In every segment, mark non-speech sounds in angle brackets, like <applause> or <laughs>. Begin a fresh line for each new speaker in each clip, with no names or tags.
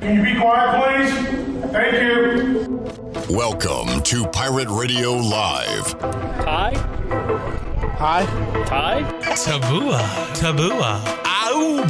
Can you be quiet, please? Thank you.
Welcome to Pirate Radio Live.
Tie?
Hi.
Tie?
Tabua. Tabua. Aub.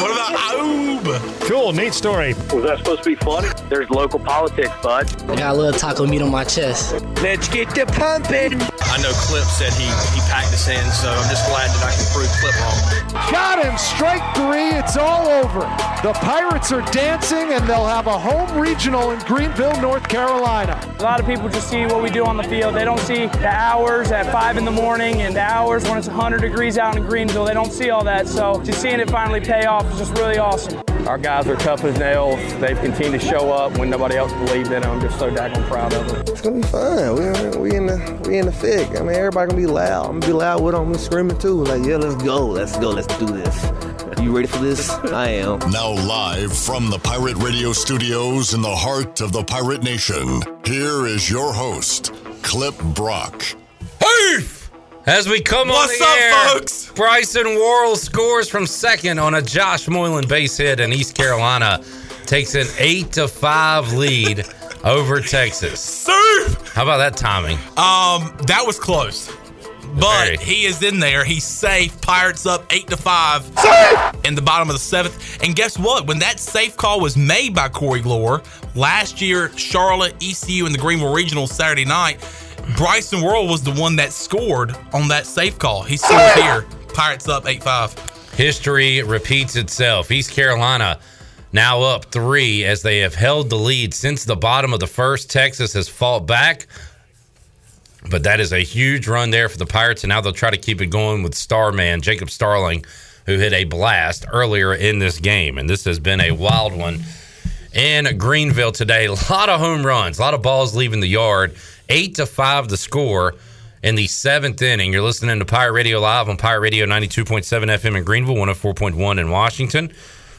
What about Aub?
Cool. Neat story.
Was that supposed to be funny? There's local politics, bud.
I got a little taco meat on my chest.
Let's get the pumping.
I know Clip said he, he packed us in, so I'm just glad that I can prove Clip wrong.
Got him. Strike three. It's all over. The Pirates are dancing, and they'll have a home regional in Greenville, North Carolina.
A lot of people just see what we do on the field. They don't see the hours at 5 in the morning and the hours when it's 100 degrees out in Greenville. They don't see all that. So just seeing it finally pay off is just really awesome.
Our guys are tough as nails. They've continued to show up when nobody else believed in them. I'm just so daggone proud of them.
It's gonna be fun. We, we in the we in the thick. I mean, everybody gonna be loud. I'm gonna be loud with them. I'm screaming too. Like, yeah, let's go, let's go, let's do this. You ready for this? I am.
Now, live from the Pirate Radio studios in the heart of the Pirate Nation, here is your host, Clip Brock.
Heath!
As we come
What's
on the
up,
air,
folks?
Bryson Worrell scores from second on a Josh Moylan base hit, and East Carolina takes an eight to five lead over Texas.
Soup!
How about that timing?
Um, that was close. But
Very.
he is in there. He's safe. Pirates up eight to five in the bottom of the seventh. And guess what? When that safe call was made by Corey Glore last year, Charlotte, ECU, and the Greenville Regional Saturday night, Bryson Worrell was the one that scored on that safe call. He scored here. Pirates up eight five.
History repeats itself. East Carolina now up three as they have held the lead since the bottom of the first. Texas has fought back, but that is a huge run there for the Pirates, and now they'll try to keep it going with Starman Jacob Starling, who hit a blast earlier in this game, and this has been a wild one in Greenville today. A lot of home runs, a lot of balls leaving the yard. Eight to five the score in the seventh inning. You're listening to Pirate Radio Live on Pirate Radio 92.7 FM in Greenville, 104.1 in Washington.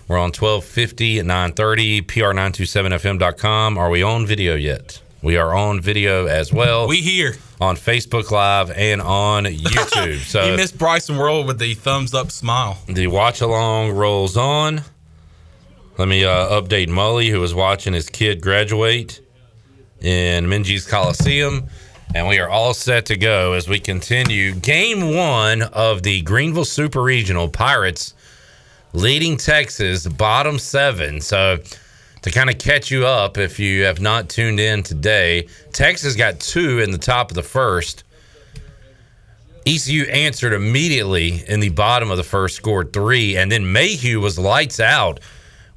We're on 1250 at 930, pr927fm.com. Are we on video yet? We are on video as well.
We here.
on Facebook Live
<laughs>
and on YouTube. So
You missed Bryson Worrell with the thumbs up smile.
the watch along rolls on. Let me uh, update Mully, who is watching his kid graduate in Minji's Coliseum. And we are all set to go as we continue game one of the Greenville Super Regional Pirates leading Texas, bottom seven. So, to kind of catch you up, if you have not tuned in today, Texas got two in the top of the first. ECU E answered immediately in the bottom of the first, scored three, and then Mayhew was lights out,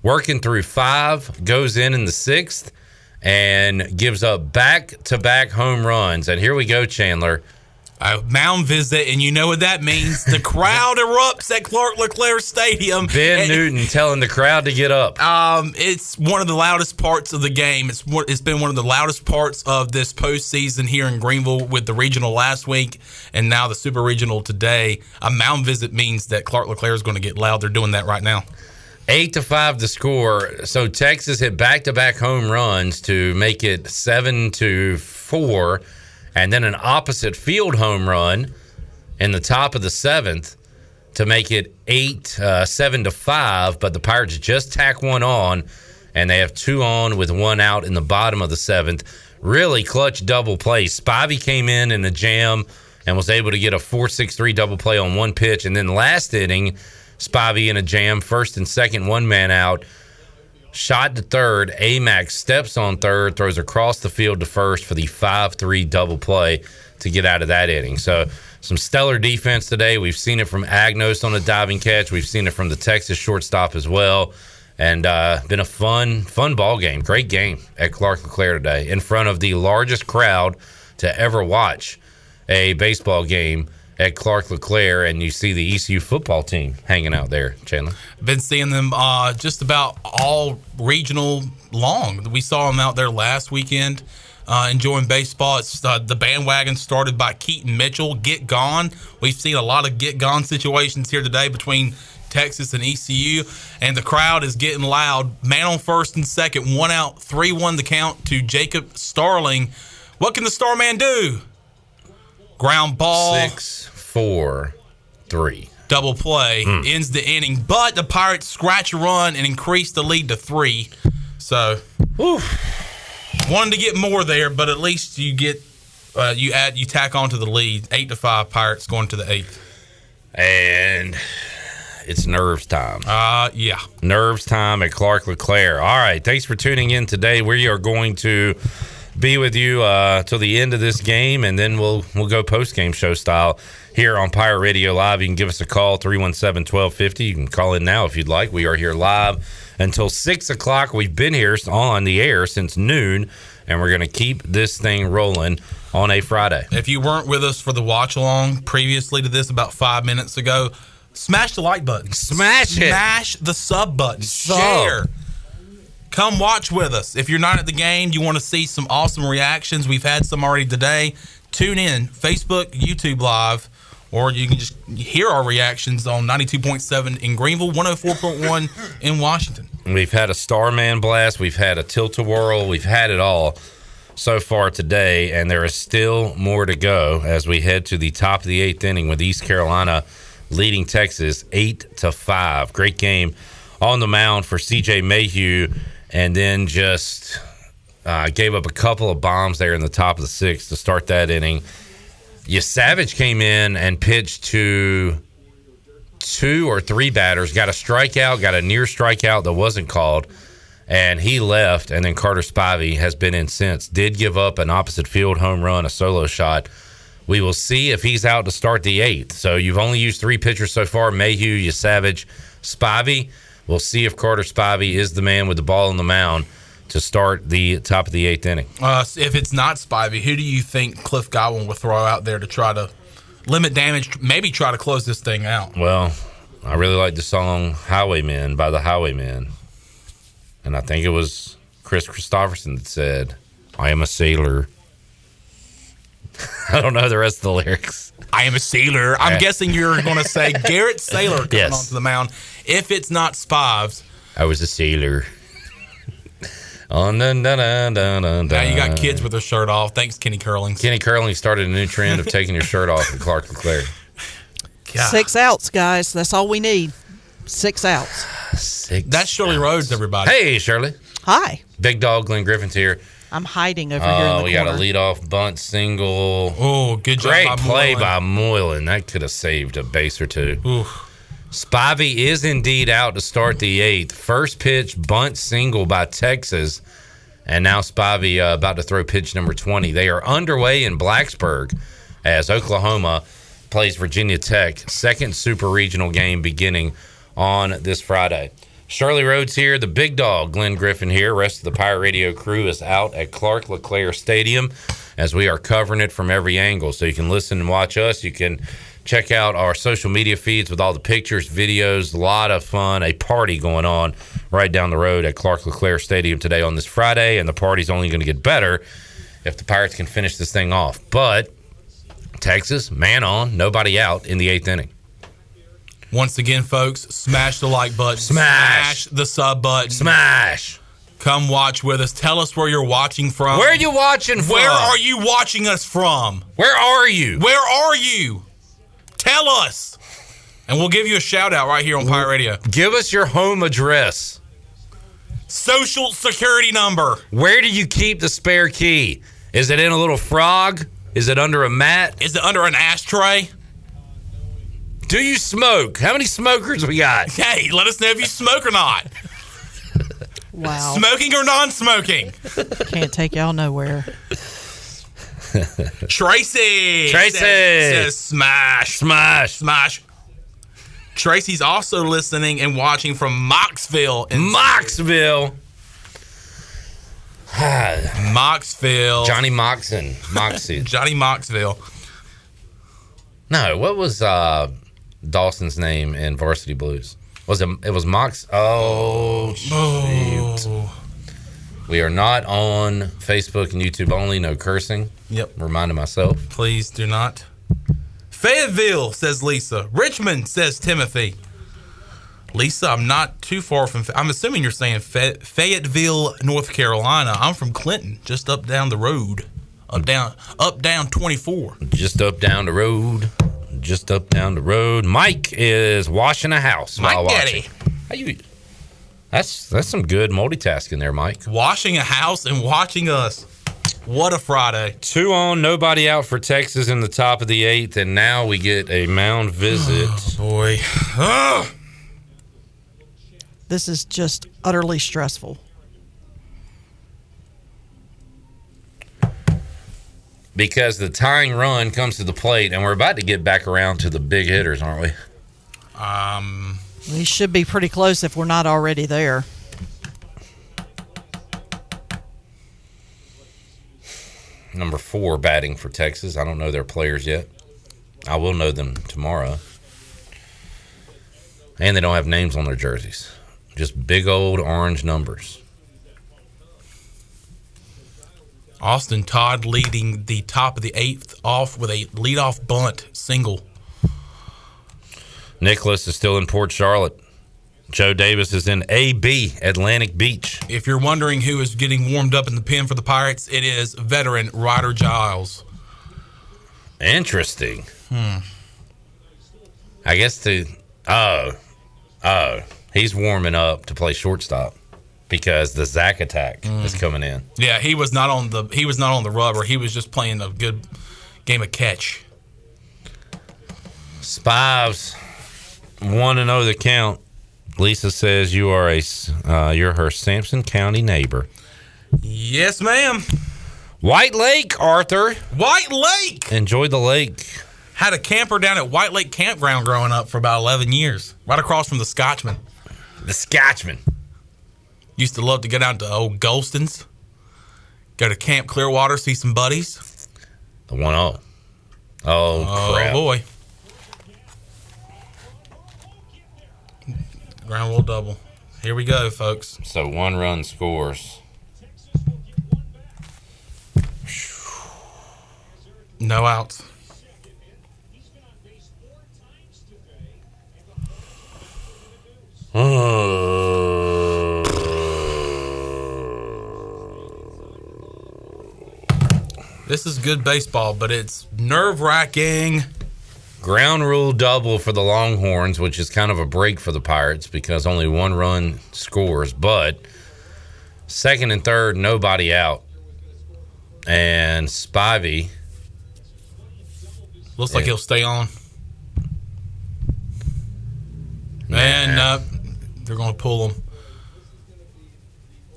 working through five, goes in in the sixth, and gives up back to back home runs. And here we go, Chandler.
a mound visit, and you know what that means. The
<laughs>
crowd erupts at Clark LeClaire Stadium.
Ben
And-
Newton telling the crowd to get up.
Um, it's one of the loudest parts of the game. It's one- it's been one of the loudest parts of this postseason here in Greenville with the regional last week, and now the super regional today. A mound visit means that Clark LeClaire is going to get loud. They're doing that right now.
Eight to five to score. So Texas hit back to back home runs to make it seven to four, and then an opposite field home run in the top of the seventh to make it eight uh, seven to five. But the Pirates just tack one on, and they have two on with one out in the bottom of the seventh. Really clutch double play. Spivey came in in a jam and was able to get a four six three double play on one pitch, and then last inning. Spivey in a jam, first and second, one man out. Shot to third. Amax steps on third, throws across the field to first for the 5 3 double play to get out of that inning. So, some stellar defense today. We've seen it from Agnos on a diving catch, we've seen it from the Texas shortstop as well. And uh, been a fun, fun ball game. Great game at Clark LeClaire today in front of the largest crowd to ever watch a baseball game at Clark LeClaire, and you see the ECU football team hanging out there, Chandler.
Been seeing them uh, just about all regional long. We saw them out there last weekend uh, enjoying baseball. It's uh, the bandwagon started by Keaton Mitchell. Get gone. We've seen a lot of get gone situations here today between Texas and ECU, and the crowd is getting loud. Man on first and second, one out, three one the count to Jacob Starling. What can the Starman do? Ground ball
Six, four, three.
double play ends the inning, but the Pirates scratch a run and increase the lead to three. So, whew, wanted to get more there, but at least you get uh, you add you tack onto the lead, eight to five Pirates going to the eighth,
and it's nerves time.
Uh yeah.
Nerves time at Clark LeClaire. All right, thanks for tuning in today. We are going to be with you uh, till the end of this game, and then we'll we'll go post game show style here on Pirate Radio Live. You can give us a call 317-1250. You can call in now if you'd like. We are here live until six o'clock. We've been here on the air since noon, and we're going to keep this thing rolling on a Friday.
If you weren't with us for the watch along previously to this about five minutes ago, smash the like button.
Smash it.
Smash the sub button. Share. Come watch with us. If you're not at the game, you want to see some awesome reactions. We've had some already today. Tune in Facebook, YouTube Live, or you can just hear our reactions on 92.7 in Greenville, 104.1 in Washington.
We've had a Starman blast. We've had a tilt a whirl. We've had it all so far today, and there is still more to go as we head to the top of the eighth inning with East Carolina leading Texas eight to five. Great game on the mound for C.J. Mayhew, and then just uh, gave up a couple of bombs there in the top of the sixth to start that inning. Yeah, Savage came in and pitched to two or three batters, got a strikeout, got a near strikeout that wasn't called, and he left. And then Carter Spivey has been in since. Did give up an opposite field home run, a solo shot. We will see if he's out to start the eighth. So you've only used three pitchers so far: Mayhew, Savage, Spivey. We'll see if Carter Spivey is the man with the ball on the mound to start the top of the eighth inning.
Uh, if it's not Spivey, who do you think Cliff Godwin will throw out there to try to limit damage? Maybe try to close this thing out.
Well, I really like the song "Highwaymen" by the Highwaymen, and I think it was Chris Christopherson that said, "I am a sailor." <laughs> I don't know the rest of the lyrics.
I am a sailor. I'm guessing you're going to
<laughs>
say Garrett Sailor coming
Yes.
onto the mound. If it's not Spives,
I was a sailor. <laughs> On dun, dun, dun, dun, dun,
now you got
dun.
kids with their shirt off. Thanks, Kenny Curlings.
Kenny Curling started a new trend of taking your shirt off at Clark LeClaire.
Six outs, guys. That's all we need. Six outs.
Six.
That's Shirley Rhodes, everybody.
Hey, Shirley.
Hi.
Big dog Glenn Griffin's here.
I'm hiding over here in
Oh,
the
we
corner.
got a leadoff bunt single.
Oh, good job
Great
by
play
Moylan.
by Moylan. That could have saved a base or two. Spivey is indeed out to start the eighth. First pitch bunt single by Texas. And now Spivey uh, about to throw pitch number 20. They are underway in Blacksburg as Oklahoma plays Virginia Tech. Second super regional game beginning on this Friday. Shirley Rhodes here, the big dog Glenn Griffin here. Rest of the Pirate Radio crew is out at Clark LeClaire Stadium as we are covering it from every angle. So you can listen and watch us. You can check out our social media feeds with all the pictures, videos, a lot of fun, a party going on right down the road at Clark LeClaire Stadium today on this Friday. And the party's only going to get better if the Pirates can finish this thing off. But Texas, man on, nobody out in the eighth inning.
Once again, folks, smash the like button.
Smash.
the sub button.
Smash.
Come watch with us. Tell us where you're watching from.
Where are you watching
Um,
from?
Where are you watching us from?
Where are you?
Where are you? Tell us. And we'll give you a shout out right here on Pirate Radio.
Give us your home address.
Social security number.
Where do you keep the spare key? Is it in a little frog? Is it under a mat?
Is it under an ashtray?
Do you smoke? How many smokers we got?
Hey, let us know if you smoke or not. <laughs>
Wow.
Smoking or non smoking.
Can't take y'all nowhere.
Tracy.
Tracy.
Says, says smash.
Smash.
Smash. Tracy's also listening and watching from Moxville. In
Moxville. <sighs>
Moxville.
Johnny Moxon. Moxie.
<laughs> Johnny Moxville.
No, what was uh, Dawson's name in Varsity Blues? Was it? It was Mox. Oh, shoot. We are not on Facebook and YouTube only. No cursing.
Yep.
Reminding myself.
Please do not. Fayetteville, says Lisa. Richmond, says Timothy. Lisa, I'm not too far from. I'm assuming you're saying Fay- Fayetteville, North Carolina. I'm from Clinton, just up down the road, up down, up down 24.
Just up down the road. Just up down the road. Mike is washing a house
Mike
while
Daddy.
watching. How you? That's that's some good multitasking there, Mike.
Washing a house and watching us. What a Friday.
Two on, nobody out for Texas in the top of the eighth, and now we get a mound visit. Oh,
boy. Oh!
This is just utterly stressful.
Because the tying run comes to the plate, and we're about to get back around to the big hitters, aren't we?
Um,
We should be pretty close if we're not already there.
number four batting for Texas. I don't know their players yet. I will know them tomorrow. And they don't have names on their jerseys, just big old orange numbers.
Austin Todd leading the top of the eighth off with a leadoff bunt single.
Nicholas is still in Port Charlotte. Joe Davis is in AB, Atlantic Beach.
If you're wondering who is getting warmed up in the pen for the Pirates, it is veteran Ryder Giles.
Interesting.
Hmm.
I guess the oh oh he's warming up to play shortstop because the Zach attack
Mm.
is coming in.
Yeah, he was not on the he was not on the rubber. He was just playing a good game of catch.
Spives one and zero the count. Lisa says you are a s- uh, you're her Sampson County neighbor.
Yes, ma'am.
White Lake, Arthur.
White Lake.
Enjoy the lake.
Had a camper down at White Lake Campground growing up for about 11 years, right across from the Scotchman.
The Scotchman.
Used to love to go down to old Golston's, go to Camp Clearwater, see some buddies.
The one oh. Oh,
Oh,
crap.
boy. Ground rule double. Here we go, folks.
So one run scores.
No outs. This is good baseball, but it's nerve wracking.
Ground rule double for the Longhorns, which is kind of a break for the Pirates because only one run scores, but second and third, nobody out. And Spivey,
Looks like
Yeah.
he'll stay on. And uh, they're going to pull him.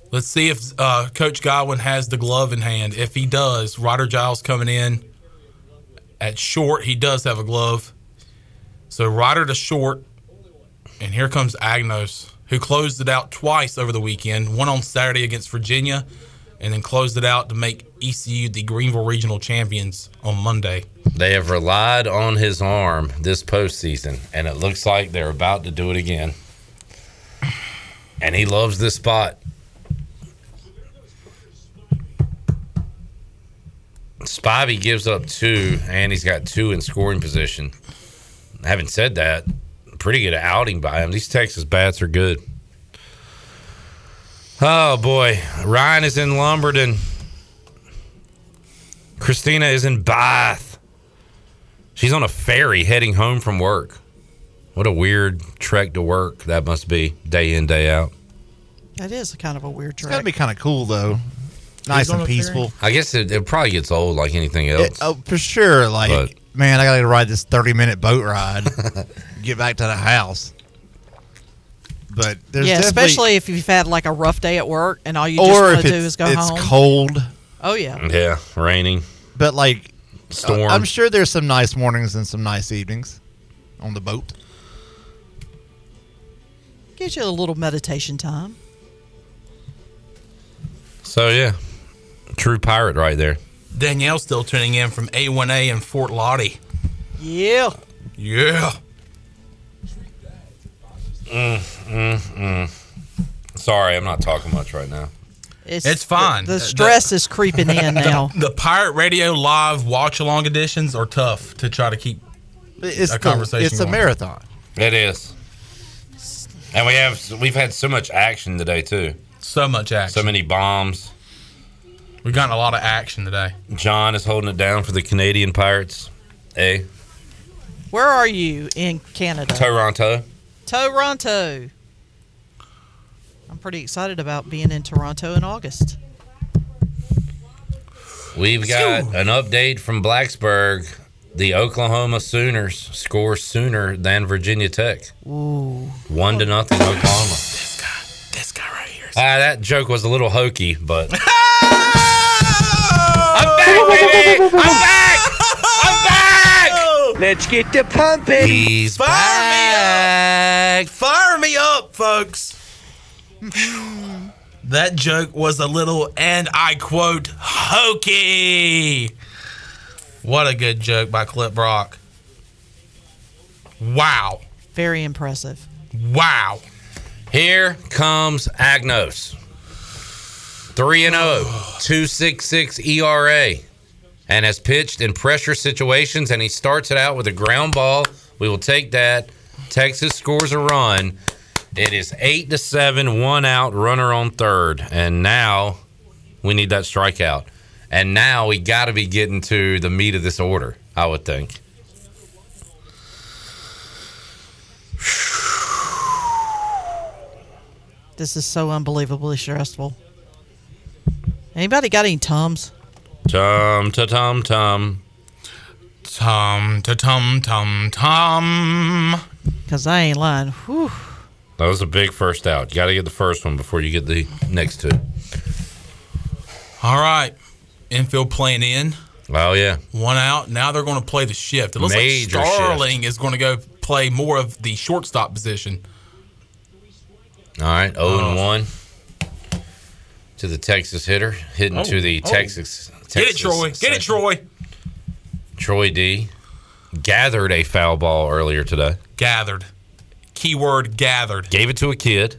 Let's see if uh, Coach Godwin has the glove in hand. If he does, Ryder Giles coming in at short. He does have a glove. So Ryder to short. And here comes Agnos, who closed it out twice over the weekend one on Saturday against Virginia, and then closed it out to make ECU the Greenville Regional Champions on Monday.
they have relied on his arm this postseason, and it looks like they're about to do it again. And he loves this spot. Spivey gives up two, and he's got two in scoring position. Having said that, pretty good outing by him. These Texas bats are good. Oh boy, Ryan is in Lumberton. Christina is in Bath. She's on a ferry heading home from work. What a weird trek to work that must be, day in day out.
That is kind of a weird
That'd
track.
be kind of cool though. Nice
on
and
a ferry?
peaceful.
I guess it, it probably gets old like anything else.
It- oh, for sure. Like, man, I gotta ride this thirty-minute boat ride. get back to the house. But there's
yeah,
definitely,
especially if you've had like a rough day at work and all you just
or
want
if
to do
it's,
is go
it's
home.
cold.
Oh yeah.
Yeah, raining.
But like,
Mm. Storm.
I'm sure there's some nice mornings and some nice evenings on the boat.
Gives you a little meditation time.
So, yeah, true pirate right there.
Danielle still tuning in from A1A in Fort Lottie.
Yeah.
Yeah.
Mm, mm, mm. Sorry, I'm not talking much right now.
It's,
It's fine. Uh,
The, the stress is creeping
<laughs>
in now.
The Pirate Radio Live watch along editions are tough to try to keep
It's
a
the-
conversation.
it's a
going.
marathon.
It is. And we have we've had so much action today too.
So much action.
So many bombs.
We've gotten a lot of action today.
John is holding it down for the Canadian Pirates. Eh?
Where are you in Canada?
Toronto.
Toronto. I'm pretty excited about being in Toronto in August.
We've got an update from Blacksburg. The Oklahoma Sooners score sooner than Virginia Tech.
Ooh.
One to nothing, Oklahoma. This guy,
this guy right here.
Ah, that joke was a little hokey,
<laughs>
I'm
but
back, baby! I'm back! I'm back! Let's get the pumping.
He's
Fire me up! Fire me up, folks! that joke was a little, and I quote, hokey! What a good joke by Clip Brock. Wow.
Very impressive.
Wow.
Here comes Agnos. 3 and oh, 0, 266 ERA, E and has pitched in pressure situations. And he starts it out with a ground ball. We will take that. Texas scores a run. It is 8 to 7, one out, runner on third. And now we need that strikeout. And now we got to be getting to the meat of this order, I would think.
This is so unbelievably stressful. Anybody got any tums?
Tom, ta tom, tom.
Tom, ta tom, tom, tom.
Because I ain't lying. Whew.
That was a big first out. You got to get the first one before you get the next two.
All right. Infield playing in.
Oh, yeah.
One out. Now they're going to play the shift. It looks
Major
like
shift.
Starling is going to go play more of the shortstop position.
All right, 0 and
Oh.
1 to the Texas hitter, hitting
Oh,
to the
oh.
Texas, Texas.
Get it, Troy. Get it, Troy.
Troy D gathered a foul ball earlier today.
Gathered. Keyword gathered.
Gave it to a kid.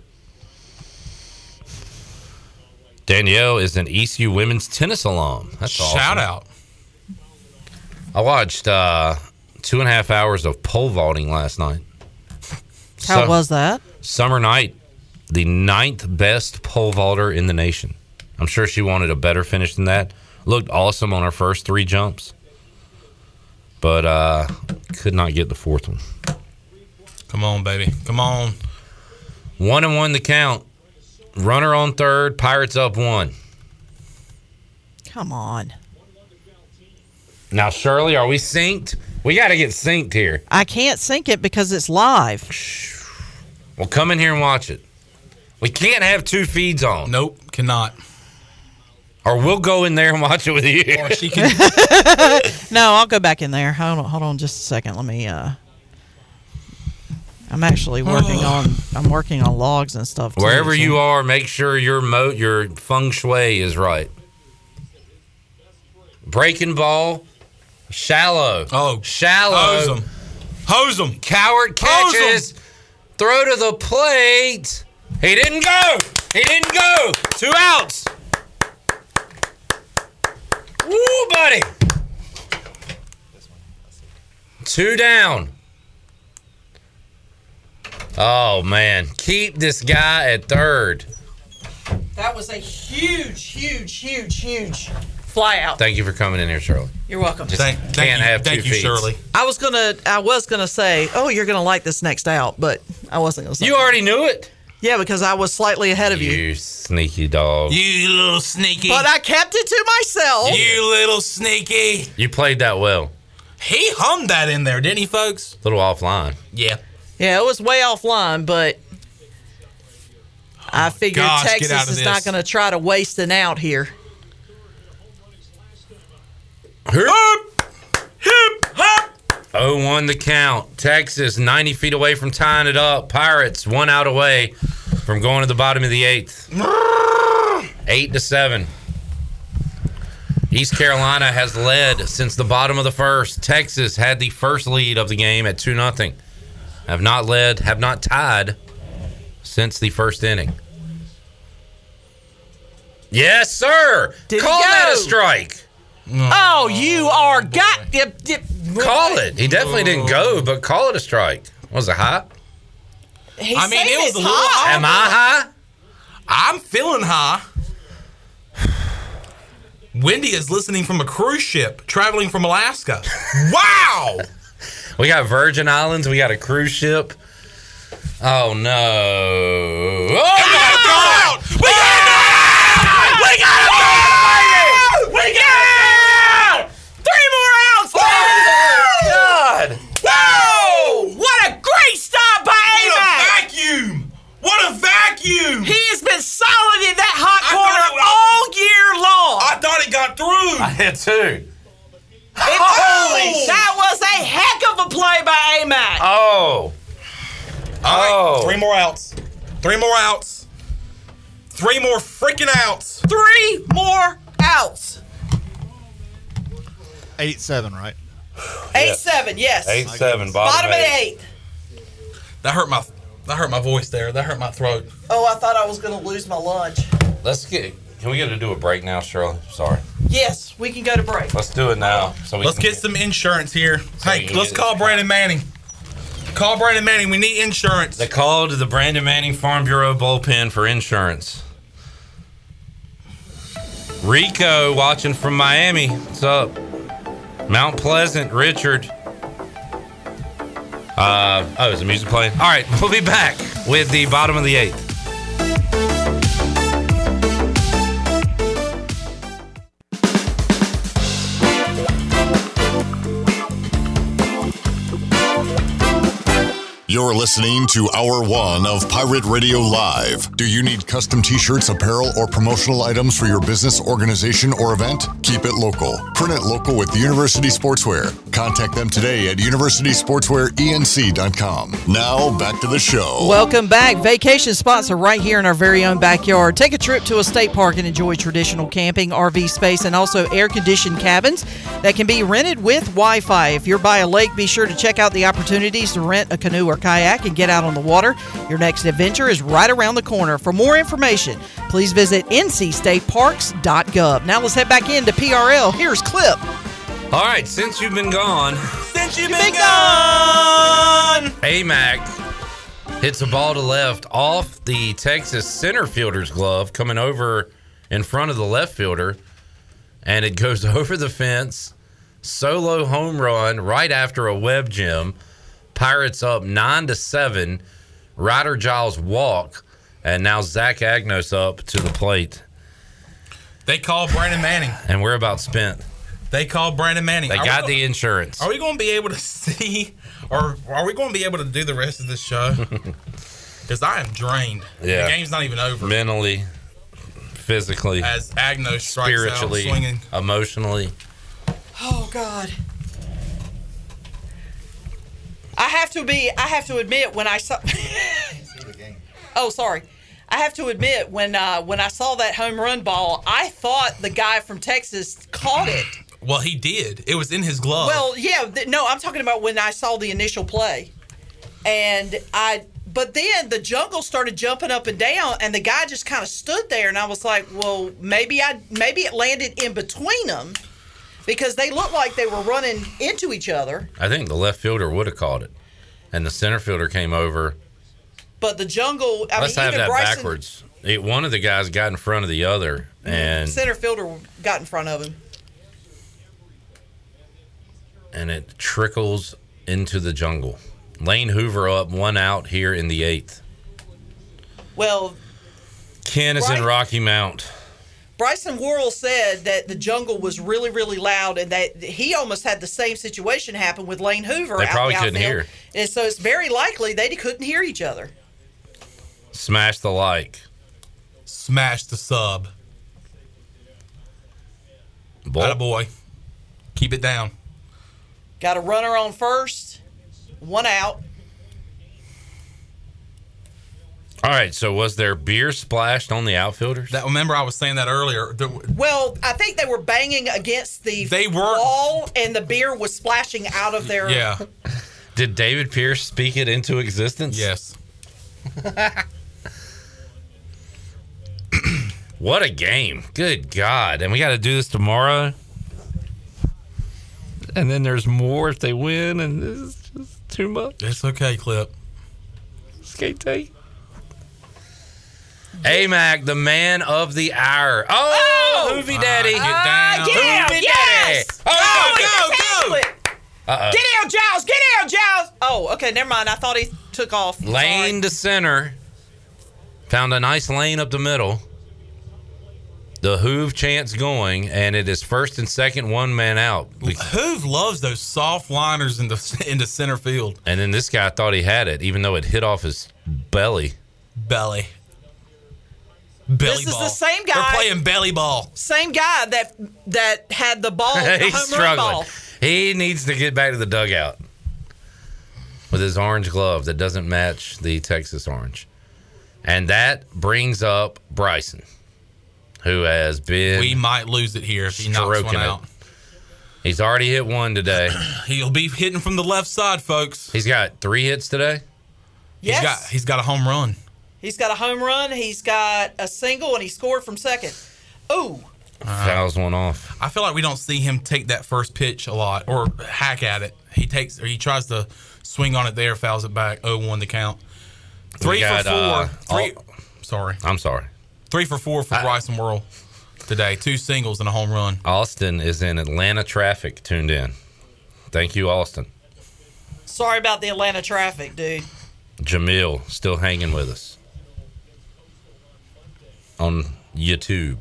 Danielle is an ECU women's tennis alum. That's
Shout
awesome.
out.
I watched uh, two and a half hours of pole vaulting last night.
How
Su-
was
<laughs>
that?
Summer Night, the ninth best pole vaulter in the nation. I'm sure she wanted a better finish than that. Looked awesome on her first three jumps, but uh, could not get the fourth one.
Come on, baby. Come on.
One and one the count. Runner on third. Pirates up one.
Come on.
Now, Shirley, are we synced? We got to get synced here.
I can't sync it because it's live.
Well, come in here and watch it. We can't have two feeds on.
Nope, cannot.
Or we'll go in there and watch it with you.
Or she can.
<laughs>
<laughs>
no, I'll go back in there. Hold on, hold on just a second. Let me. uh I'm actually working on. I'm working on logs and stuff. too,
Wherever
so-
you are, make sure your mo your feng shui is right. Breaking ball, shallow. Oh, shallow.
Hose 'em. Hose him.
Coward
Hose 'em.
catches. Throw to the plate. He didn't go. He didn't go. Two outs. Woo, buddy. Two down. Oh man, keep this guy at third.
That was a huge, huge, huge, huge fly out.
Thank you for coming in here, Shirley.
You're welcome.
Just
Thank-
can't
thank you-
have
thank
two
you,
feeds.
Shirley.
I was gonna. I was gonna say, oh, you're gonna like this next out, but I wasn't gonna. say
You already knew it.
Yeah, because I was slightly ahead of you.
You sneaky dog. You,
You little sneaky.
But I kept it to myself.
you little sneaky.
played that well.
He hummed that in there, didn't he, folks?
little offline.
Yeah.
Yeah, it was way offline, but
Oh,
I figured
gosh, get out
Texas
of
is
this.
not going to try to waste an out here.
Hip, hip, hop.
0 1 the oh count. Texas 90 feet away from tying it up. Pirates one out away from going to the bottom of the eighth. 8 to 7. East Carolina has led since the bottom of the first. Texas had the first lead of the game at 2 0. Have not led, have not tied since the first inning. Yes, sir.
Did he
Call that a
go?
strike.
Oh, you are got. Dip, dip.
Call it. He definitely didn't go, but call it a strike. Was it high?
He
I mean,
said
it was
it's
a little
hot.
high.
Am I high?
I'm feeling high. <sighs> Wendy is listening from a cruise ship traveling from
<laughs>
Alaska. Wow.
We got Virgin Islands. We got a cruise ship. Oh no! Oh my two.
Holy! That was a heck of a play by Amac.
Oh.
All right, three more outs. Three more outs. Three more freaking outs.
Three more outs.
Eight seven, right?
Eight seven. Yes.
Eight seven.
Bottom
Bottom,
of
eight.
eight.
That hurt my that hurt my voice there. That hurt my throat.
Oh, I thought I was gonna lose my lunch.
Let's get. Can we get to do a break now, Shirley? Sorry.
Yes, we can go to break.
Let's do it now. So we
Let's
can
get some insurance here. Hey,
can
let's
get-
call Brandon Manning. Call Brandon Manning. We need insurance.
The call to the Brandon Manning Farm Bureau bullpen for insurance. Rico watching from Miami. What's up? Mount Pleasant, Richard. Uh, oh, is the music playing? All right, <laughs> we'll be back with the bottom of the eighth.
You're listening to Hour One of Pirate Radio Live. Do you need custom t shirts, apparel, or promotional items for your business, organization, or event? Keep it local. Print it local with University Sportswear. Contact them today at universitysportswearenc.com. Now, back to the show.
Welcome back. Vacation spots are right here in our very own backyard. Take a trip to a state park and enjoy traditional camping, RV space, and also air conditioned cabins that can be rented with Wi Fi. If you're by a lake, be sure to check out the opportunities to rent a canoe or kayak and get out on the water. Your next adventure is right around the corner. For more information, please visit ncstateparks.gov. Now let's head back into PRL. Here's Clip.
All right, since you've been gone,
Since you've been gone,
AMAC hits a ball to left off the Texas center fielder's glove, coming over in front of the left fielder, and it goes <laughs> over the fence. Solo home run right after a web gem. Pirates up nine to seven. Ryder Giles walk, and now Zach Agnos up to the plate,
They call Brandon Manning.
and we're about spent.
They call Brandon Manning.
They
Are we
got
go-
the insurance.
Are we going to be able to <laughs> see, or are we going to be able to do the rest of this show?
<laughs>
Because I am drained.
Yeah.
The game's not even over.
mentally, physically,
As Agno strikes out
spiritually,
swinging.
emotionally.
Oh God. I have to be. I have to admit when I saw. <laughs> oh, sorry. I have to admit when uh, when I saw that home run ball, I thought the guy from Texas caught it.
Well, he did. It was in his glove.
Well, yeah, th- no, I'm talking about when I saw the initial play, and I. But then the jungle started jumping up and down, and the guy just kind of stood there, and I was like, "Well, maybe I maybe it landed in between them, because they looked like they were running into each other."
I think the left fielder would have caught it, and the center fielder came over.
But the jungle, I
Let's
mean,
have
even
that
Bryson,
backwards. It, one of the guys got in front of the other, and
center fielder got in front of him.
and it trickles into the jungle. Lane Hoover up, one out here in the eighth.
Well,
Ken is in Rocky Mount.
Bryson Worrell said that the jungle was really, really loud, and that he almost had the same situation happen with Lane Hoover.
They
out
probably
in the
couldn't
outfield.
hear.
and so it's very likely they couldn't hear each other.
Smash the like.
Smash the sub.
Boy.
boy. Keep it down.
Got a runner on first, one out.
All right, so was there beer splashed on the outfielders?
That remember I was saying that earlier. There w-
Well, I think they were banging against the
They were-
wall, and the beer was splashing out of their. <laughs>
Yeah. Did David Pierce speak it into existence?
Yes.
<clears throat> What a game. Good God. And we got to do this tomorrow. And then there's more if they win. And this is just too much.
It's okay, Clip.
Skate day. AMAC, the man of the hour. Oh, Hoovy Daddy. Get down.
yeah, Uh, yes!
Oh, Uh.
go, go, go!
Uh-oh.
Get out, Giles! Get out, Giles! Oh, okay, never mind. I thought he took off.
Lane to center. Found a nice lane up the middle. The Hoove chance going, and it is first and second one man out.
Hoove loves those soft liners in the <laughs> in the center field.
And then this guy thought he had it, even though it hit off his belly.
Belly. Belly
this is
ball.
the same guy.
They're playing belly ball.
Same guy that that had the
<laughs>
ball. Oh, the home
He's
run
struggling.
ball.
He needs to get back to the dugout with his orange glove that doesn't match the Texas orange. And that brings up Bryson, who has been
We might lose it here if he knocks
stroking
one out.
it. He's already hit one today.
He'll be hitting from the left side, folks.
He's got three hits today.
Yes.
He's got he's got a home run.
He's got a home run. He's got a single, and he scored from second. Ooh,
Uh-huh.
Fouls one off.
I feel like we don't see him take that first pitch a lot or hack at it. He takes or he tries to swing on it there, fouls it back. 0-1 to count. Three
We got,
for four.
uh,
three, sorry,
I'm sorry.
three for four for Bryson Whirl today. Two singles and a home run.
Austin is in Atlanta traffic tuned in. Thank you, Austin.
sorry about the Atlanta traffic, dude.
Jamil still hanging with us on YouTube.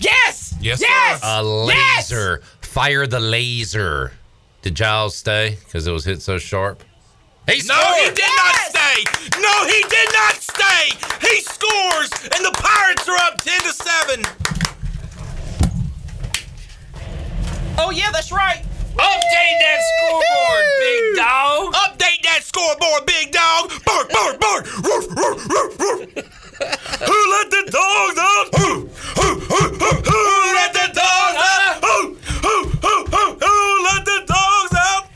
Yes.
Yes,
Yes.
A
Yes!
laser. Fire the laser. Did Giles stay because it was hit so sharp? He
no, he did not stay. No, he did not stay. He scores, and the Pirates are up ten to seven.
Oh yeah, that's right. Update
that scoreboard, big dog. Update that scoreboard, big dog. Bark, bark, bark. Roof, roof, roof, roof. Who let the dogs out? Who, who, who, who, who let the dogs out? Who, who, who, who, who let the dogs out?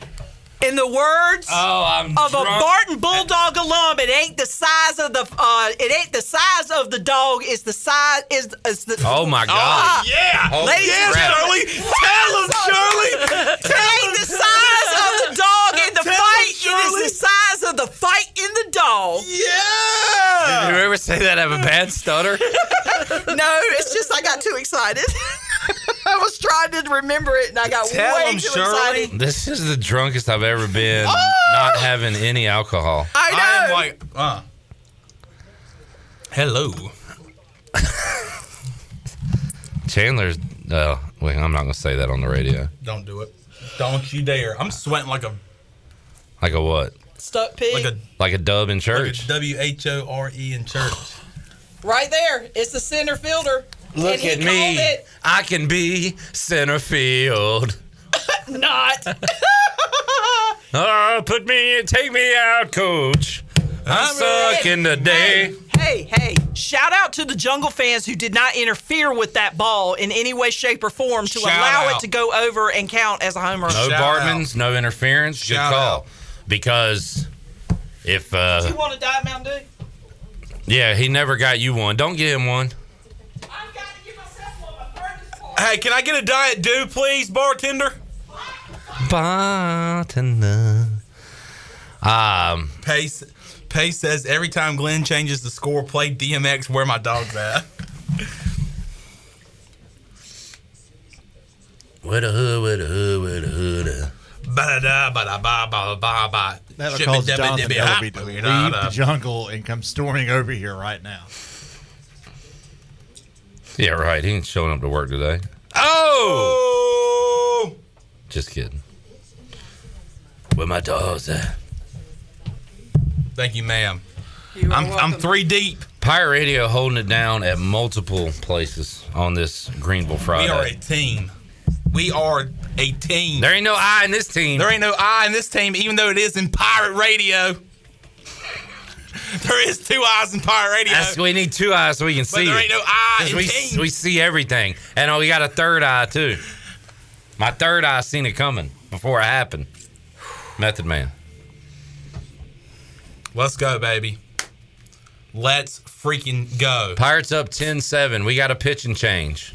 In the words
Oh, I'm
of a
drunk.
Barton Bulldog alum, it ain't the size of the uh, it ain't the size of the dog. It's the size is is the.
Oh my God.
Ah.
Yeah.
Oh,
Ladies
yes,
and
Shirley. Tell him, Shirley.
It ain't the size of the dog in the
Tell 'em,
fight. It
Shirley.
is the size of the fight in the dog.
Yeah.
Did you ever say that? I have a bad stutter.
<laughs> No, it's just I got too excited. <laughs> I was trying to remember it and I got
Tell
way
'em,
too Oh!
Shirley.
excited.
This is the drunkest I've ever been, not having any alcohol.
I know.
am like, uh. Hello.
Chandler's. Uh, wait, I'm not gonna say that on the radio.
Don't do it. Don't you dare. I'm sweating like a
Like a what?
Stuck pig.
like a
Like a dub in
like
church.
a W H O R E in church.
<gasps>
Right there. It's the center fielder.
Look
And he
at
called
me.
it
I can be center field.
<laughs> Not.
Oh, put me take me out, coach. I'm sucking today.
Hey, hey, shout out to the Jungle fans who did not interfere with that ball in any way, shape, or form to
Shout
allow it
out.
to go over and count as a home run.
No Bartmans, no interference.
Shout
Good call. Because if
You
uh
want to die, Mountain Dew?
yeah, he never got you one. Don't give him one.
Hey, can I get a diet dew, please, bartender?
Bartender. Um,
Pace. Pace says every time Glenn changes the score, play DMX. Where my dog's at. <laughs>
With a hood, with a hood, with a hood.
Ba da ba da ba ba ba ba.
That'll
Shibby
cause
dibby
Jonathan
dibby
Ellerby to
hop.
leave
Da,
the
da.
jungle and come storming over here right now.
Yeah, right. He ain't showing up to work today.
Oh!
Just kidding. Where my dogs at?
Thank you, ma'am.
You are
I'm, I'm
welcome.
three deep.
Pirate Radio holding it down at multiple places on this Greenville Friday.
We are a team. We are a team.
There ain't no I in this team.
There ain't no I in this team, even though it is in Pirate Radio. <laughs> there is two eyes in Pirate Radio.
That's, we need two eyes so we can
But
see.
there
it.
ain't no eye
'Cause
in
we,
teams.
we see everything, and oh, we got a third eye too. My third eye seen it coming before it happened. Method Man.
Let's go, baby. Let's freaking go.
Pirates up 10-7. We got a pitch and change.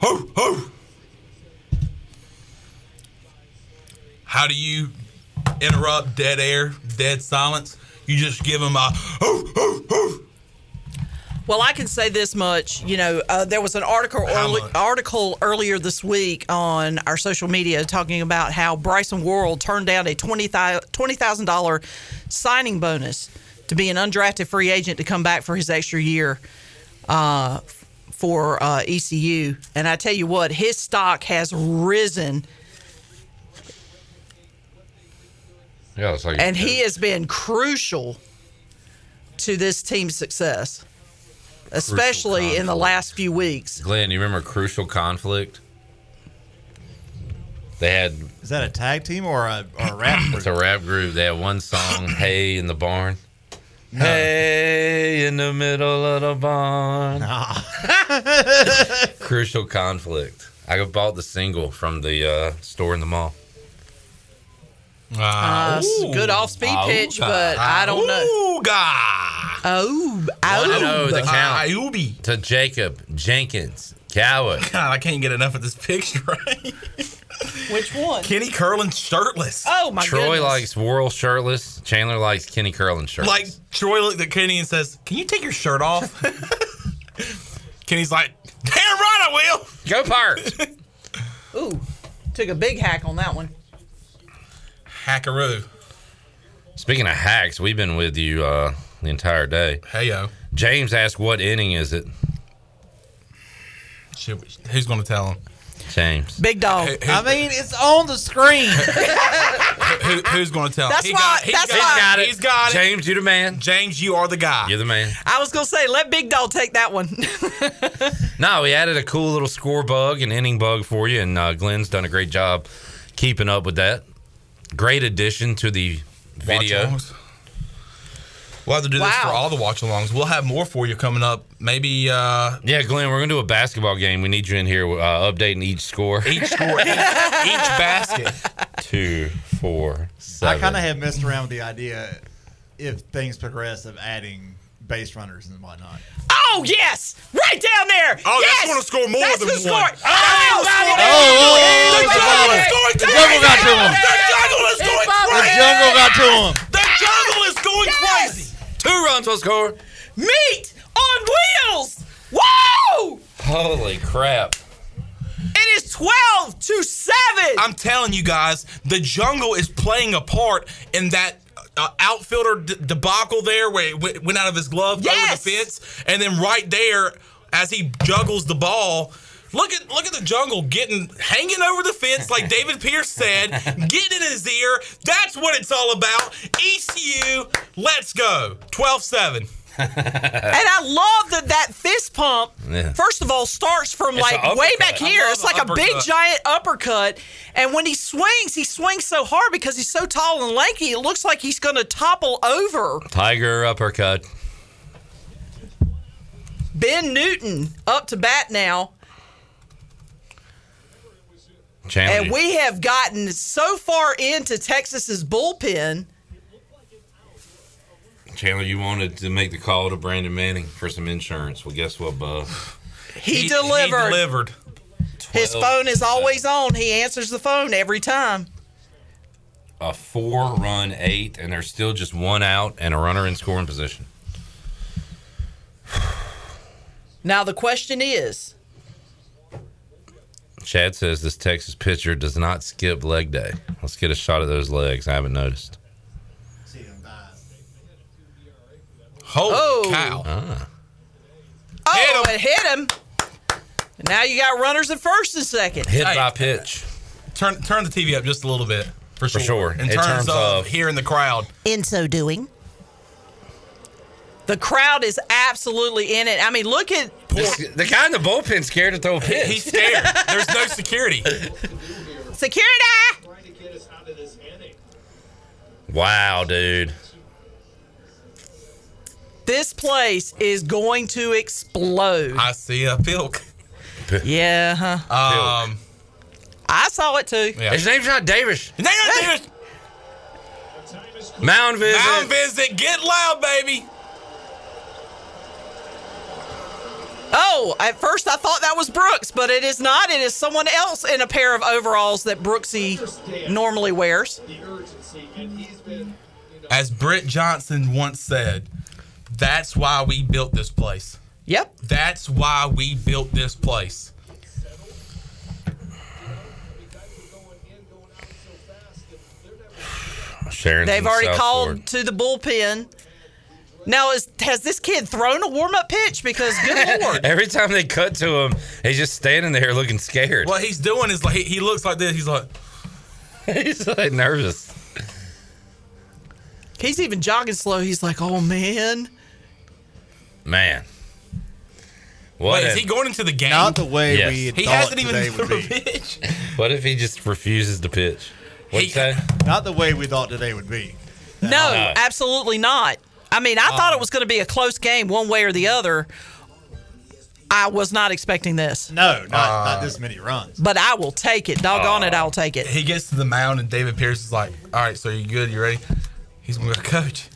Ho, ho. How do you interrupt dead air, dead silence? You just give them a ho, ho, ho.
Well, I can say this much. You know, uh, there was an article early, article earlier this week on our social media talking about how Bryson Worrell turned down a twenty thousand dollar signing bonus to be an undrafted free agent to come back for his extra year uh, f- for uh, ECU. And I tell you what, his stock has risen
Yeah, it's like
and he has been crucial to this team's success, especially in the last few weeks.
Glenn, you remember Crucial Conflict? They had
Is that a tag team or a, or
<laughs>
a rap group?
it's a rap group. They had one song, "Hey in the Barn." Hey in the middle of the barn.
<laughs>
Crucial Conflict. I bought the single from the uh, store in the mall.
Uh, it's a good off-speed pitch, but I don't know. Oh,
I know the
Aub.
count. To Jacob Jenkins Coward. God, I can't get enough of this picture.
Which one?
Kenny Curlin shirtless.
Oh my
Troy likes Worrell shirtless. Chandler likes Kenny Curlin shirtless.
Like Troy looked at Kenny and says, "Can you take your shirt off?" <laughs> Kenny's like, "Damn right I will."
Go Pirates.
Ooh, took a big hack on that one.
Hackaroo. Speaking of hacks, we've been with you uh, the entire day. Hey yo. James asked, "What inning is it?"
Who's going to tell him?
James.
Big dog.
I mean, it's on the
<laughs>
screen.
Who, who's going to tell?
That's
him?
why- that's
he's
why-
got it. He's got it.
James, you the man.
James, you are the guy.
You're the man.
I was gonna say, let Big Dog take that one.
No, we added a cool little score bug, an inning bug for you, and uh, Glenn's done a great job keeping up with that. Great addition to the video.
Watch-alongs. We'll have to do this for all the watch alongs. We'll have more for you coming up. Maybe. Uh,
yeah, Glenn, we're gonna do a basketball game. We need you in here uh, updating each score. <laughs>
Each score, each, each <laughs> basket.
Two,
I
four, seven.
kind of have messed around with the idea if things progress of adding base runners and whatnot.
oh yes, right down there.
Oh, that's
yes!
gonna score more
That's
than
gonna
one.
Score. Oh,
oh,
Bobby.
oh, Bobby. The jungle got to
The jungle is going
him. The jungle got to him.
The jungle is going crazy.
Two runs will score.
Meat on wheels. Whoa!
Holy crap!
It is 12 to 7.
I'm telling you guys, the jungle is playing a part in that uh, outfielder d- debacle there where it w- went out of his glove over the fence. And then right there, as he juggles the ball, look at look at the jungle getting hanging over the fence like David
<laughs>
Pierce said, getting in his ear. That's what it's all about. ECU, let's go. 12 7.
<laughs> And I love that that fist pump,
Yeah.
first of all, starts from
It's a
like way
uppercut.
back
I
here.
love
It's
a
like a big
uppercut.
giant uppercut. And when he swings, he swings so hard because he's so tall and lanky, it looks like he's going to topple over.
Tiger uppercut.
Ben Newton up to bat now.
Chandler.
And we have gotten so far into Texas's bullpen.
Chandler, you wanted to make the call to Brandon Manning for some insurance. Well, guess what, <sighs> Bub?
He delivered.
delivered.
His phone is always on. He answers the phone every time.
a four run eight, and there's still just one out and a runner in scoring position.
Now the question is,
Chad says this Texas pitcher does not skip leg day. Let's get a shot of those legs. I haven't noticed.
Holy
Oh.
cow.
Ah.
oh, it hit him. And now you got runners at first and second.
Hit by pitch.
Turn turn the TV up just a little bit for sure.
sure.
In,
In
terms,
terms
of
of-
hearing the crowd.
In so doing, the crowd is absolutely in it. I mean, look at
the guy in the bullpen scared to throw a pitch.
He's scared. There's
<laughs>
no security.
security.
Wow, dude.
This place is going to explode.
I see a pilk.
Yeah, huh?
Um,
I saw it too.
His name's not Davis.
His name's not Davis.
Mound visit.
Mound visit. Get loud, baby.
Oh, at first I thought that was Brooks, but it is not. It is someone else in a pair of overalls that Brooksy normally wears.
As Britt Johnson once said, that's why we built this place.
Yep.
That's why we built this place.
Sharon's in
They've already
Southport.
called to the bullpen. Now, is, has this kid thrown a warm up pitch? Because
<laughs>
good lord,
Every time they cut to him, he's just standing there looking scared.
What
<laughs>
he's doing is like he- he looks like this. He's like
he's like nervous.
He's even jogging slow. He's like, oh man.
Man. What
Wait, is
if-
he going into the game?
Not the way Yes. we
He
thought
hasn't
today
even
would
threw a
be.
pitch.
What if he just refuses to pitch? What'd you say?
Not the way we thought today would be.
No, absolutely not. I mean, I thought it was going to be a close game one way or the other. I was not expecting this.
No, not, not this many runs.
But I will take it. Doggone it, I'll take it.
He gets to the mound and David Pierce is like, "All right, so you good? You ready?" He's gonna go, "Coach,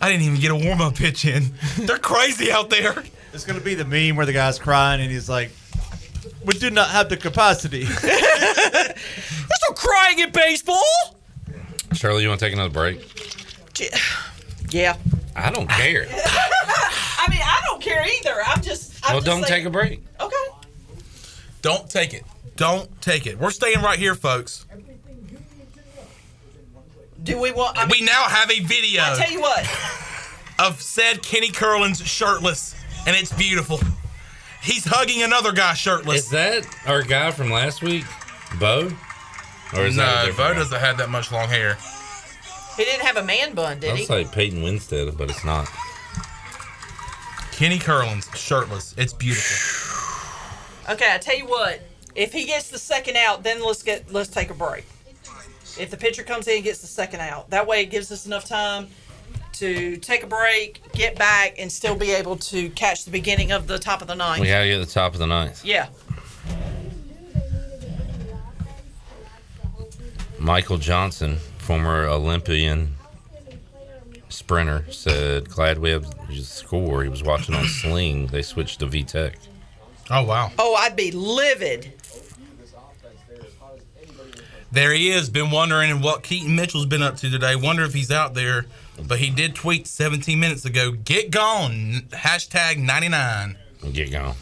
I didn't even get a warm up pitch in. <laughs> They're crazy out there."
It's gonna be the meme where the guy's crying and he's like, "We do not have the
<laughs>
capacity."
There's no crying in baseball.
Shirley, you want to take another break?
Yeah.
I don't care.
<laughs> I mean, I don't care either. I'm just. I'm
Well,
just
don't
like-
take a break.
Okay.
Don't take it. Don't take it. We're staying right here, folks.
Do we want?
we now have a video
I tell you what.
<laughs> of said Kenny Curlins shirtless, and it's beautiful. He's hugging another guy shirtless.
Is that our guy from last week, Bo? Or is
no,
that a different
Bo
one?
doesn't have that much long hair.
He didn't have a man bun,
I
did he?
was like Peyton Winstead, but it's not.
Kenny Curlins shirtless. It's beautiful.
Okay, I tell you what. If he gets the second out, then let's get let's take a break. If the pitcher comes in and gets the second out, that way it gives us enough time to take a break, get back, and still be able to catch the beginning of the top of the ninth.
We gotta get the top of the ninth.
Yeah.
Michael Johnson, former Olympian sprinter, said Glad we have the score. He was watching on Sling. They switched to VTech.
Oh wow.
Oh, I'd be livid.
There he is. Been wondering what Keaton Mitchell's been up to today. Wonder if he's out there. But he did tweet 17 minutes ago. Get gone. Hashtag 99.
Get gone.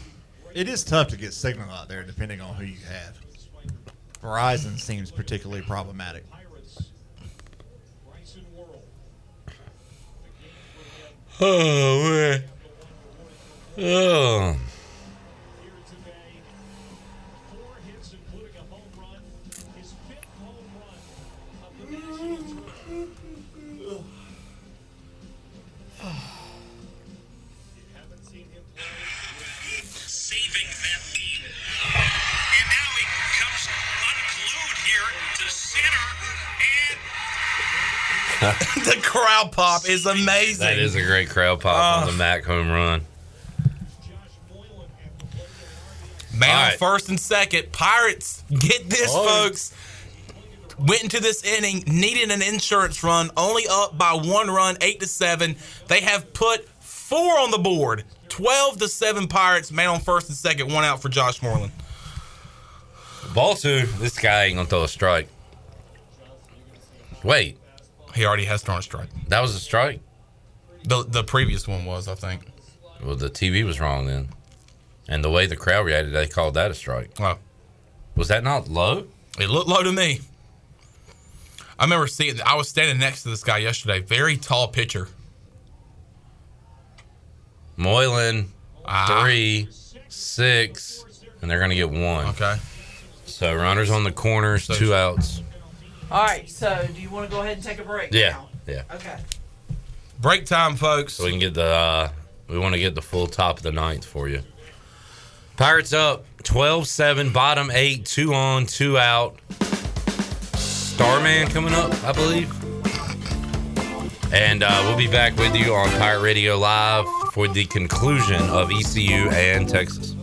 it is tough to get signal out there, depending on who you have. Verizon seems particularly problematic.
Oh, man. Oh.
Saving that lead. And now he comes unglued here to center. And
<laughs> the crowd pop is amazing.
That is a great crowd pop
Oh.
on the Mac home run.
Man
All
on
right.
first and second. Pirates, get this, folks. Went into this inning, needed an insurance run, only up by one run, eight to seven. They have put four on the board. Twelve to seven Pirates, man on first and second, one out for Josh Moreland.
Ball two. This guy ain't gonna throw a strike. Wait.
He already has thrown a strike.
That was a strike.
The the previous one was, I think.
Well, the TV was wrong then, and the way the crowd reacted, they called that a strike.
Oh.
Was that not low?
It looked low to me. I remember seeing. I was standing next to this guy yesterday. Very tall pitcher.
Moylan three, six, and they're gonna get one.
Okay.
So runners on the corners, two outs.
All right. So, do you want to go ahead and take a break?
Yeah,
now?
yeah.
Okay.
Break time, folks. So
we can get the uh, we want to get the full top of the ninth for you. Pirates up 12-7, bottom eight, two on, two out. Starman coming up, I believe. And uh, we'll be back with you on Pirate Radio Live for the conclusion of ECU and Texas.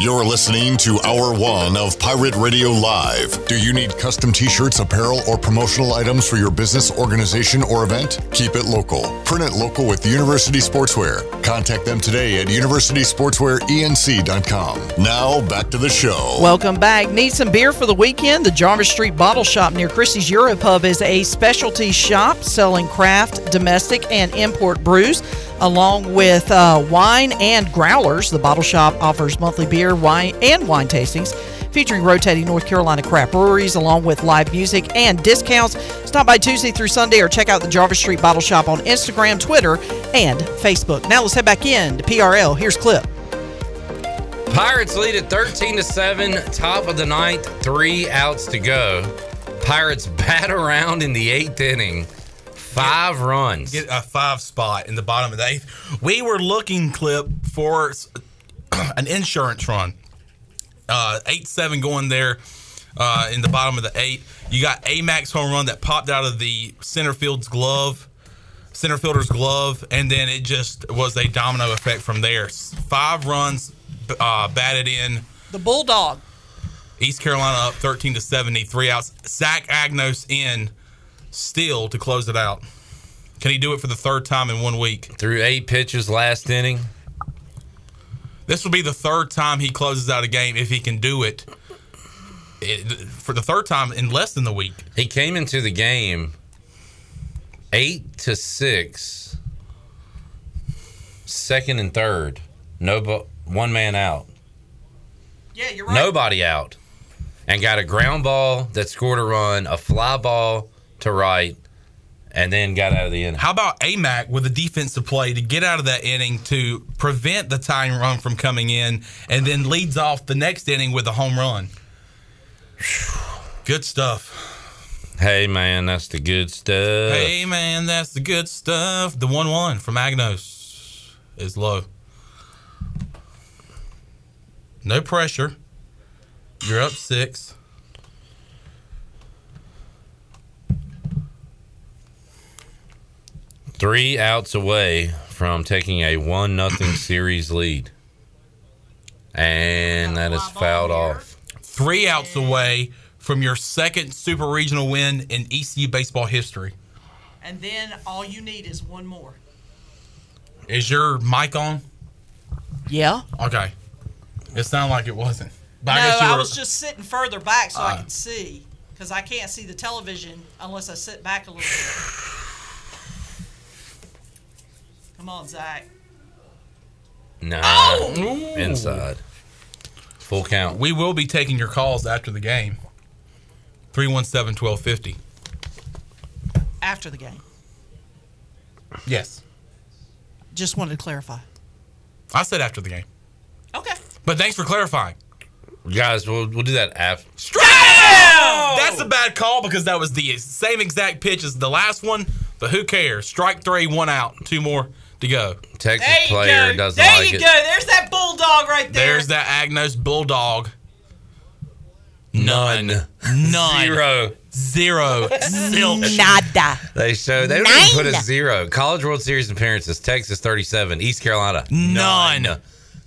You're listening to Hour One of Pirate Radio Live. Do you need custom t shirts, apparel, or promotional items for your business, organization, or event? Keep it local. Print it local with University Sportswear. Contact them today at universitysportswearenc.com. Now, back to the show.
Welcome back. Need some beer for the weekend? The Jarvis Street Bottle Shop near Christie's Euro Pub is a specialty shop selling craft, domestic, and import brews, along with uh, wine and growlers. The Bottle Shop offers monthly beer, wine, and wine tastings featuring rotating North Carolina craft breweries along with live music and discounts. Stop by Tuesday through Sunday or check out the Jarvis Street Bottle Shop on Instagram, Twitter, and Facebook. Now let's head back in to PRL. Here's Clip.
Pirates lead at 13 to 7, top of the ninth, three outs to go. Pirates <laughs> bat around in the eighth inning. Five runs.
Get a five spot in the bottom of the eighth. We were looking clip for s- <clears throat> an insurance run. Uh, eight seven going there uh, in the bottom of the eight. You got a max home run that popped out of the center field's glove, center fielder's glove, and then it just was a domino effect from there. S- Five runs uh, batted in.
The bulldog.
East Carolina up thirteen to seventy, three outs. Zach Agnos in still to close it out. Can he do it for the third time in one week?
Through eight pitches last inning.
This will be the third time he closes out a game if he can do it. It- for the third time in less than the week.
He came into the game eight to six, second and third. No, bu- one man out.
Yeah, you're
right. Nobody out, and got a ground ball that scored a run, a fly ball to right, and then got out of the inning.
How about AMAC with a defensive play to get out of that inning to prevent the tying run from coming in and then leads off the next inning with a home run? Good stuff.
Hey man, that's the good stuff.
Hey man, that's the good stuff. The one one from Agnos is low. No pressure. You're up six.
Three outs away from taking a one nothing series lead, and that is fouled off.
Three outs away from your second super regional win in ECU baseball history.
And then all you need is one more.
Is your mic on?
Yeah.
Okay. It sounded like it wasn't. But
no,
I guess you
I
were-
was just sitting further back so I
Ah.
could see because I can't see the television unless I sit back a little
<sighs>
bit. Come on, Zach.
Nah,
Oh!
inside. Full count.
We will be taking your calls after the game. 317 1250.
After the game.
Yes.
Just wanted to clarify.
I said after the game.
Okay.
But thanks for clarifying.
Guys, we'll, we'll do that after.
That's a bad call because that was the same exact pitch as the last one, but who cares? Strike three, one out, two more to go.
Texas
There you go. there you go. There's that bulldog right there.
There's that Agnos Bulldog. None. None.
Zero.
Zero. Silch.
Nada.
They show they don't even put a zero. College World Series appearances: Texas thirty-seven, East Carolina none,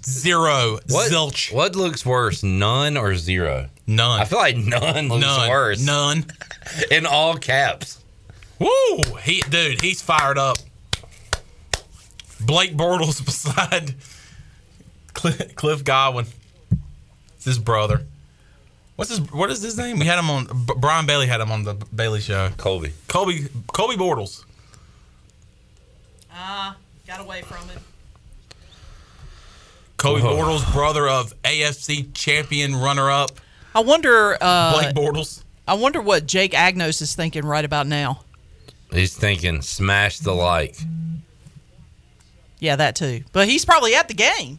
zero,
what, zilch. What looks worse, none or zero?
None.
I feel like none looks
None.
worse.
None.
<laughs> In all caps.
Woo! He, dude, he's fired up. Blake Bortles <laughs> beside Cliff, Cliff Godwin. It's his brother. What's his? What is his name? We had him on. B- Brian Bailey had him on the Bailey Show.
Colby.
Colby. Colby Bortles.
Ah, got away from it.
Colby
Whoa.
Bortles, brother of AFC champion runner-up
I wonder. Uh,
Blake Bortles.
I wonder what Jake Agnos is thinking right about now.
He's thinking, smash the like.
Yeah, that too. But he's probably at the game.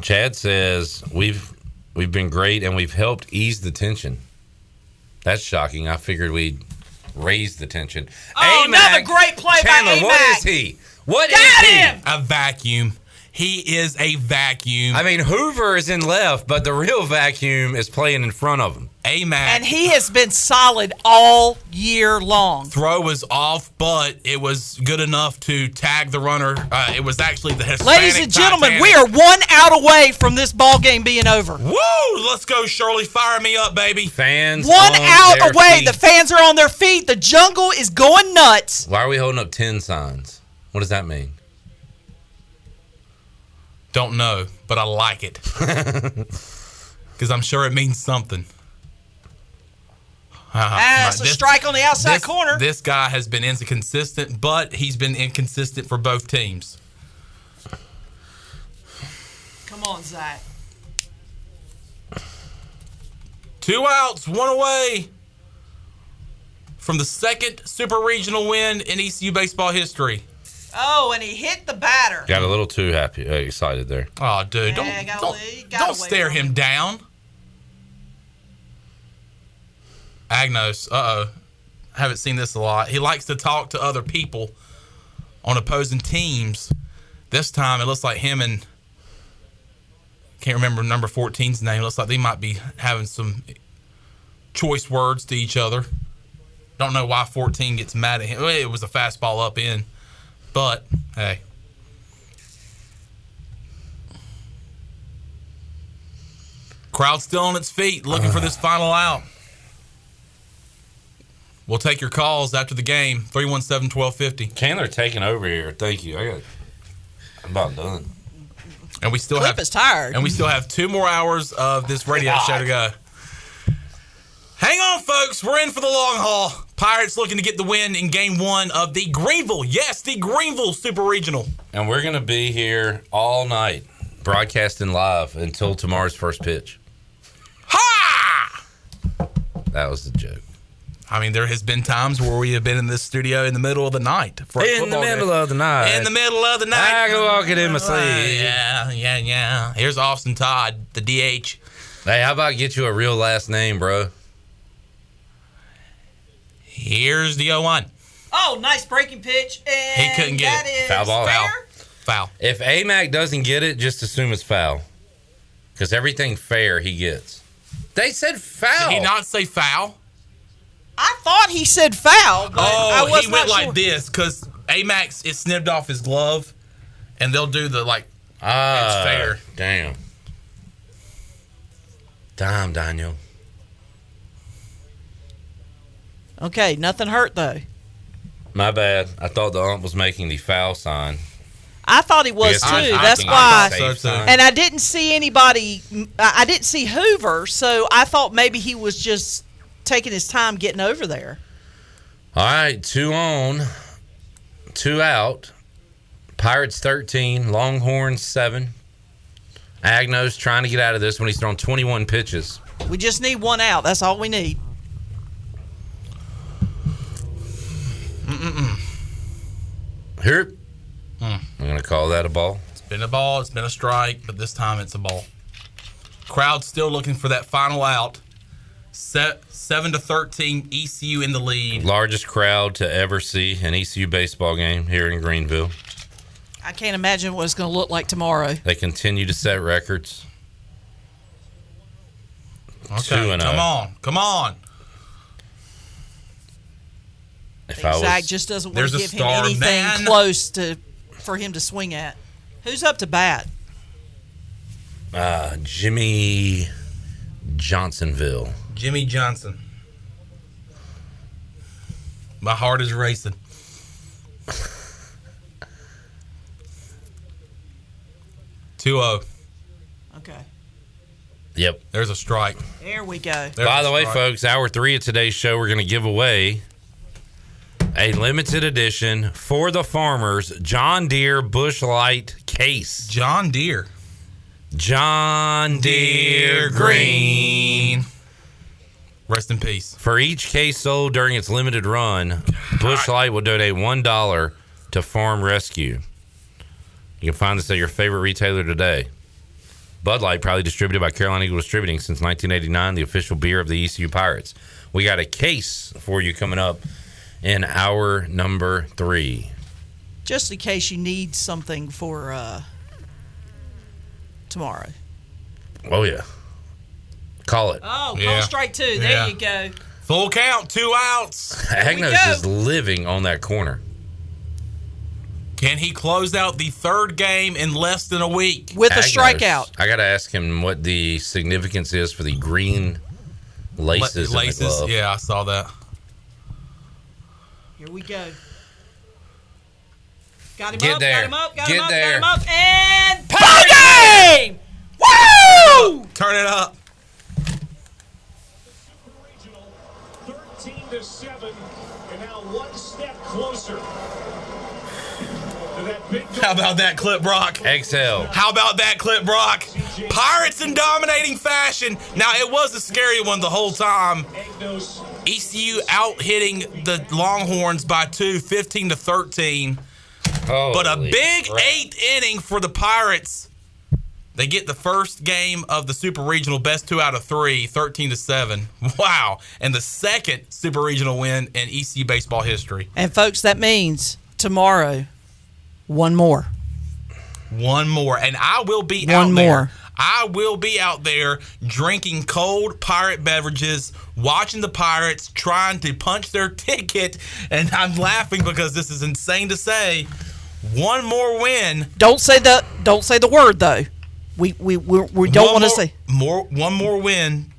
Chad says we've we've been great and we've helped ease the tension. That's shocking. I figured we'd raise the tension.
Oh, another great play
Chandler,
by
what is
A-Mac.
he? What is
Got
he?
him!
A vacuum. He is a vacuum.
I mean, Hoover is in left, but the real vacuum is playing in front of him.
Amac.
And he has been solid all year long.
Throw was off, but it was good enough to tag the runner. Uh, it was actually the Hispanic
Ladies and gentlemen, we are one out away from this ball game being over.
Woo! Let's go, Shirley. Fire me up, baby.
Fans.
One
on their
out away.
feet.
The fans are on their feet. The jungle is going nuts.
Why are we holding up 10 signs? What does that mean?
Don't know, but I like
<laughs>
it because I'm sure it means something. <laughs>
Uh,
Ah, it's a strike on the outside
this-
corner.
This guy has been inconsistent, but he's been inconsistent for both teams.
Come Come on, Zach.
Two outs, one away from the second Super Regional win in ECU baseball history.
Oh, and he hit the batter.
Got a little too happy, uh, excited there.
Oh, dude, don't
Yeah, got
don't,
away- got
don't
away
stare
from
him down. Agnos, uh oh, haven't seen this a lot. He likes to talk to other people on opposing teams. This time, it looks like him and can't remember number 14's name. It looks like they might be having some choice words to each other. Don't know why 14 gets mad at him. Well, It was a fastball up in, but hey. Crowd still on its feet, looking for
Uh.
this final out. We'll take your calls after the game. 317 1250.
Chandler taking over here. Thank you. I got. I'm about done.
And we still
Cliff
have
is tired.
And we still have two more hours of this radio show to go. Hang on, folks. We're in for the long haul. Pirates looking to get the win in game one of the Greenville. Yes, the Greenville Super Regional.
And we're gonna be here all night, broadcasting live until tomorrow's first pitch. Ha! That was the joke.
I mean, there has been times where we have been in this studio in the middle of the night. For a
In the
football game.
middle of the night.
In the middle of the night.
I can walk it in my sleep.
Yeah, yeah, yeah. Here's Austin Todd, the DH.
Hey, how about get you a real last name, bro?
Here's the 0 1.
Oh, nice breaking pitch. And
He couldn't get
that
it.
is
Foul ball.
fair.
Foul.
If AMAC doesn't get it, just assume it's foul. Because everything fair he gets. They said foul.
Did he not say foul?
I thought he said foul, but I
Oh,
was
he
not
went
sure.
like this because Amax it snipped off his glove, and they'll do the like.
Ah,
fair.
Damn. Damn, Daniel.
Okay, nothing hurt though.
My bad. I thought the ump was making the foul sign.
I thought he was
Yes,
too.
I- I
That's
think
why.
I thought so, too.
and I didn't see anybody. I I didn't see Hoover, so I thought maybe he was just taking his time getting over there.
All right, two on, two out. Pirates 13, Longhorns 7. Agnos trying to get out of this when he's thrown 21 pitches.
We just need one out. That's all we need.
Mm-mm-mm.
Here.
Hmm.
I'm going to call that a ball.
It's been a ball. It's been a strike, but this time it's a ball. Crowd still looking for that final out. Se- seven to thirteen, ECU in the lead.
Largest crowd to ever see an ECU baseball game here in Greenville.
I can't imagine what it's going to look like tomorrow.
They continue to set records.
Okay,
Two and
come
oh.
on, come on.
If I was-
Zach just doesn't want
There's
to
a
give him
star,
anything
man.
close to for him to swing at. Who's up to bat?
Uh, Jimmy Johnsonville.
Jimmy Johnson. My heart is racing. Two zero.
Okay,
Yep.
There's a strike.
there we go.
By the way, folks, hour three of today's show, we're going to give away a limited edition for the farmers John Deere Bushlight case.
John Deere.
John Deere Green.
Rest in peace.
For each case sold during its limited run, Bushlight will donate one dollar to Farm Rescue. You can find this at your favorite retailer today. Bud Light, proudly distributed by Carolina Eagle Distributing since 1989, the official beer of the ECU Pirates. We got a case for you coming up in hour number three.
Just in case you need something for uh, tomorrow.
Oh yeah, call it.
Oh,
Yeah.
call strike two. There
Yeah.
you go.
Full count, two
<laughs>
outs.
Agnos is living on that corner.
Can he close out the third game in less than a week
Agnos, I got to ask him what the significance is for the green laces. in the
Laces,
glove.
yeah, I saw that.
Here we go. Got him
Get
up,
there.
got him up, got
Get
him up,
there.
got him up, and ball game! Woo!
Turn it up.
Thirteen to seven, and now one step closer. The
How about that clip, Brock?
XL.
How about that clip, Brock? Pirates in dominating fashion. Now it was a scary one the whole time. ECU out hitting the Longhorns by two, 15 to 13. but a
Holy
big
crap.
eighth inning for the Pirates. They get the first game of the Super Regional, best two out of three, 13 to 7. <laughs> Wow. And the second Super Regional win in ECU baseball history.
And folks, that means tomorrow, one more.
One more, and I will be
One
out
more.
there. I will be out there drinking cold pirate beverages, watching the pirates trying to punch their ticket, and I'm laughing because this is insane to say. One more win.
Don't say the don't say the word though. We we we, we don't
One
want to
more-
say
more. One more win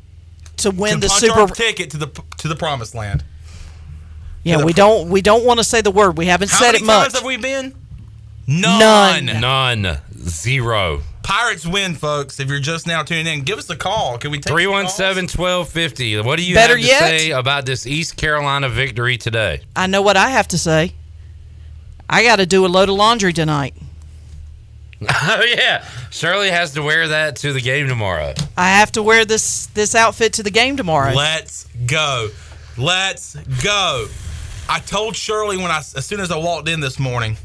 to win
to
the
punch
Super.
our ticket to the to the promised land.
Yeah,
the
we
pr-
don't we don't want to say the word. We haven't
How
said
many
it much.
times have we been?
None.
None. Zero.
Pirates win, folks. If you're just now tuning in, give us a call. Can we take
317 1250. What do you
Better
have to
yet-
say about this East Carolina victory today? <laughs>
I know what I have to say. I got to do a load of laundry tonight.
oh, yeah. Shirley has to wear that to the game tomorrow.
I have to wear this this outfit to the game tomorrow.
Let's go. Let's go. I told Shirley when I as soon as I walked in this morning,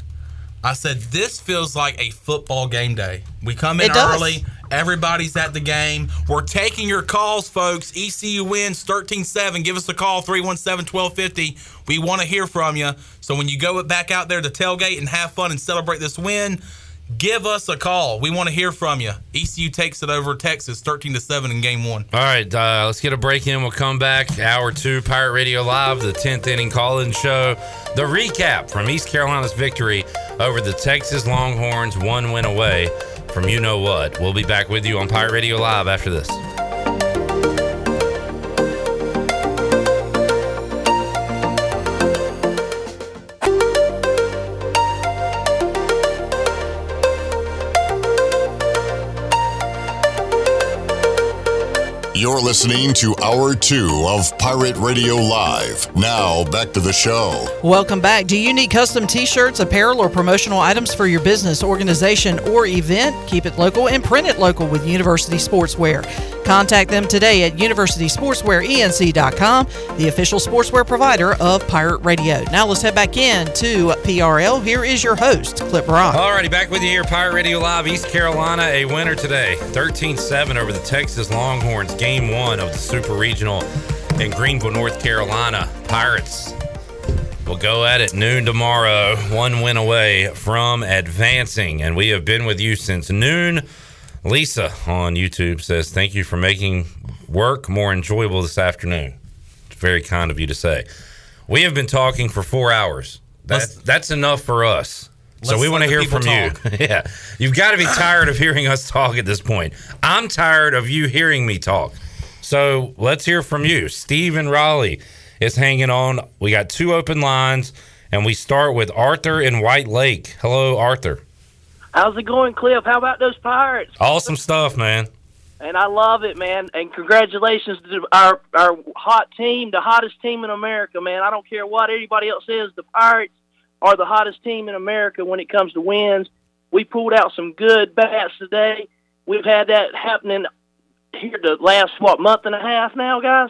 I said this feels like a football game day. We come in
It does.
early, everybody's at the game. We're taking your calls, folks. E ECU wins 13-7. Give us a call 317-1250. We want to hear from you. So when you go back out there to tailgate and have fun and celebrate this win, give us a call. We want to hear from you. ECU takes it over Texas 13 to 7 in game 1.
All right, uh, let's get a break in. We'll come back. Hour two, Pirate Radio Live, the 10th inning call in show. The recap from East Carolina's victory over the Texas Longhorns, one win away from you know what. We'll be back with you on Pirate Radio Live after this.
You're listening to Hour 2 of Pirate Radio Live. Now, back to the show.
Welcome back. Do you need custom t shirts, apparel, or promotional items for your business, organization, or event? Keep it local and print it local with University Sportswear. Contact them today at universitysportswearenc.com, the official sportswear provider of Pirate Radio. Now let's head back in to PRL. Here is your host, Clip Rock.
All righty, back with you here, Pirate Radio Live. East Carolina, a winner today, 13 7 over the Texas Longhorns, game one of the Super Regional in Greenville, North Carolina. Pirates will go at it noon tomorrow, one win away from advancing. And we have been with you since noon. Lisa on YouTube says, Thank you for making work more enjoyable this afternoon. It's very kind of you to say. We have been talking for four hours. That's, that's enough for us. So
Let's
we want to
let the people
hear from you. <laughs> yeah. You've got to be tired of hearing us talk at this point. I'm tired of you hearing me talk. So let's hear from you. Steve and Raleigh is hanging on. We got two open lines, and we start with Arthur in White Lake. Hello, Arthur.
How's it going, Cliff? How about those Pirates?
Awesome stuff, man.
And I love it, man. And congratulations to our our hot team, the hottest team in America, man. I don't care what anybody else says. The Pirates are the hottest team in America when it comes to wins. We pulled out some good bats today. We've had that happening here the last what month and a half now, guys.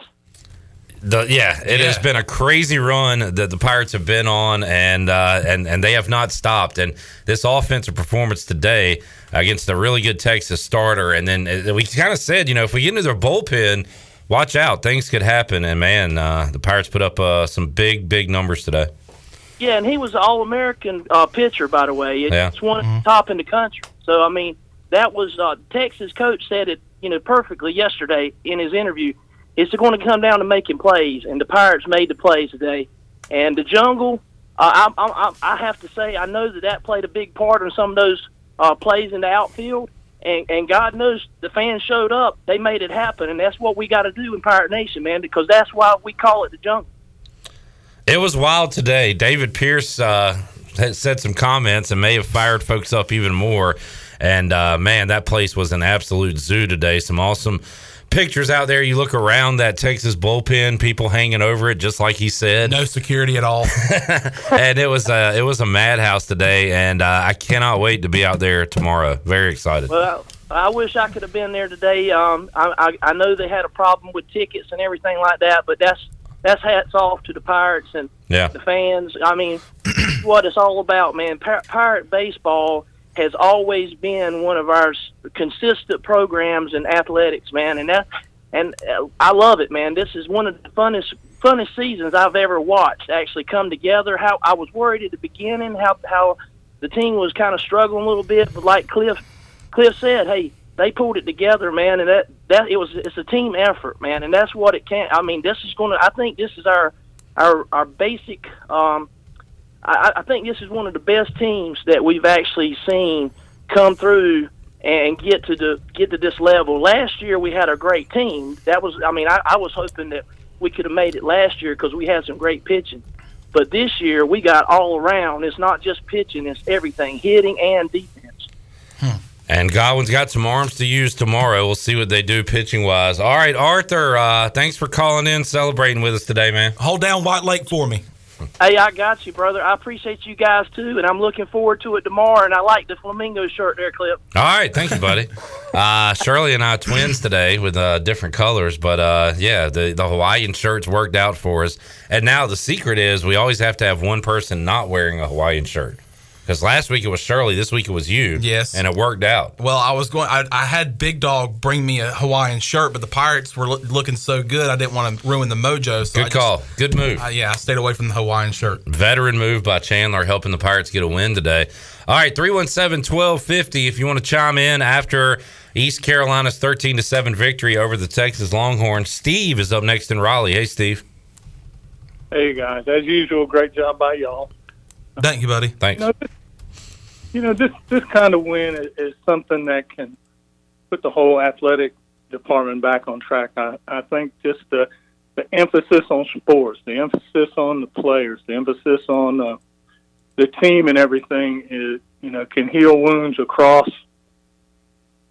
The, yeah, it has been a crazy run that the Pirates have been on, and uh, and and they have not stopped. And this offensive performance today against a really good Texas starter, and then uh, we kind of said, you know, if we get into their bullpen, watch out, things could happen. And man, uh, the Pirates put up uh, some big, big numbers today.
Yeah, and he was an All American uh, pitcher, by the way. It's
Yeah.
one of the top in the country. So I mean, that was uh, Texas coach said it, you know, perfectly yesterday in his interview. It's going to come down to making plays, and the Pirates made the plays today. And the jungle, uh, I, I, I I have to say, I know that that played a big part in some of those uh, plays in the outfield. And, and God knows the fans showed up. They made it happen, and that's what we got to do in Pirate Nation, man, because that's why we call it the jungle.
It was wild today. David Pierce uh, had said some comments and may have fired folks up even more. And uh, man, that place was an absolute zoo today. Some awesome pictures out there. You look around that Texas bullpen, people hanging over it, just like he said.
No security at all.
<laughs> and it was a it was a madhouse today, and uh, I cannot wait to be out there tomorrow. Very excited.
Well,
I wish I could have been there today. Um, I, I, I know they had a problem with tickets and everything like that, but that's that's hats off to the Pirates and
Yeah.
the
fans. I mean, <clears throat> what it's all about, man. Pir- Pirate baseball has always been one of our s- consistent programs in athletics, man, and that and uh, I love it, man. This is one of the funnest funnest seasons I've ever watched actually come together. How I was worried at the beginning how how the team was kind of struggling a little bit, but like Cliff Cliff said, hey, they pulled it together, man, and that that it was it's a team effort, man, and that's what it can. I mean, this is going to. I think this is our our our basic. Um, I, I think this is one of the best teams that we've actually seen come through and get to the get to this level. Last year we had a great team. That was, I mean, I, I was hoping that we could have made it last year because we had some great pitching. But this year we got all around. It's not just pitching; it's everything, hitting and defense.
And Godwin's got some arms to use tomorrow. We'll see what they do pitching wise. All right, Arthur, uh, thanks for calling in, celebrating with us today, man.
Hold down White Lake for me.
Hey, I got you, brother. I appreciate you guys too, and I'm looking forward to it tomorrow. And I like the flamingo shirt there, Clip.
All right, thank
<laughs>
you, buddy. uh, Shirley and I are twins today with uh, different colors, but uh, yeah, the, the Hawaiian shirts worked out for us. And now the secret is we always have to have one person not wearing a Hawaiian shirt. Because last week it was Shirley, this week it was you.
Yes.
and it worked out.
Well, I was going. I, I had Big Dog bring me a Hawaiian shirt, but the Pirates were loo- looking so good, I didn't want to ruin the mojo. So
Good
I
call. Good move.
Uh, yeah, I stayed away from the Hawaiian shirt.
Veteran move by Chandler helping the Pirates get a win today. All right, 317 1250. If you want to chime in after East Carolina's 13 to 7 victory over the Texas Longhorns, Steve is up next in Raleigh. Hey, Steve.
Hey guys, as usual, great job by y'all.
Thank you, buddy.
Thanks.
You know, this, you know, this this kind of win is, is something that can put the whole athletic department back on track. I, I think just the the emphasis on sports, the emphasis on the players, the emphasis on uh, the team and everything is you know can heal wounds across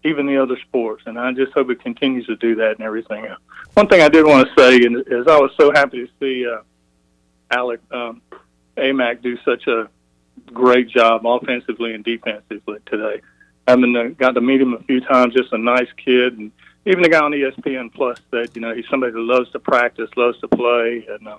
even the other sports, and I just hope it continues to do that and everything else. One thing I did want to say and- is I was so happy to see uh, Alec um, Amac do such a great job offensively and defensively today. I mean, I got to meet him a few times. Just a nice kid, and even the guy on E ESPN Plus said, you know, he's somebody that loves to practice, loves to play, and uh,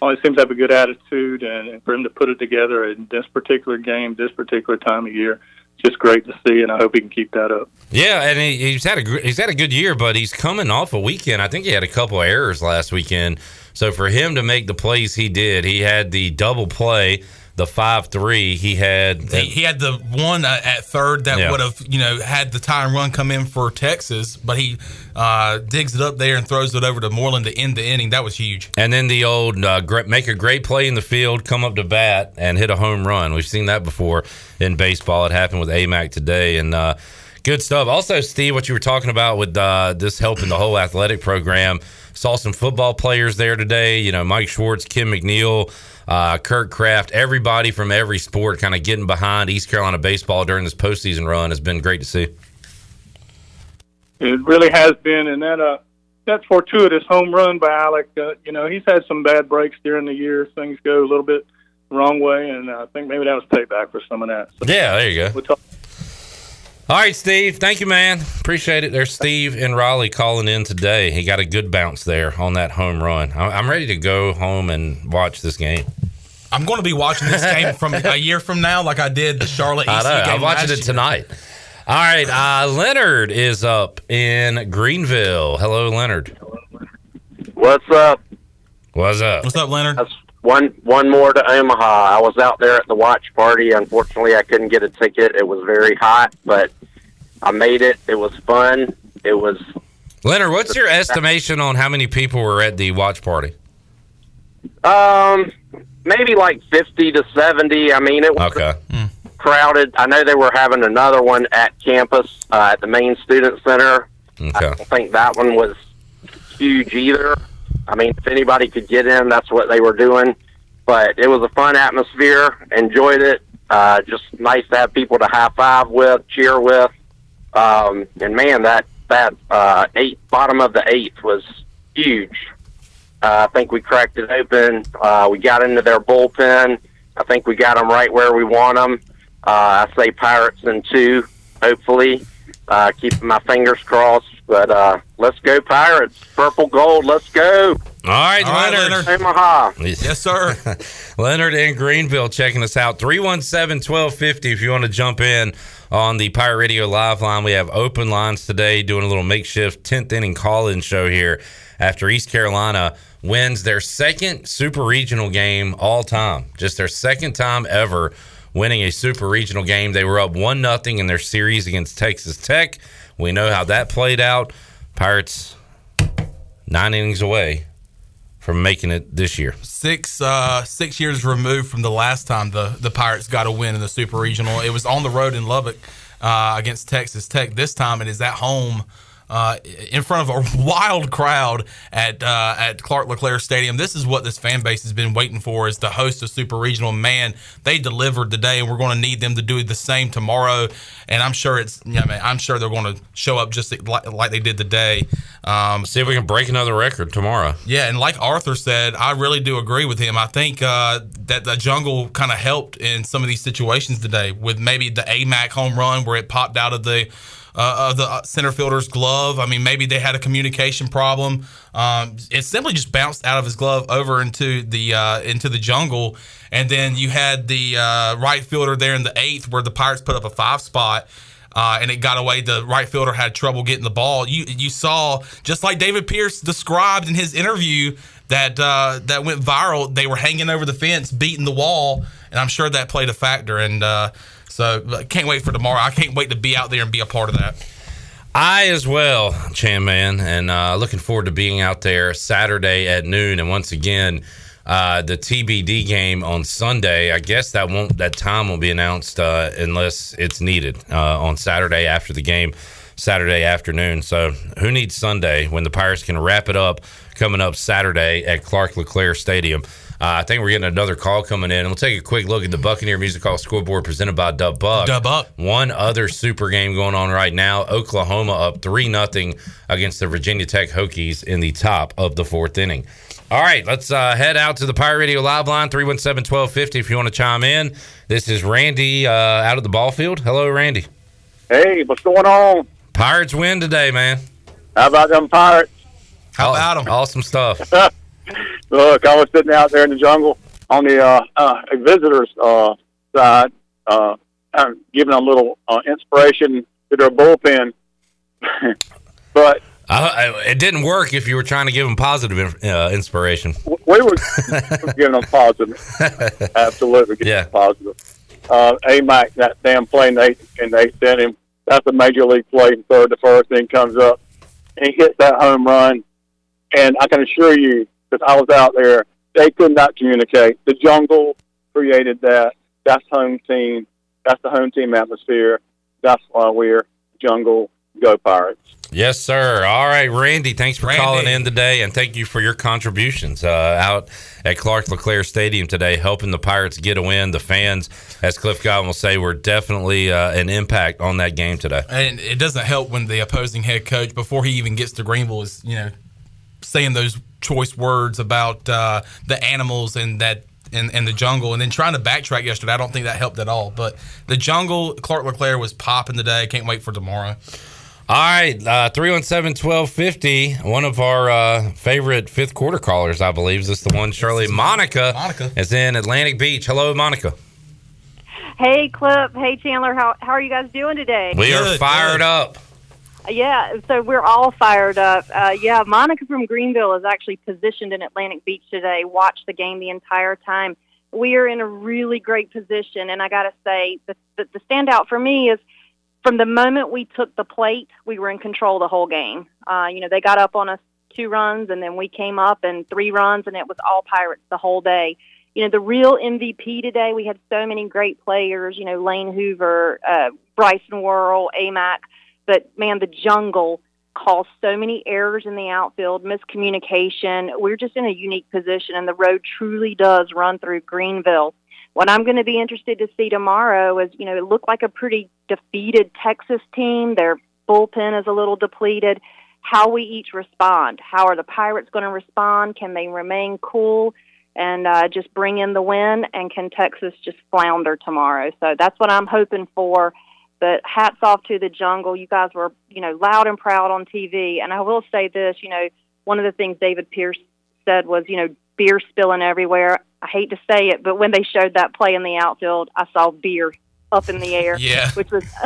always seems to have a good attitude. And, and for him to put it together in this particular game, this particular time of year, it's just great to see, and I hope he can keep that up.
Yeah, and he, he's had a gr- he's had a good year, but he's coming off a weekend. I think he had a couple of errors last weekend. So for him to make the plays he did, he had the double play, the five three. He had
He, he had the one uh, at third that
Yeah.
would have you know had the tying run come in for Texas, but he uh, digs it up there and throws it over to Moreland to end the inning. That was huge.
And then the old uh, gre- make a great play in the field, come up to bat, and hit a home run. We've seen that before in baseball. It happened with AMAC today, and uh, good stuff. Also, Steve, what you were talking about with uh, this helping the whole athletic program. Saw some football players there today. You know, Mike Schwartz, Kim McNeil, uh, Kirk Kraft, everybody from every sport kind of getting behind East Carolina baseball during this postseason run has been great to see.
It really has been, and that uh, that fortuitous home run by Alec. Uh, you know, he's had some bad breaks during the year. Things go a little bit wrong way, and I think maybe that was payback for some of that. So
Yeah, there you go.
we'll talk
All right, Steve. Thank you, man. Appreciate it. There's Steve and Raleigh calling in today. He got a good bounce there on that home run. I- I'm ready to go home and watch this game.
I'm going to be watching this
<laughs>
game from a year from now, like I did the Charlotte.
I
EC
know.
game
I'm watching
last
it
year.
tonight. All right. Uh, Leonard is up in Greenville. Hello, Leonard.
What's up?
What's up?
What's up, Leonard?
One one more to Omaha. I was out there at the watch party. Unfortunately, I couldn't get a ticket. It was very hot, but I made it. It was fun. It was
Leonard, what's your estimation on how many people were at the watch party?
um maybe like 50 to 70. I mean, it was
Okay.
crowded. I know they were having another one at campus uh, at the main student center. I
Okay.
don't think that one was huge either. I mean, if anybody could get in, that's what they were doing. But it was a fun atmosphere. Enjoyed it. Uh, just nice to have people to high five with, cheer with. Um, and man, that that uh, eight bottom of the eighth was huge. Uh, I think we cracked it open. Uh, we got into their bullpen. I think we got them right where we want them. Uh, I say Pirates in two, hopefully. Uh, keeping my fingers crossed, but uh, let's go Pirates! Purple gold, let's go!
All right, Leonard.
Omaha.
Yes, sir. <laughs> Leonard in Greenville checking us out. 317 1250 if you want to jump in on the Pirate Radio Live line. We have open lines today, doing a little makeshift 10th inning call in show here after East Carolina wins their second super regional game all time. Just their second time ever winning a super regional game. They were up 1 nothing in their series against Texas Tech. We know how that played out. Pirates nine innings away from making it this year.
Six uh, six years removed from the last time the the Pirates got a win in the Super Regional. It was on the road in Lubbock uh, against Texas Tech. This time it is at home. Uh, in front of a <laughs> wild crowd at uh, at Clark LeClaire Stadium, this is what this fan base has been waiting for: is to host a Super Regional. Man, they delivered today, and we're going to need them to do the same tomorrow. And I'm sure it's, yeah, man, I'm sure they're going to show up just like, like they did today. Um,
See if we can break another record tomorrow.
yeah, and like Arthur said, I really do agree with him. I think uh, that the jungle kind of helped in some of these situations today, with maybe the AMAC home run where it popped out of the uh, of the center fielder's glove. I mean, maybe they had a communication problem. Um, it simply just bounced out of his glove over into the uh, into the jungle, and then you had the uh, right fielder there in the eighth, where the Pirates put up a five spot uh, and it got away. The right fielder had trouble getting the ball. You you saw just like David Pierce described in his interview that uh, that went viral. They were hanging over the fence, beating the wall, and I'm sure that played a factor. And uh, so but can't wait for tomorrow. I can't wait to be out there and be a part of that.
I as well, Chan Man, and uh, looking forward to being out there Saturday at noon. And once again, uh, the TBD game on Sunday. I guess that won't that time will be announced uh, unless it's needed uh, on Saturday after the game, Saturday afternoon. So who needs Sunday when the Pirates can wrap it up coming up Saturday at Clark LeClaire Stadium? Uh, I think we're getting another call coming in. We'll take a quick look at the Buccaneer Music Hall scoreboard presented by Dub Buck.
Dub Buck.
One other super game going on right now. Oklahoma up 3 0 against the Virginia Tech Hokies in the top of the fourth inning. All right, let's uh, head out to the Pirate Radio Live line, 317 1250 if you want to chime in. This is Randy uh, out of the ball field. Hello, Randy.
Hey, what's going on?
Pirates win today, man.
How about them pirates?
How about them? Awesome stuff.
<laughs> Look, I was sitting out there in the jungle on the uh, uh, visitors uh, side, uh, uh, giving a little uh, inspiration to their bullpen. <laughs> but
I, I- it didn't work if you were trying to give them positive uh, inspiration.
w- we were <laughs> giving them positive. Absolutely, giving them positive. Uh, AMAC, that damn plane they and they sent him. That's a major league play in third to first. Then comes up and he hits that home run. And I can assure you, because I was out there, they could not communicate. The jungle created that. That's home team. That's the home team atmosphere. That's why we're jungle go pirates.
Yes, sir. All right, Randy, thanks for calling in today and thank you for your contributions uh, out at Clark LeClaire Stadium today, helping the Pirates get a win. The fans, as Cliff Godwin will say, were definitely uh, an impact on that game today.
And it doesn't help when the opposing head coach, before he even gets to Greenville, is you know saying those choice words about uh, the animals and that and, and the jungle, and then trying to backtrack yesterday. I don't think that helped at all. But the jungle, Clark LeClaire was popping today. Can't wait for tomorrow.
All right, uh, 317-1250, one of our uh, favorite fifth quarter callers, I believe, is this the one, Shirley. Monica, Monica is in Atlantic Beach. Hello, Monica.
Hey, Clip. Hey, Chandler. How, how are you guys doing today?
We are fired up.
Yeah, so we're all fired up. Uh, yeah, Monica from Greenville is actually positioned in Atlantic Beach today. Watched the game the entire time. We are in a really great position, and I got to say, the, the, the standout for me is from the moment we took the plate, we were in control the whole game. Uh, you know, they got up on us two runs, and then we came up and three runs, and it was all Pirates the whole day. You know, the real MVP today, we had so many great players, you know, Lane Hoover, uh, Bryson Worrell, AMAC, but man, the jungle caused so many errors in the outfield, miscommunication. We're just in a unique position, and the road truly does run through Greenville. What I'm going to be interested to see tomorrow is, you know, it looked like a pretty defeated Texas team. They're bullpen is a little depleted. How we each respond. How are the Pirates going to respond? Can they remain cool and uh, just bring in the win? And can Texas just flounder tomorrow? So that's what I'm hoping for. But hats off to the jungle. You guys were, you know, loud and proud on TV. And I will say this, you know, one of the things David Pierce said was, you know, beer spilling everywhere. I hate to say it, but when they showed that play in the outfield, I saw beer up in the air,
Yeah.
which was <laughs>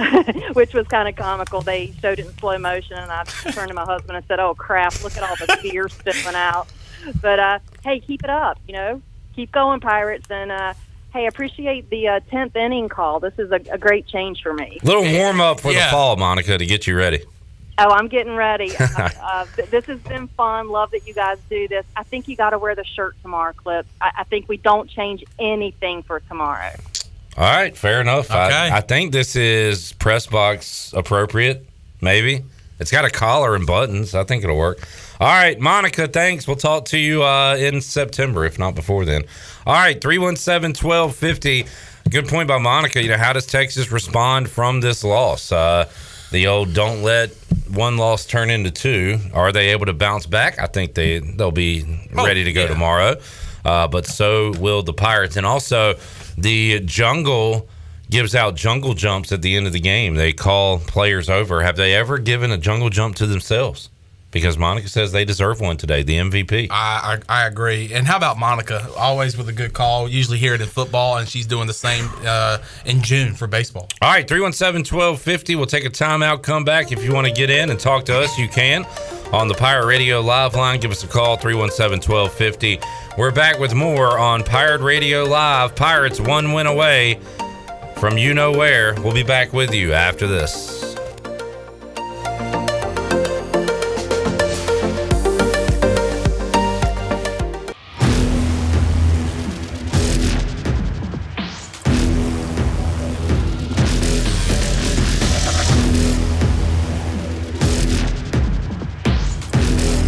which was kind of comical. They showed it in slow motion, and I turned to my husband and said, "Oh crap! Look at all the beer spilling out." But uh, hey, keep it up. You know, keep going, Pirates, and uh, hey, appreciate the uh, tenth inning call. This is a, a great change for me.
Little warm up for the fall, Monica, to get you ready.
Oh, I'm getting ready. uh, uh, th- this has been fun. Love that you guys do this. I think you got to wear the shirt tomorrow, Clip. I, I think we don't change anything for tomorrow.
All right, fair enough. I, I think this is press box appropriate, maybe. It's got a collar and buttons. I think it'll work. All right, Monica, thanks. We'll talk to you uh, in September, if not before then. All right, 317 1250. Good point by Monica. You know, how does Texas respond from this loss? Uh, the old don't let one loss turn into two. Are they able to bounce back? I think they, they'll be ready to go tomorrow uh, but so will the Pirates. And also, the Jungle gives out jungle jumps at the end of the game. They call players over. Have they ever given a jungle jump to themselves? Because Monica says they deserve one today, the MVP.
I, I I agree. And how about Monica? Always with a good call. Usually hear it in football, and she's doing the same uh, in June for baseball.
All right, 317 1250. We'll take a timeout, come back. If you want to get in and talk to us, you can. On the Pirate Radio Live line, give us a call, 317 1250. We're back with more on Pirate Radio Live. Pirates one win away from you know where. We'll be back with you after this.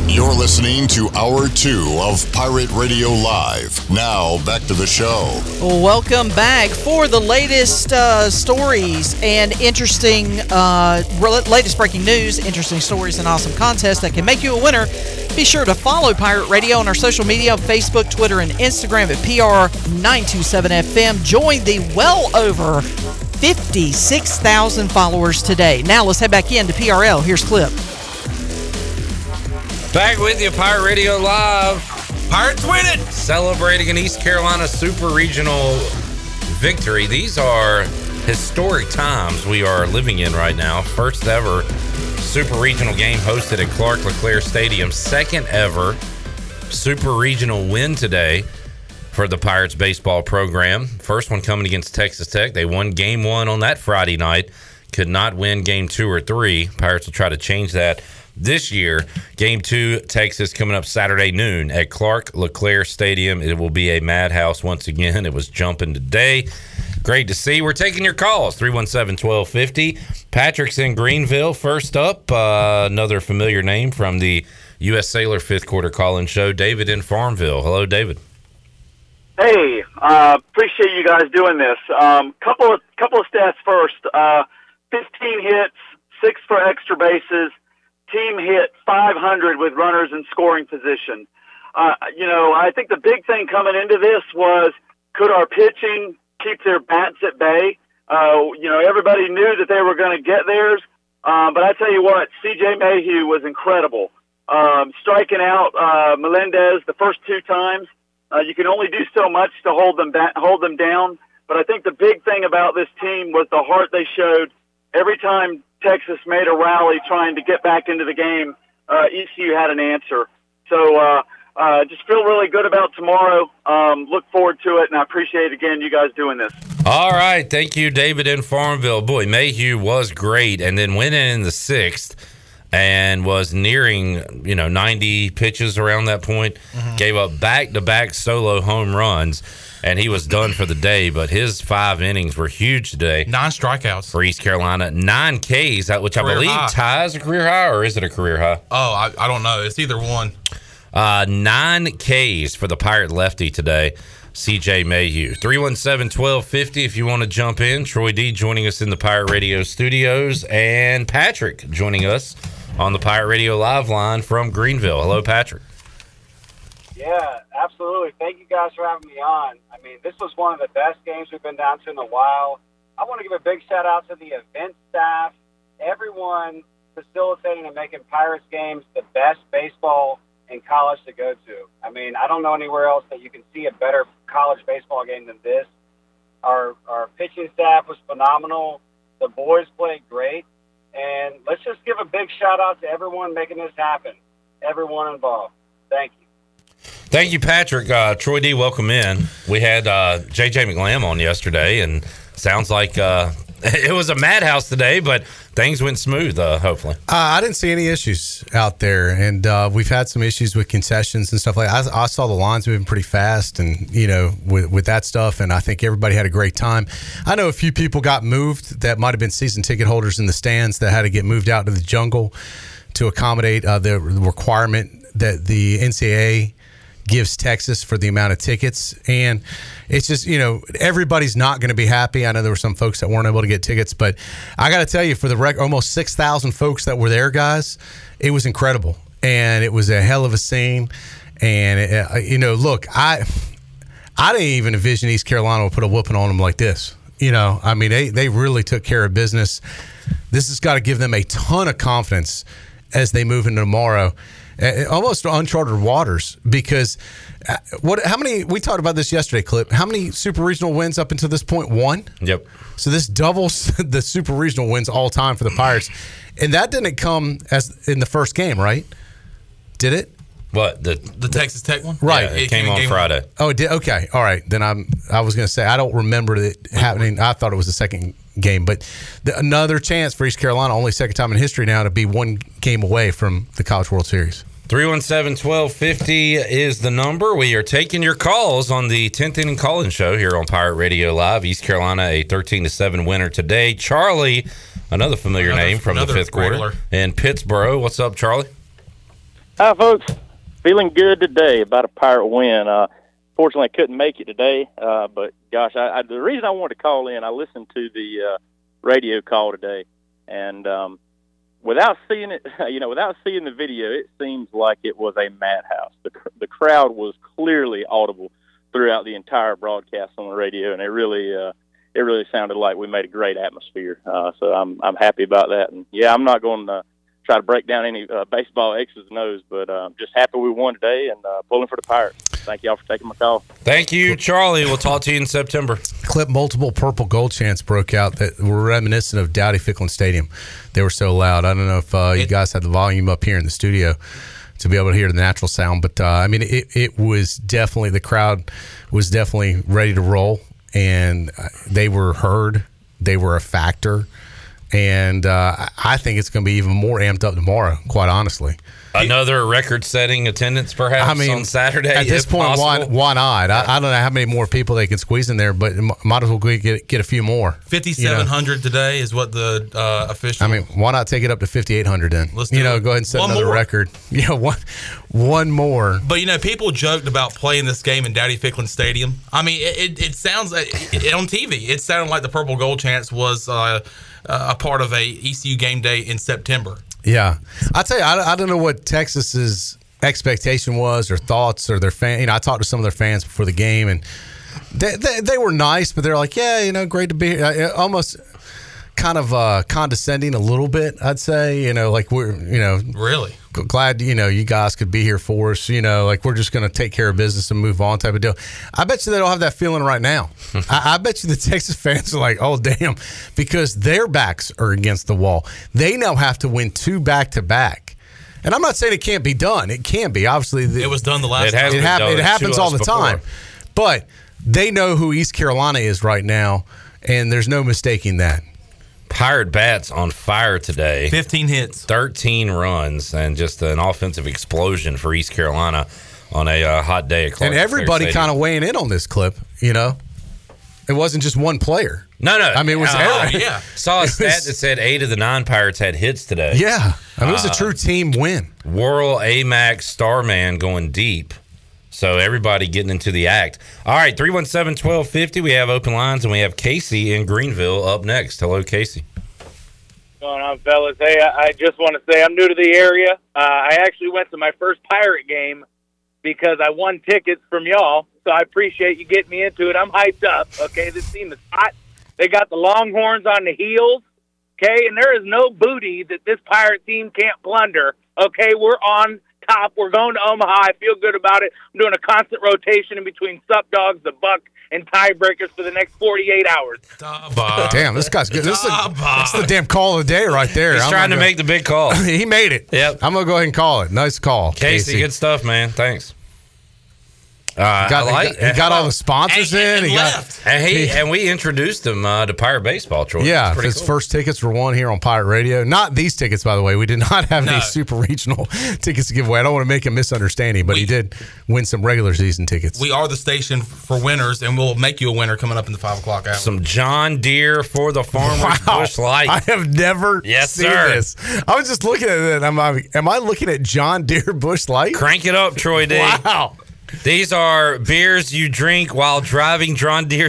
You're listening to Hour 2 of Pirate Radio Live. Now, back to the show.
Well, welcome back for the latest uh, stories and interesting, uh, re- latest breaking news, interesting stories, and awesome contests that can make you a winner. Be sure to follow Pirate Radio on our social media Facebook, Twitter, and Instagram at PR927FM. Join the well over 56,000 followers today. Now, let's head back in to PRL. Here's Clip.
Back with you, Pirate Radio Live. Pirates win it! Celebrating an East Carolina Super Regional victory. These are historic times we are living in right now. First ever Super Regional game hosted at Clark LeClaire Stadium. Second ever Super Regional win today for the Pirates baseball program. First one coming against Texas Tech. They won game one on that Friday night. Could not win game two or three. Pirates will try to change that this year. Game two, Texas, coming up Saturday noon at Clark LeClaire Stadium. It will be a madhouse once again. It was jumping today. Great to see. We're taking your calls 317 1250. Patrick's in Greenville. First up, uh, another familiar name from the U.S. Sailor fifth quarter call in show, David in Farmville. Hello, David.
Hey, uh, appreciate you guys doing this. Um, couple of couple of stats first. Uh, 15 hits, six for extra bases. Team hit 500 with runners in scoring position. Uh, you know, I think the big thing coming into this was could our pitching keep their bats at bay? Uh, you know, everybody knew that they were going to get theirs, uh, but I tell you what, C.J. Mayhew was incredible, um, striking out uh, Melendez the first two times. Uh, you can only do so much to hold them back, hold them down. But I think the big thing about this team was the heart they showed every time Texas made a rally trying to get back into the game. Uh, ECU had an answer, so uh, uh, just feel really good about tomorrow. Um, look forward to it, and I appreciate again you guys doing this.
All right. Thank you, David in Farmville. Boy, Mayhew was great and then went in in the sixth and was nearing, you know, 90 pitches around that point.
Mm-hmm.
Gave up back to back solo home runs and he was done for the day. But his five innings were huge today.
Nine strikeouts
for East Carolina, nine Ks, which I
Career
believe
high.
ties a career high or is it a career high?
Oh, I, I don't know. It's either one.
Uh, nine Ks for the Pirate lefty today. CJ Mayhew. 317 1250 if you want to jump in. Troy D joining us in the Pirate Radio studios and Patrick joining us on the Pirate Radio live line from Greenville. Hello, Patrick.
Yeah, absolutely. Thank you guys for having me on. I mean, this was one of the best games we've been down to in a while. I want to give a big shout out to the event staff, everyone facilitating and making Pirates games the best baseball in college to go to. I mean, I don't know anywhere else that you can see a better college baseball game than this. Our our pitching staff was phenomenal. The boys played great, and let's just give a big shout out to everyone making this happen. Everyone involved. Thank you.
Thank you, Patrick. Uh, Troy D, welcome in. We had uh, JJ McLam on yesterday, and sounds like uh, <laughs> it was a madhouse today, but things went smooth, uh, hopefully.
Uh, I didn't see any issues out there, and uh, we've had some issues with concessions and stuff like. That. I, I saw the lines moving pretty fast, and you know, with, with that stuff, and I think everybody had a great time. I know a few people got moved that might have been season ticket holders in the stands that had to get moved out to the jungle to accommodate uh, the requirement that the NCAA gives Texas for the amount of tickets. And it's just, you know, everybody's not going to be happy. I know there were some folks that weren't able to get tickets, but I got to tell you, for the rec, almost 6,000 folks that were there, guys, it was incredible. And it was a hell of a scene. And, it, uh, you know, look, I. I didn't even envision East Carolina would put a whooping on them like this. You know, I mean, they, they really took care of business. This has got to give them a ton of confidence as they move into tomorrow. Uh, Almost uncharted waters because uh, what? How many? We talked about this yesterday. Clip. How many super regional wins up until this point? One.
Yep.
So this doubles <laughs> the super regional wins all time for the Pirates, and that didn't come as in the first game, right? Did it?
What the
The Texas Tech one?
Right.
Yeah, it, came, on Friday.
Oh, it did. Okay. All right. Then I'm. I was going to say I don't remember it happening. I thought it was the second game, but the, another chance for East Carolina, only second time in history now to be one game away from the College World Series.
317 1250 is the number. We are taking your calls on the 10th inning call in show here on Pirate Radio Live. East Carolina, a 13 7 winner today. Charlie, another familiar name from the
another
fifth
regular.
quarter. In Pittsburgh. What's up, Charlie?
Hi, folks. Feeling good today about a pirate win. Uh, fortunately, I couldn't make it today, uh, but gosh, I, I, the reason I wanted to call in, I listened to the uh, radio call today, and um, without seeing it, <laughs> you know, without seeing the video, it seems like it was a madhouse. The, cr- the crowd was clearly audible throughout the entire broadcast on the radio, and it really, uh, it really sounded like we made a great atmosphere. Uh, so I'm, I'm happy about that, and yeah, I'm not going to try to break down any uh, baseball X's and O's, but uh, just happy we won today and uh, pulling for the Pirates. Thank y'all for taking my call.
Thank you, Charlie. We'll talk to you in September.
Clip multiple purple gold chants broke out that were reminiscent of Dowdy Ficklin Stadium. They were so loud. I don't know if uh, you guys had the volume up here in the studio to be able to hear the natural sound, but uh, I mean, it, it was definitely the crowd was definitely ready to roll, and uh, they were heard. They were a factor, and uh, I- I think it's going to be even more amped up tomorrow. Quite honestly.
Another record setting attendance, perhaps, on Saturday.
At this
if
point, why,
possible.
why not? I, I don't know how many more people they can squeeze in there, but m- might as well go get get a few more. You know?
5,700 today is what the uh, official.
I mean, why not take it up to fifty eight hundred then?
Let's
you
do
know,
it.
go ahead and set
One
another
more.
record. <laughs> Yeah, one one more.
But you know, people joked about playing this game in Daddy Ficklin Stadium. I mean, it, it, it sounds like it, on TV. It sounded like the Purple Gold Chance was uh, uh, a part of a ECU game day in September.
Yeah, I tell you, I, I don't know what Texas's expectation was, or thoughts, or their fan. You know, I talked to some of their fans before the game, and they they, they were nice, but they're like, yeah, you know, great to be here. I- I- Almost kind of uh, condescending a little bit, I'd say. You know, like we're you know
really
g- glad you know you guys could be here for us. You know, like we're just going to take care of business and move on type of deal. I bet you they don't have that feeling right now. I, I bet you the Texas fans are like, oh damn, because their backs are against the wall. They now have to win two back to back. And I'm not saying it can't be done. It can be. Obviously, the-
It was done the last
It,
time.
hap-
It has been done
it
to
happens all
us
the
before.
time. But they know who East Carolina is right now, and there's no mistaking that.
Pirate bats on fire today.
15 hits,
13 runs, and just an offensive explosion for East Carolina on a uh, hot day at Clark
and everybody kind of weighing in on this clip. You know, it wasn't just one player.
No, Ah, no. Uh,
I mean, it was every-
Saw a
It
stat
was-
that said eight of the nine Pirates had hits today.
Yeah, I mean, it was a
Uh,
true team win.
Worrell, Amax, Starman going deep. So everybody getting into the act. All right, 317 1250. We have open lines and we have Casey in Greenville up next. Hello, Casey.
going on, fellas? Hey, I, I just want to say I'm new to the area. Uh, I actually went to my first pirate game because I won tickets from y'all. So I appreciate you getting me into it. I'm hyped up. Okay, this team is hot. They got the Longhorns on the heels. Okay, and there is no booty that this pirate team can't plunder. Okay, we're on top. We're going to Omaha. I feel good about it. I'm doing a constant rotation in between Sup Dogs, the Buck, and Tiebreakers for the next 48 hours.
<laughs> Damn, this guy's good. This is the, that's the damn call of the day right there.
Ah, He's trying to
gonna-
make the big
<laughs>
call.
he made it.
Yep.
I'm gonna go ahead and call it. Nice call,
Casey,
Casey.
good stuff, man. Thanks. Uh,
Got- he got- he got all the sponsors in. He got-
and he,
he-
and we introduced him uh, to Pirate Baseball. Troy.
Yeah,
It's pretty
his
cool.
first tickets were won here on Pirate Radio. Not these tickets, by the way. We did not have any super regional <laughs> tickets to give away. I don't want to make a misunderstanding, but he did win some regular season tickets.
We are the station for winners, and we'll make you a winner coming up in the five o'clock hour.
Some John Deere for the farmer's bush light.
I have never
Yes,
seen
sir.
this. I was just looking at it. And I'm, I'm- am I looking at John Deere Bush Light?
Crank it up, Troy D.
Wow.
These are beers you drink while driving John Deere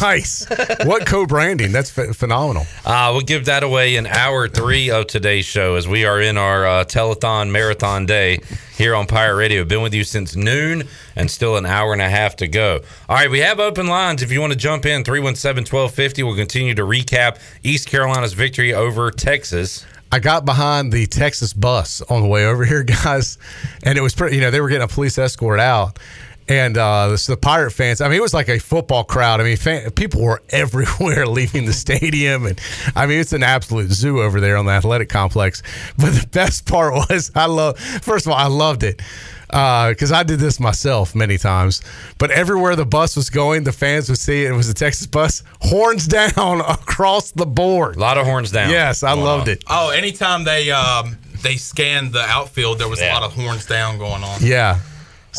<laughs> Nice. what co-branding? That's ph phenomenal.
Uh, we'll give that away in hour three of today's show as we are in our uh, telethon marathon day here on Pirate Radio. Been with you since noon and still an hour and a half to go. All right, we have open lines. If you want to jump in, 317 1250. We'll continue to recap East Carolina's victory over Texas.
I got behind the Texas bus on the way over here, <laughs> guys, and it was pretty. You know, they were getting a police escort out, and uh, this, the Pirate fans. I mean, it was like a football crowd. I mean, fan, people were <laughs> everywhere leaving the stadium, and I mean, it's an absolute zoo over there on the athletic complex. But the best <laughs> part was, I love. First of all, I loved it because I did this myself many times. But everywhere the bus was going, the fans would see it. It was a Texas bus, horns <laughs> down across the board. A
lot of horns down.
Yes, I loved it.
Oh, anytime they um, they scanned the outfield, there was a lot of horns down going on.
Yeah.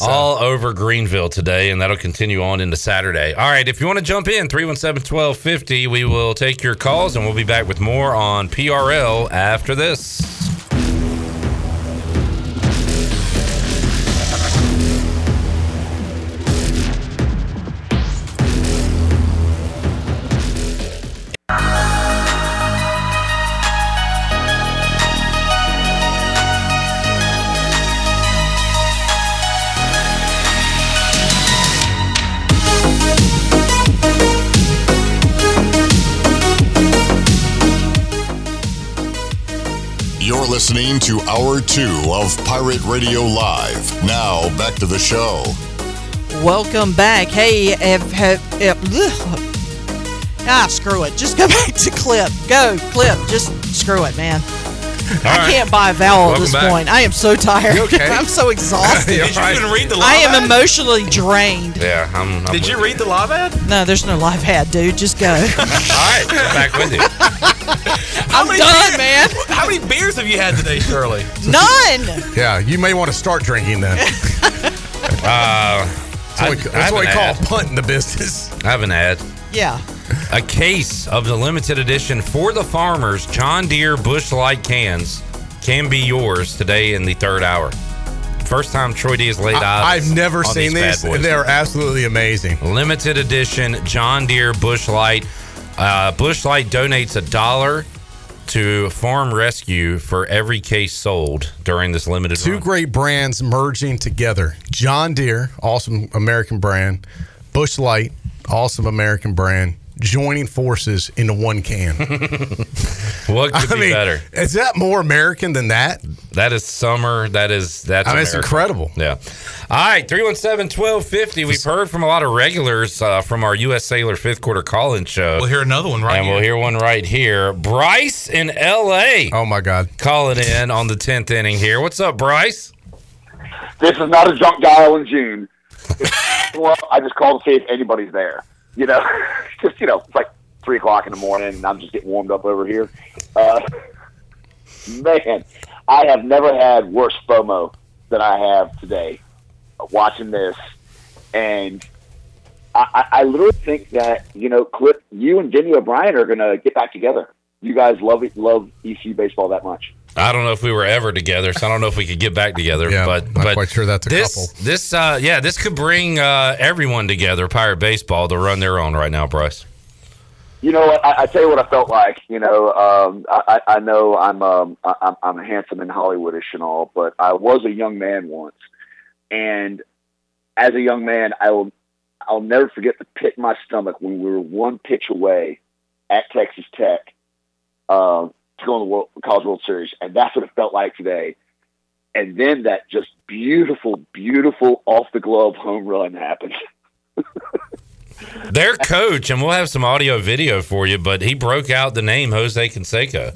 All over Greenville today, and that'll continue on into Saturday. All right, if you want to jump in, 317 1250, we will take your calls and we'll be back with more on PRL after this.
You're listening to Hour 2 of Pirate Radio Live. Now, back to the show.
Welcome back. Hey, have, have, eh, bleh. ah, screw it. Just go <laughs> back to clip. Go clip. Just screw it, man. I
right.
can't buy a vowel at
Welcome
this
back.
point. I am so tired.
You okay?
<laughs> I'm so
<laughs>
exhausted.
Did you even <laughs> read the
I
live
am
ad?
emotionally drained.
Yeah, I'm. I'm with
read the live ad? No, there's no live ad, dude.
<laughs>
Just go.
All right, we're <laughs> back with you.
I'm done, man.
How many beers have you had today, Shirley?
None.
Yeah, you may want to start drinking then. <laughs>
Uh,
That's what we- that's what we call punting the business.
I have an ad.
Yeah.
A case of the limited edition for the farmers John Deere Bush Light cans can be yours today in the third hour. First time Troy D has laid
I,
eyes.
have never
on
seen
bad
these.
boys.
They're absolutely amazing.
Limited edition John Deere Bush Light. Uh, Bush Light donates a dollar to Farm Rescue for every case sold during this limited
Two great brands merging together. John Deere, awesome American brand. Bush Light, awesome American brand. Joining forces into one can. <laughs>
What could
I
be
mean,
better?
Is that more American than that?
That is summer. That is that's.
I mean, it's
America.
incredible.
Yeah. All right, 317-1250. We've heard from a lot of regulars uh, from our U.S. Sailor fifth quarter call-in show.
We'll hear another one right
and we'll
here.
hear one right here. Bryce in L.A.
Oh my God,
calling in on the tenth inning here. What's up, Bryce?
This is not a drunk dial in June. It's- well, I just called to see if anybody's there. You know, <laughs> just you know, it's like three o'clock in the morning, and I'm just getting warmed up over here. Uh, man, I have never had worse FOMO than I have today watching this, and I, I, I literally think that you know, Clip, you and Denny O'Brien are going to get back together. You guys love it, love ECU E baseball that much.
I don't know if we were ever together, so I don't know if we could get back together.
Yeah,
but
not
but
quite sure that's a
this,
couple.
This, uh, yeah, this could bring uh, everyone together. Pirate baseball to run their own right now, Bryce.
You know what? I, I tell you what I felt like. You know, um, I, I I know I'm um, I, I'm I'm handsome and Hollywoodish and all, but I was a young man once, and as a young man, I will I'll never forget the pit in my stomach when we were one pitch away at Texas Tech uh, to go on the World, College World Series, and that's what it felt like today. And then that just beautiful, beautiful off the glove home run happened. <laughs>
Their coach, and we'll have some audio video for you, but he broke out the name Jose Canseco.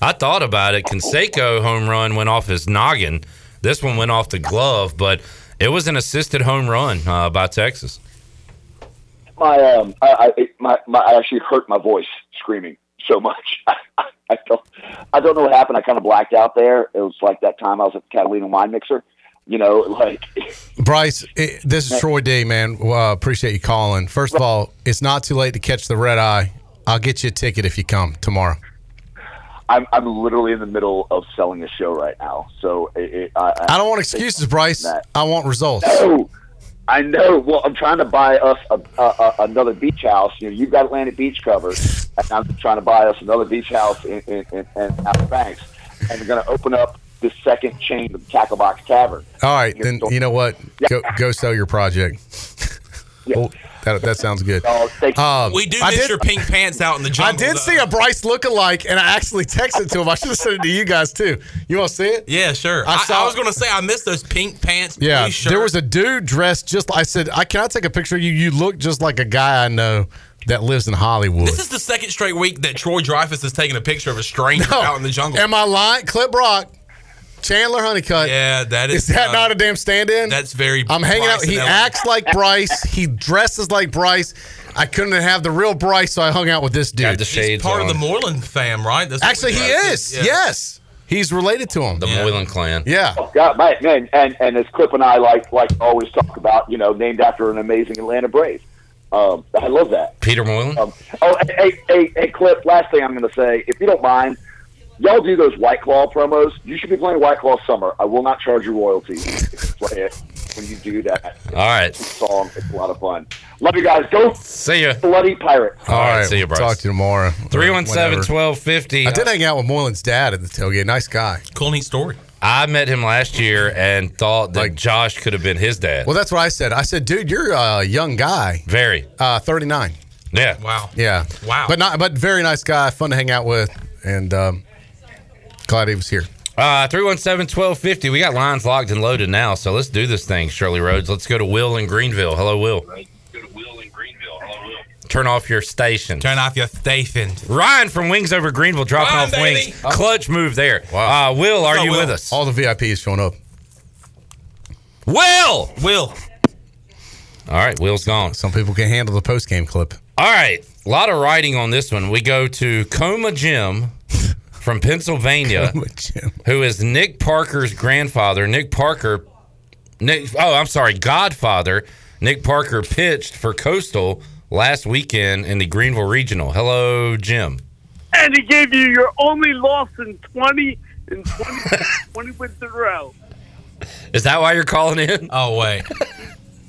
I thought about it. Canseco home run went off his noggin. This one went off the glove, but it was an assisted home run uh, by Texas.
my um, I, I it, my, my I actually hurt my voice screaming so much. <laughs> I, I felt I don't know what happened. I kind of blacked out there. It was like that time I was at the Catalina wine mixer. You know, <laughs> like
Bryce, it, this is Troy D, man. Uh, appreciate you calling. First of all, it's not too late to catch the red eye. I'll get you a ticket if you come tomorrow.
I'm I'm literally in the middle of selling a show right now. So it, it, I,
I don't want excuses, Bryce. I want results.
No, I know. Well, I'm trying to buy us a, a, a, another beach house. You know, you've got Atlantic Beach covered, and I'm trying to buy us another beach house in, in, in, in Outer Banks, and we're going to open up the second chain of Tackle Box Tavern.
All right, then you know what? Go go sell your project. <laughs> Oh, that, that sounds good. Um,
We do
I
miss
did-
your pink pants out in
<laughs>
the
I
jungle.
did see a Bryce lookalike, and I actually texted to him. I should have sent it to you guys too. You want to see it?
Yeah, sure.
I
I,
saw-
I was gonna say I miss those pink pants.
Yeah,
blue shirt.
there was a dude dressed just. I said, I can I take a picture of you? You look just like a guy I know that lives in Hollywood.
This is the second straight week that Troy Dreyfus is taking a picture of a stranger out in the jungle.
Am I lying? Clip Rock, Chandler Honeycutt.
Yeah, that is.
Is that
uh,
not a damn stand-in?
That's very.
I'm hanging out.
Bryson
He
Elliott.
acts like Bryce. He dresses like Bryce. I couldn't have the real Bryce, so I hung out with this dude.
He's part of the Moreland fam, right? That's what
Actually,
we-
he is.
Yeah.
Yes, he's related to him. The
Moylan clan.
Yeah.
Oh, God, my, man, and and as Clip and I like like always talk about, you know, named after an amazing Atlanta Brave. Um, I love that.
Peter Moylan.
Um, oh, hey, hey, hey, hey, Clip. Last thing I'm going to say, if you don't mind, y'all do those White Claw promos. You should be playing White Claw Summer. I will not charge you royalties if you play it when you do that.
All right.
song. It's a lot of fun. Love you guys. Go
see ya,
bloody pirate.
All right,
see you, Bryce.
Talk to you tomorrow.
317-1250.
I did hang out with Moylan's dad at the tailgate. Nice guy.
Cool, neat story.
I met him last year and thought that Josh could have been his dad.
Well, that's what I said. I said, dude, you're a young guy.
Very.
Uh, 39.
Yeah. Wow.
Yeah.
Wow.
But not. But very nice guy. Fun to hang out with. And um, glad he was here.
Uh, 317-1250. We got lines locked and loaded now, so let's do this thing, Shirley Rhodes. Let's go to Will in Greenville. Hello, Will. Turn off your station.
Turn off your station.
Ryan from Wings Over Greenville dropping
Ryan,
off
baby.
wings. Clutch move there. Uh, Will, are you with us?
All the VIPs showing up.
Will.
Will.
All right, Will's gone.
Some people can handle the post game clip.
All right, a lot of writing on this one. We go to Coma Jim from Pennsylvania, who is Nick Parker's grandfather. Nick Parker, Nick. Oh, I'm sorry, Godfather. Nick Parker pitched for Coastal last weekend in the Greenville Regional. Hello, Jim.
and he gave you your only loss in 20 in 20, 20 wins in a row.
Is that why you're calling in?
Oh wait.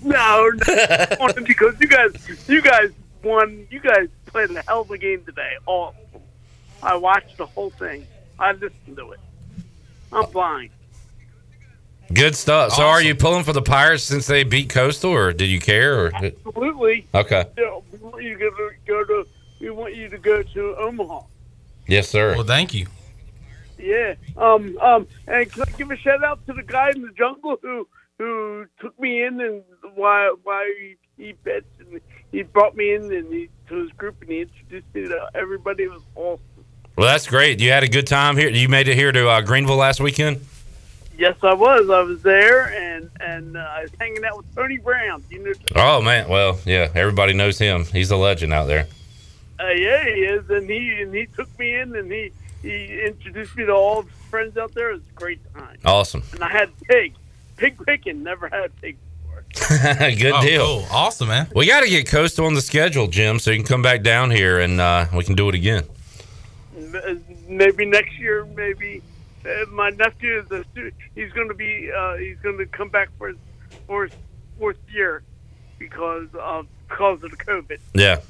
No, no because you guys, you guys won. You guys played a hell of a game today. All I watched the whole thing. I listened to it. I'm blind.
Good stuff. So, are you pulling for the Pirates since they beat Coastal, or did you care? Or
Absolutely.
okay,
Yeah, we want you to go to- go to. We want you to go to Omaha.
yes, sir.
Well, thank you.
Yeah. Um. Um. And can I give a shout out to the guy in the jungle who who took me in and why why he, he bets and he brought me in and he to his group and he introduced me to everybody. It was awesome.
Well, that's great. You had a good time here. You made it here to uh, Greenville last weekend.
Yes, I was. I was there and and uh, I was hanging out with Tony Brown. You know.
Oh man, well, yeah, everybody knows him. He's a legend out there.
Uh, yeah, he is. And he and he took me in and he he introduced me to all his friends out there. It was a great time.
Awesome. <laughs>
And I had pig, pig picking. Never had pig.
Good
Oh,
deal.
cool.
Awesome, man.
We got to get Coastal on the schedule, Jim, so you can come back down here and uh, we can do it again.
M- Maybe next year. Maybe uh, my nephew is a student. He's going to be uh, he's going to come back for his fourth fourth year because of because of the COVID.
Yeah.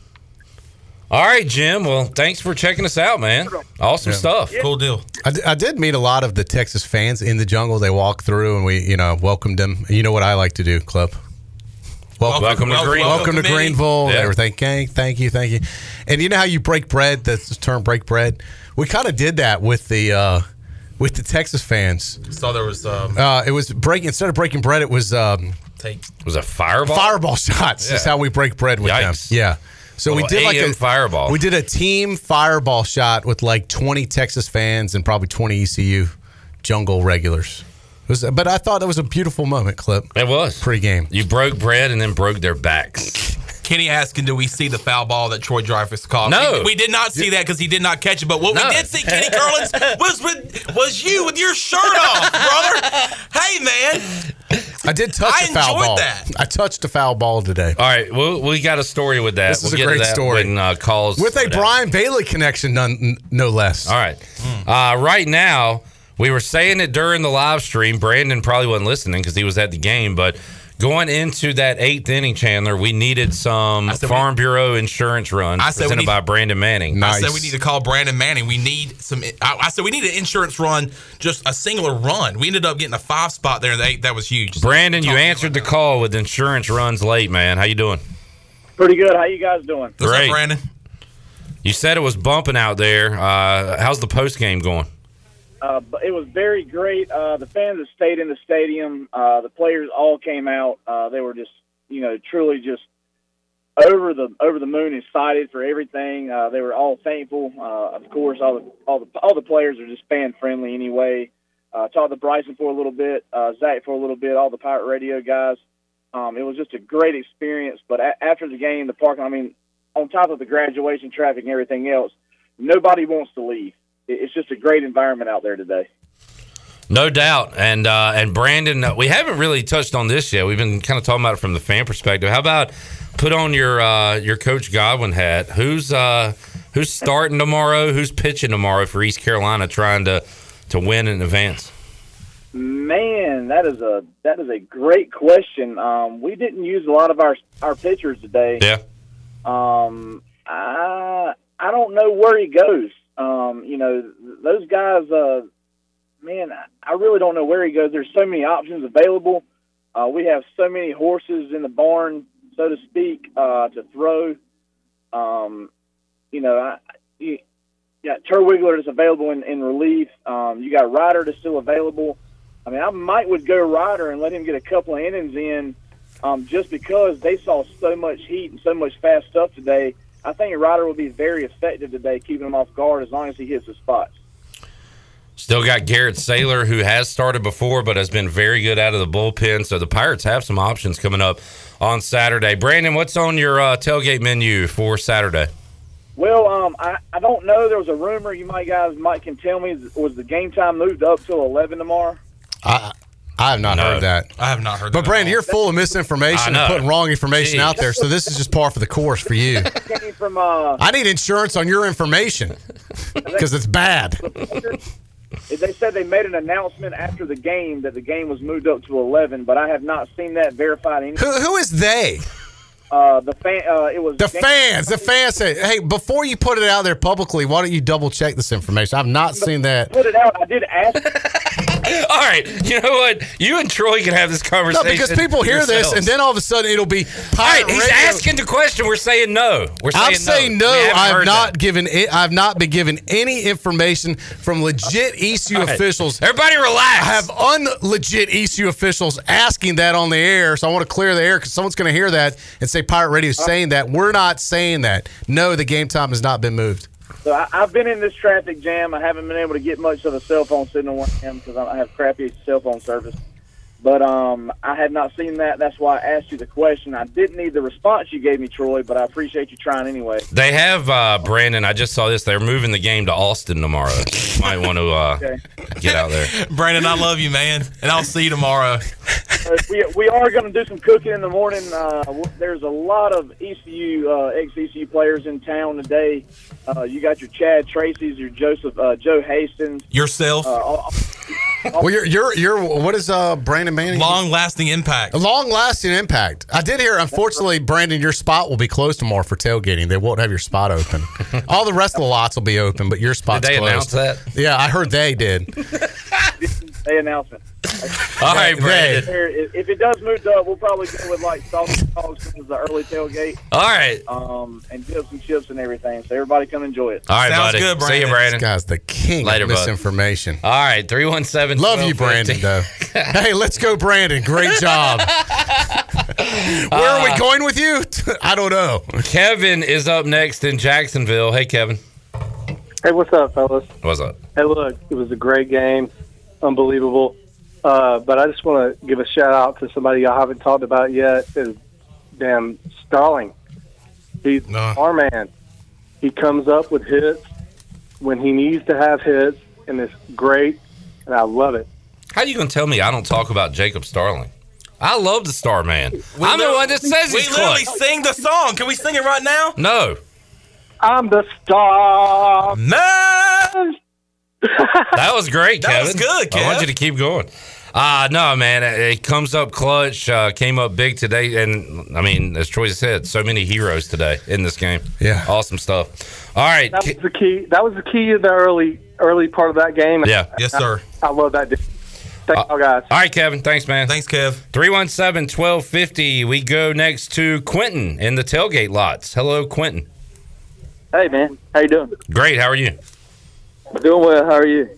All right, Jim. Well, thanks for checking us out, man. Awesome
Yeah.
stuff.
Cool deal.
I, d- I did meet a lot of the Texas fans in the jungle. They walked through and we, you know, welcomed them. You know what I like to do, club. Wel-
Welcome to
Welcome to
Greenville. Welcome to me.
Greenville.
Yeah.
They were thanking, thank you, thank you. And you know how you break bread? That's the term break bread. We kind of did that with the uh, with the Texas fans.
Saw there was um,
Uh, it was breaking instead of breaking bread. It was um,
take
was a fireball.
Fireball shots is
Yeah.
how we break bread with
Yikes.
them. Yeah. So we
Little
did like
AM
a
fireball.
We did a team fireball shot with like 20 Texas fans and probably 20 ECU jungle regulars. It was, but I thought that was a beautiful moment clip.
It was
pre-game.
You broke bread and then broke their backs.
Kenny asking, do we see the foul ball that Troy Dreyfus caught?
No.
we, we did not see that because he did not catch it. But what
No.
we did see, Kenny
<laughs>
Curlins, was with was you with your shirt off, brother. Hey, man,
I did touch
I
a foul
enjoyed
ball.
that.
I touched a foul ball today.
All right, well, we got a story with that.
This is
we'll
a
get to
great
that
story.
When, uh, calls
With a
for that.
Brian Bailey connection, none, no less.
All right. Uh, right now, we were saying it during the live stream. Brandon probably wasn't listening because he was at the game, but going into that eighth inning, Chandler, we needed some Farm Bureau insurance run
I said we
presented
need-
by Brandon Manning.
I said we need to call Brandon Manning. We need some. I, I said we need an insurance run, just a singular run. We ended up getting a five spot there. That that was huge.
Brandon, you answered the call with insurance runs late, man. How you doing?
Pretty good. How you guys doing?
Great, Brandon. You said it was bumping out there. Uh, how's the post game going?
Uh, but it was very great. Uh, the fans that stayed in the stadium, uh, the players all came out. Uh, they were just, you know, truly just over the over the moon excited for everything. Uh, they were all thankful. Uh, of course, all the all the all the players are just fan friendly anyway. Uh, talked to Bryson for a little bit, uh, Zach for a little bit, all the Pirate Radio guys. Um, it was just a great experience. But a- after the game, the parking, I mean, on top of the graduation traffic and everything else, nobody wants to leave. It- It's just a great environment out there today.
No doubt, and uh, and Brandon, uh, we haven't really touched on this yet. We've been kind of talking about it from the fan perspective. How about put on your uh, your Coach Godwin hat? Who's uh, who's starting tomorrow? Who's pitching tomorrow for East Carolina, trying to to win in advance?
Man, that is a that is a great question. Um, we didn't use a lot of our our pitchers today.
Yeah.
Um, I I don't know where he goes. Um, you know, th- those guys. Uh, man, I- I really don't know where he goes. There's so many options available. Uh, we have so many horses in the barn, so to speak, uh, to throw. Um, you know, I, you, yeah, Terwiggler is available in, in relief. Um, you got Ryder that's still available. I mean, I might would go Ryder and let him get a couple of innings in, um, just because they saw so much heat and so much fast stuff today. I think Ryder will be very effective today, keeping him off guard as long as he hits his spots.
Still got Garrett Saylor, who has started before but has been very good out of the bullpen. So the Pirates have some options coming up on Saturday. Brandon, what's on your uh, tailgate menu for Saturday?
Well, um, I, I don't know. There was a rumor you might guys might can tell me was the game time moved up till eleven tomorrow.
I, I have not
No.
heard that.
I have not heard.
But Brandon, you're full of misinformation
I
and
know.
putting wrong information
Jeez.
out there. So this is just par for the course for you.
<laughs> Came
<laughs>
from uh,
I need insurance on your information because it's bad.
they said they made an announcement after the game that the game was moved up to eleven, but I have not seen that verified. Any-
Who, who is they?
Uh, the fan. Uh, it was
The
game-
fans. The fans say, hey, before you put it out there publicly, why don't you double check this information? I've not seen that.
Put it out. I did ask.
All right, you know what? You and Troy can have this
No,
conversation.
because people hear this and
yourselves.
then all of a sudden it'll be pirate
Right, he's
radio.
asking the question. We're saying no. We're saying
I'm saying no.
We haven't
I've
heard
not given it. I've not been given any information from legit ECU
All right.
officials.
Everybody relax.
I have unlegit ECU officials asking that on the air, so I want to clear the air because someone's going to hear that and say Pirate Radio is saying that. We're not saying that. No, the game time has not been moved.
So I, I've been in this traffic jam. I haven't been able to get much of a cell phone signal on him because I have crappy cell phone service. But um, I had not seen that. That's why I asked you the question. I didn't need the response you gave me, Troy, but I appreciate you trying anyway.
that. They have uh, Brandon. I just saw this. They're moving the game to Austin tomorrow. Might want to uh,
Okay.
get out there.
Brandon, I love you, man, and I'll see you tomorrow.
Uh, we, we are going to do some cooking in the morning. Uh, w- there's a lot of ECU, uh, ex-ECU players in town today. Uh, you got your Chad Tracy's, your Joseph, uh, Joe Hastings.
Yourself.
Uh, all-
Well, you're you're you're what is uh Brandon Manning?
Long lasting impact.
Long lasting impact. I did hear. Unfortunately, Brandon, your spot will be closed tomorrow for tailgating. They won't have your spot open.
<laughs>
All the rest of the lots will be open, but your spot's
they announce
closed.
that?
Yeah, I heard they did.
they announcement.
<laughs> All right, Brandon.
There- If if it does move up, we'll probably go with like sausage dogs as the early tailgate.
All right.
Um, and dips and chips and everything. So everybody come enjoy it.
All right, buddy. See you, Brandon.
This guy's the king
Later,
of
bud.
misinformation.
All right, 317.
Love you, Brandon. Though.
<laughs>
hey, let's go, Brandon. Great job. Where are we
Uh,
going with you? <laughs> I don't know.
Kevin is up next in Jacksonville. Hey, Kevin.
Hey, what's up, fellas?
What's up?
Hey, look, it was a great game, unbelievable. Uh, but I just want to give a shout out to somebody y'all haven't talked about yet. Is damn Stalling. He's our man. He comes up with hits when he needs to have hits, and it's great, and I love it.
How you going to tell me I don't talk about Jacob Starling? I love the Star Man.
We
I'm the
lit-
one that says
We
he's
literally
clutch.
sing the song. Can we sing it right now?
No.
I'm the star
man.
That was
<laughs>
great,
That
Kevin.
was good,
I
Kev.
want you to keep going. Uh, no, man, it, it comes up clutch. Uh, came up big today, and I mean, as Troy said, so many heroes today in this game. Yeah, awesome stuff. All right,
That was the key. That was the key in the early early part of that game.
Yeah. Uh, Yes,
I-
sir.
I, love that. Dude. Thank y'all guys.
all right, Kevin. Thanks, man.
Thanks, Kev.
317 1250. We go next to Quentin in the tailgate lots. Hello, Quentin.
Hey man, how you doing?
Great. How are you?
Doing well. How are you?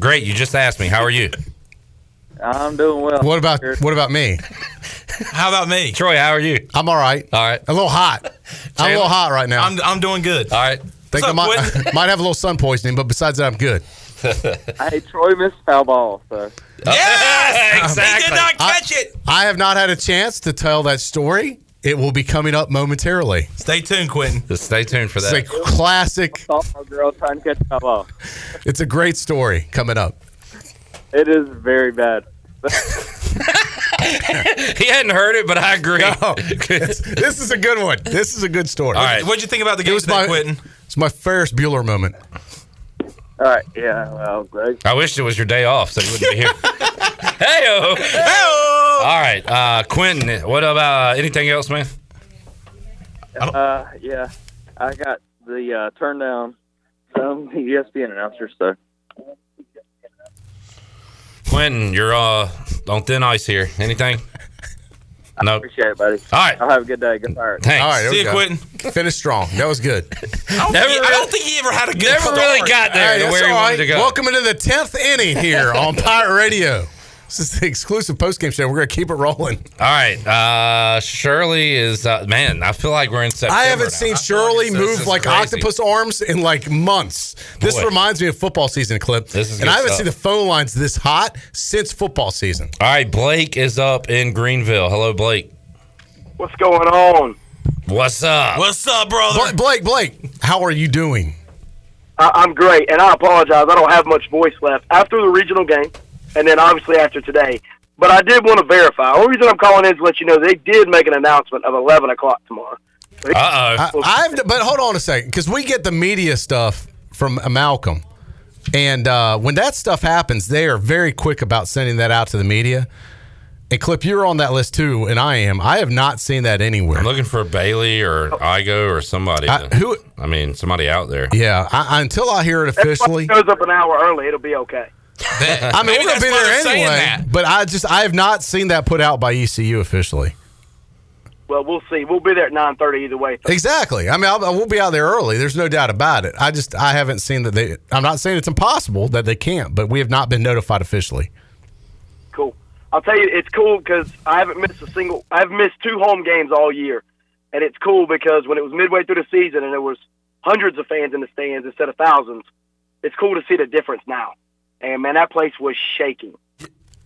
Great. You just asked me. How are you?
I'm doing well.
What about what about me?
How about me?
Troy, how are you?
I'm all right.
All right.
A little hot. I'm a little
Taylor?
hot right now.
I'm, I'm doing good.
All right.
Think I might, <laughs> might have a little sun poisoning, but besides that, I'm
<laughs>
good. <laughs>
Hey, Troy missed foul ball, so
Oh. <laughs> Yes,
exactly. He did not catch it.
I have not had a chance to tell that story. It will be coming up momentarily.
Stay tuned, Quentin.
Just stay tuned for
It's a
that.
classic.
softball girl trying to catch foul ball.
It's a great story coming up.
It is very bad.
he hadn't heard it, but I agree. <laughs>
this is a good one. This is a good story.
All right. What'd you think about the
It
game
was
today,
my-
Quentin?
It's my Ferris Bueller moment.
All right, yeah, well, Greg.
I wish it was your day off so you
<laughs>
wouldn't be here. Hey-o. All right, uh, Quentin. What about uh, anything else, man?
Uh, yeah, I got the uh, turn down from the
E
ESPN announcer. So
Quentin, you're uh, on thin ice here. Anything? No.
appreciate it, buddy.
All right.
I'll have a good day. Go Pirates.
Thanks.
All right, there
See
we
you,
go.
Quentin.
Finish strong. That was good.
<laughs> I don't,
Never
think, he, I don't think he ever had a good
never really
start.
got there
Hey,
to
that's
where he
all
wanted
right.
to go.
Welcome into the tenth inning
<laughs>
here on Pirate Radio. This is the exclusive postgame show. We're gonna keep it rolling.
All right. Uh, Shirley is uh, man. I feel like we're in September.
I haven't
now.
seen Shirley
this
move
is
like
crazy.
octopus arms in like months. This
Boy.
reminds me of football season clip.
This is
and
good
I haven't
stuff.
seen the phone lines this hot since football season.
All right, Blake is up in Greenville. Hello, Blake.
What's going on?
What's up?
What's up,
Bla-
brother?
Blake, Blake, how are you doing?
I- I'm great, and I apologize. I don't have much voice left after the regional game, and then obviously after today. But I did want to verify. The only reason I'm calling in is to let you know they did make an announcement of 11 o'clock tomorrow.
Uh
oh. I've but hold on a second because we get the media stuff from Malcolm, and uh, when that stuff happens, they are very quick about sending that out to the media. And clip, you're on that list too, and I am. I have not seen that anywhere.
I'm looking for Bailey or
Oh.
Igo or somebody.
I- who?
I mean, somebody out there.
Yeah, I, I- until I hear it
If
officially.
it goes up an hour early, it'll be okay.
I mean,
Maybe
we're gonna
that's
be
why
there
they're saying
anyway. But I just I have not seen that put out by ECU officially.
Well, we'll see. We'll be there at 9:30 either way.
Exactly. I mean, I'll, I will be out there early. There's no doubt about it. I just I haven't seen that they. I'm not saying it's impossible that they can't, but we have not been notified officially.
Cool. I'll tell you, it's cool because I haven't missed a single. I've missed two home games all year, and it's cool because when it was midway through the season and there was hundreds of fans in the stands instead of thousands, it's cool to see the difference now. And man, that place was shaking.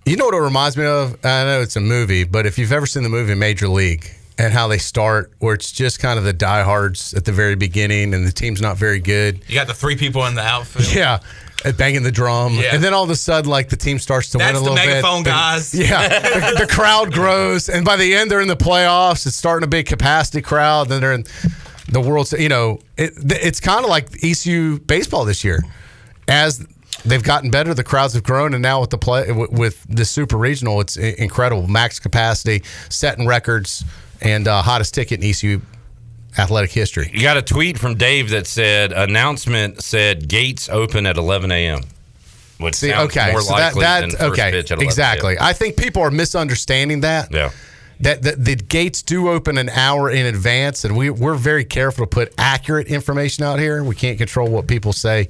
You know what it reminds me of? I know it's a movie, but if you've ever seen the movie Major League and how they start, where it's just kind of the diehards at the very beginning and the team's not very good.
You got the three people in the outfield.
Yeah. uh, banging the drum,
Yeah.
and then all of a sudden, like the team starts to
That's
win a
the
little
megaphone
bit. Then- <laughs>
guys.
yeah, the, the
<laughs>
crowd grows, and by the end, they're in the playoffs. It's starting a big capacity crowd. Then they're in the World. Se- You know, it, th- it's kind of like ECU baseball this year, as they've gotten better, the crowds have grown, and now with the play with, with the super regional, it's i- incredible. Max capacity, setting records, and uh, hottest ticket in ECU athletic history.
You got a tweet from Dave that said announcement said gates open at 11 a.m. Which
See,
sounds
okay,
more
so that,
likely
that
than first
okay,
pitch at 11
exactly. I think people are misunderstanding that.
Yeah.
That the, the gates do open an hour in advance, and we we're very careful to put accurate information out here. We can't control what people say,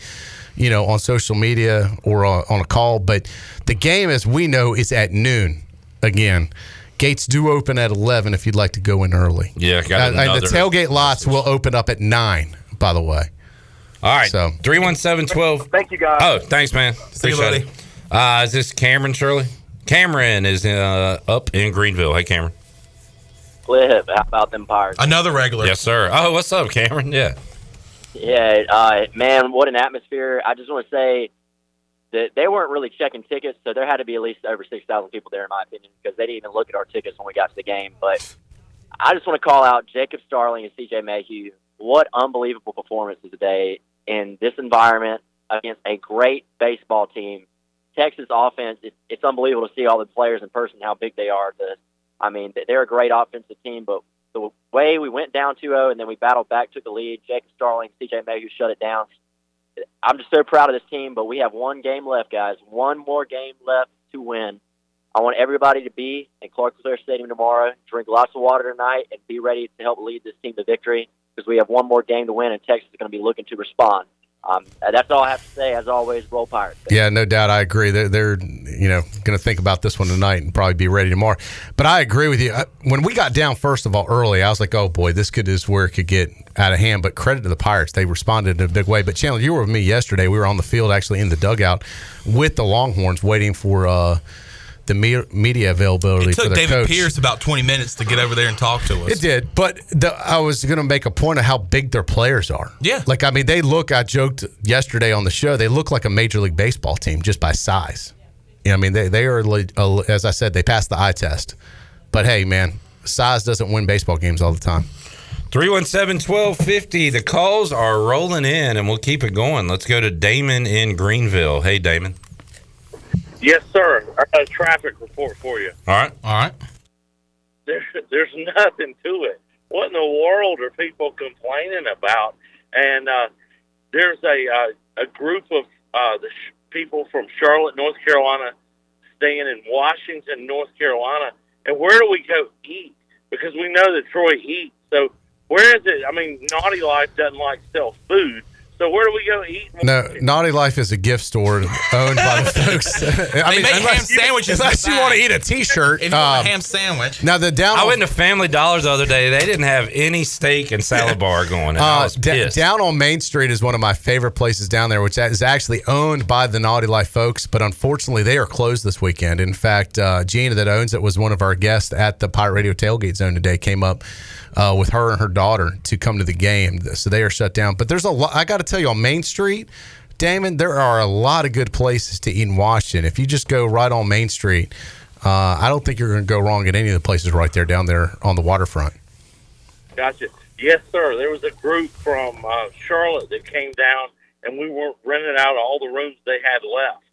you know, on social media or on, on a call. But the game, as we know, is at noon. Again, gates do open at eleven. If you'd like to go in early,
Yeah, got
Uh, and the
another-
tailgate lots will open up at nine. By the way,
All right.
So-
317 12.
Thank you, guys.
Oh, thanks, man.
See you,
Appreciate it. Uh, is this Cameron Shirley? Cameron is uh, up in Greenville. Hey, Cameron.
Cliff, how about them Pirates?
Another regular. Yes, sir. Oh, what's up, Cameron? Yeah.
Yeah, uh, man, what an atmosphere. I just want to say that they weren't really checking tickets, so there had to be at least over 6,000 people there, in my opinion, because they didn't even look at our tickets when we got to the game. But I just want to call out Jacob Starling and CJ Mayhew. What unbelievable performances today in this environment against a great baseball team. Texas offense, it's, it's unbelievable to see all the players in person, how big they are. The, I mean, th- they're a great offensive team, but the way we went down 2-0 and then we battled back, took the lead. Jacob Starling, CJ Mayhew shut it down. I'm just so proud of this team, but we have one game left, guys. One more game left to win. I want everybody to be in Clark Clear Stadium tomorrow, drink lots of water tonight, and be ready to help lead this team to victory because we have one more game to win, and Texas is going to be looking to respond. Um, that's all I have to say. As always, roll Pirates.
Yeah, no doubt. I agree. They're, they're you know, going to think about this one tonight and probably be ready tomorrow. But I agree with you. I- When we got down, first of all, early, I was like, oh boy, this could is where it could get out of hand. But credit to the Pirates. They responded in a big way. But Chandler, you were with me yesterday. We were on the field, actually in the dugout with the Longhorns waiting for uh, the me- media availability
It
for
took
the
David
coach.
Pierce about 20 minutes to get over there and talk to us.
It did, but the, I was going to make a point of how big their players are.
Yeah.
like I mean, they look. I joked yesterday on the show. They look like a major league baseball team just by size. You know, I mean, they they are le- uh, as I said, they passed the eye test. But hey, man, size doesn't win baseball games all the time.
317 1250. The calls are rolling in and we'll keep it going. Let's go to Damon in Greenville. Hey, Damon.
Yes, sir. A traffic report for you.
All right. All right.
There, there's nothing to it. What in the world are people complaining about? And uh, there's a uh, a group of uh, the sh- people from Charlotte, North Carolina, staying in Washington, North Carolina. And where do we go eat? Because we know that Troy eats. So where is it? I mean, Naughty Life doesn't like sell food. So where do we go eat?
No, Naughty Life is a gift store owned by the folks. I
They make ham sandwiches in
Unless
the
you
back.
want to eat a T-shirt,
If you want a
um,
ham sandwich.
Now the down.
I went to Family Dollar the other day. They didn't have any steak and
<laughs>
salad bar going. And I
Uh,
was
d-
pissed.
down on Main Street is one of my favorite places down there, which is actually owned by the Naughty Life folks. But unfortunately, they are closed this weekend. In fact, uh, Gina, that owns it, was one of our guests at the Pirate Radio Tailgate Zone today. Came up uh, with her and her daughter to come to the game, so they are shut down. But there's a lot. I got to tell you, on Main Street, Damon, there are a lot of good places to eat in Washington. If you just go right on Main Street, uh, I don't think you're going to go wrong at any of the places right there down there on the waterfront.
Gotcha. Yes, sir. There was a group from uh, Charlotte that came down, and we were renting out all the rooms they had left.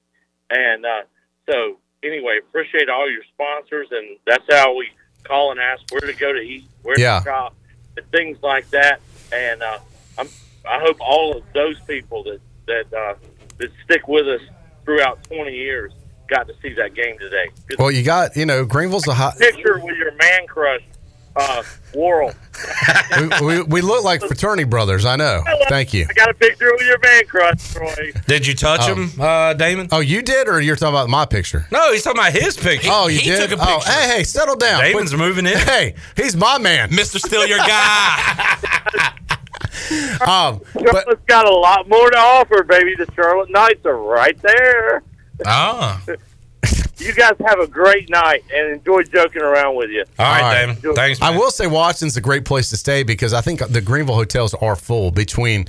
And uh, so, anyway, appreciate all your sponsors, and that's how we call and ask where to go to eat, where
Yeah.
to shop, and things like that. And uh, I'm, I hope all of those people that that uh, that stick with us throughout 20 years got to see that game today.
Well, you got you know Greenville's a hot.
Picture with your man crush, uh, Worrell.
we, we, we look like fraternity brothers. I know. <laughs> Thank you.
I got a picture with your man crush, Troy.
Did you touch
Um,
him, uh, Damon?
Oh, you did, or you're talking about my picture?
No, Oh, he's talking about his picture.
oh, you did. Oh, hey, hey, settle down.
Damon's moving in.
Hey, he's my man,
Mister. Still your guy.
Um,
Charlotte's got a lot more to offer, baby. The Charlotte Knights are right there.
Ah.
You guys have a great night and enjoy joking around with you. Enjoy-
I will say Washington's a great place to stay because I think the Greenville hotels are full between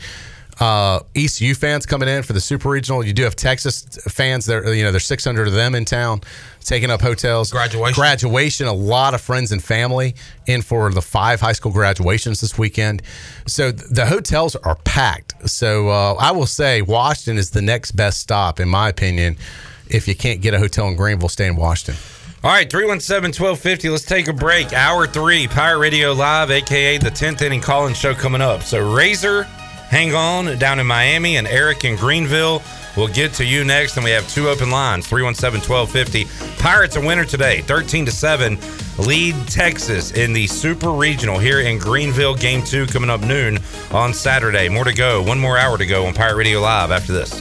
uh, ECU fans coming in for the Super Regional. You do have Texas fans. There, you know, there's 600 of them in town, taking up hotels. Graduation, graduation. A lot of friends and family in for the five high school graduations this weekend. So th- the hotels are packed. So uh, I will say Washington is the next best stop, in my opinion. If you can't get a hotel in Greenville, stay in Washington.
All right, 317 1250. Let's take a break. Hour three, Pirate Radio Live, aka the 10th inning call in show coming up. So, Razor, hang on down in Miami, and Eric in Greenville. We'll get to you next, and we have two open lines 317 1250. Pirates are winner today, 13 to 7. Lead Texas in the Super Regional here in Greenville. Game two coming up noon on Saturday. More to go. One more hour to go on Pirate Radio Live after this.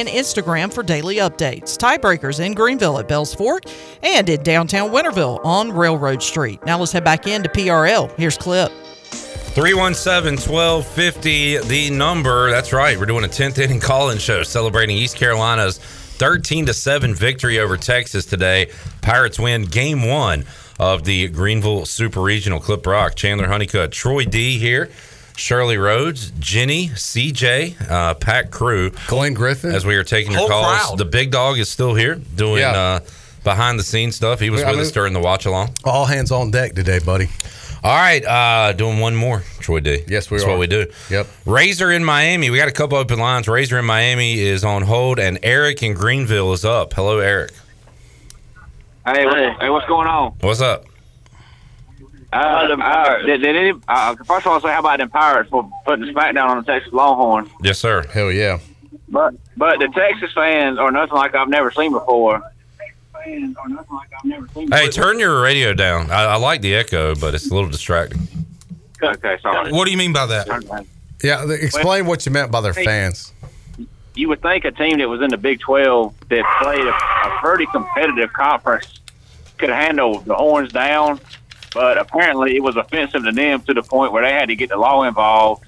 Instagram for daily updates. Tiebreakers in Greenville at Bells Fork and in downtown Winterville on Railroad Street. Now let's head back into PRL. Here's Clip.
317 1250, the number. That's right. We're doing a 10th inning call in show celebrating East Carolina's 13 to 7 victory over Texas today. Pirates win game one of the Greenville Super Regional. Clip Rock, Chandler Honeycutt, Troy D here. Shirley Rhodes, Jenny, CJ, uh, Pat Crew,
Glenn Griffin.
As we are taking your
Whole
calls,
crowd.
the big dog is still here doing
Yeah.
uh, behind the scenes stuff. He was
Yeah, I
with us
mean-
during the watch along.
All hands on deck today, buddy.
All right, uh, doing one more, Troy D. Yes,
we
That's
are.
what we do.
Yep.
Razor in Miami. We got a couple open lines. Razor in Miami is on hold, and Eric in Greenville is up. Hello, Eric.
Hey, what, hey, what's going on?
What's up?
Uh, them Pirates. Did, did any, uh, first of all, say how about them Pirates for putting SmackDown on the Texas Longhorns?
Yes, sir.
Hell yeah.
But but the Texas fans are nothing like I've never seen before.
Hey, turn your radio down. I, I like the echo, but it's a little distracting.
Okay, sorry.
What do you mean by that?
Yeah, the- explain what you meant by their
Hey.
fans.
You would think a team that was in the Big 12 that played a, a pretty competitive conference could handle the horns down, but apparently it was offensive to them to the point where they had to get the law involved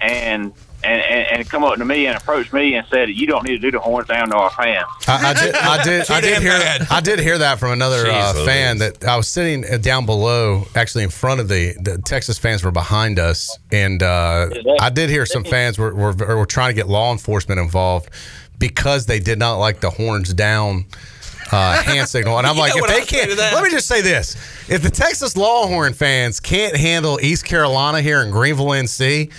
and and, and, and come up to me and approach me and said, "You don't need to do the horns down to our fans."
I, I did,
<laughs>
I did, I did hear, I did hear that from another uh,
Jeez
fan that I was sitting uh, down below, actually in front of the, the Texas fans were behind us, and uh, I did hear some fans were, were were trying to get law enforcement involved because they did not like the horns down. Uh, hand signal, and I'm
<laughs> You
like,
know
if
what
they
I'll say
can't,
to that?
let me just say this: if the Texas Longhorn fans can't handle East Carolina here in Greenville, NC,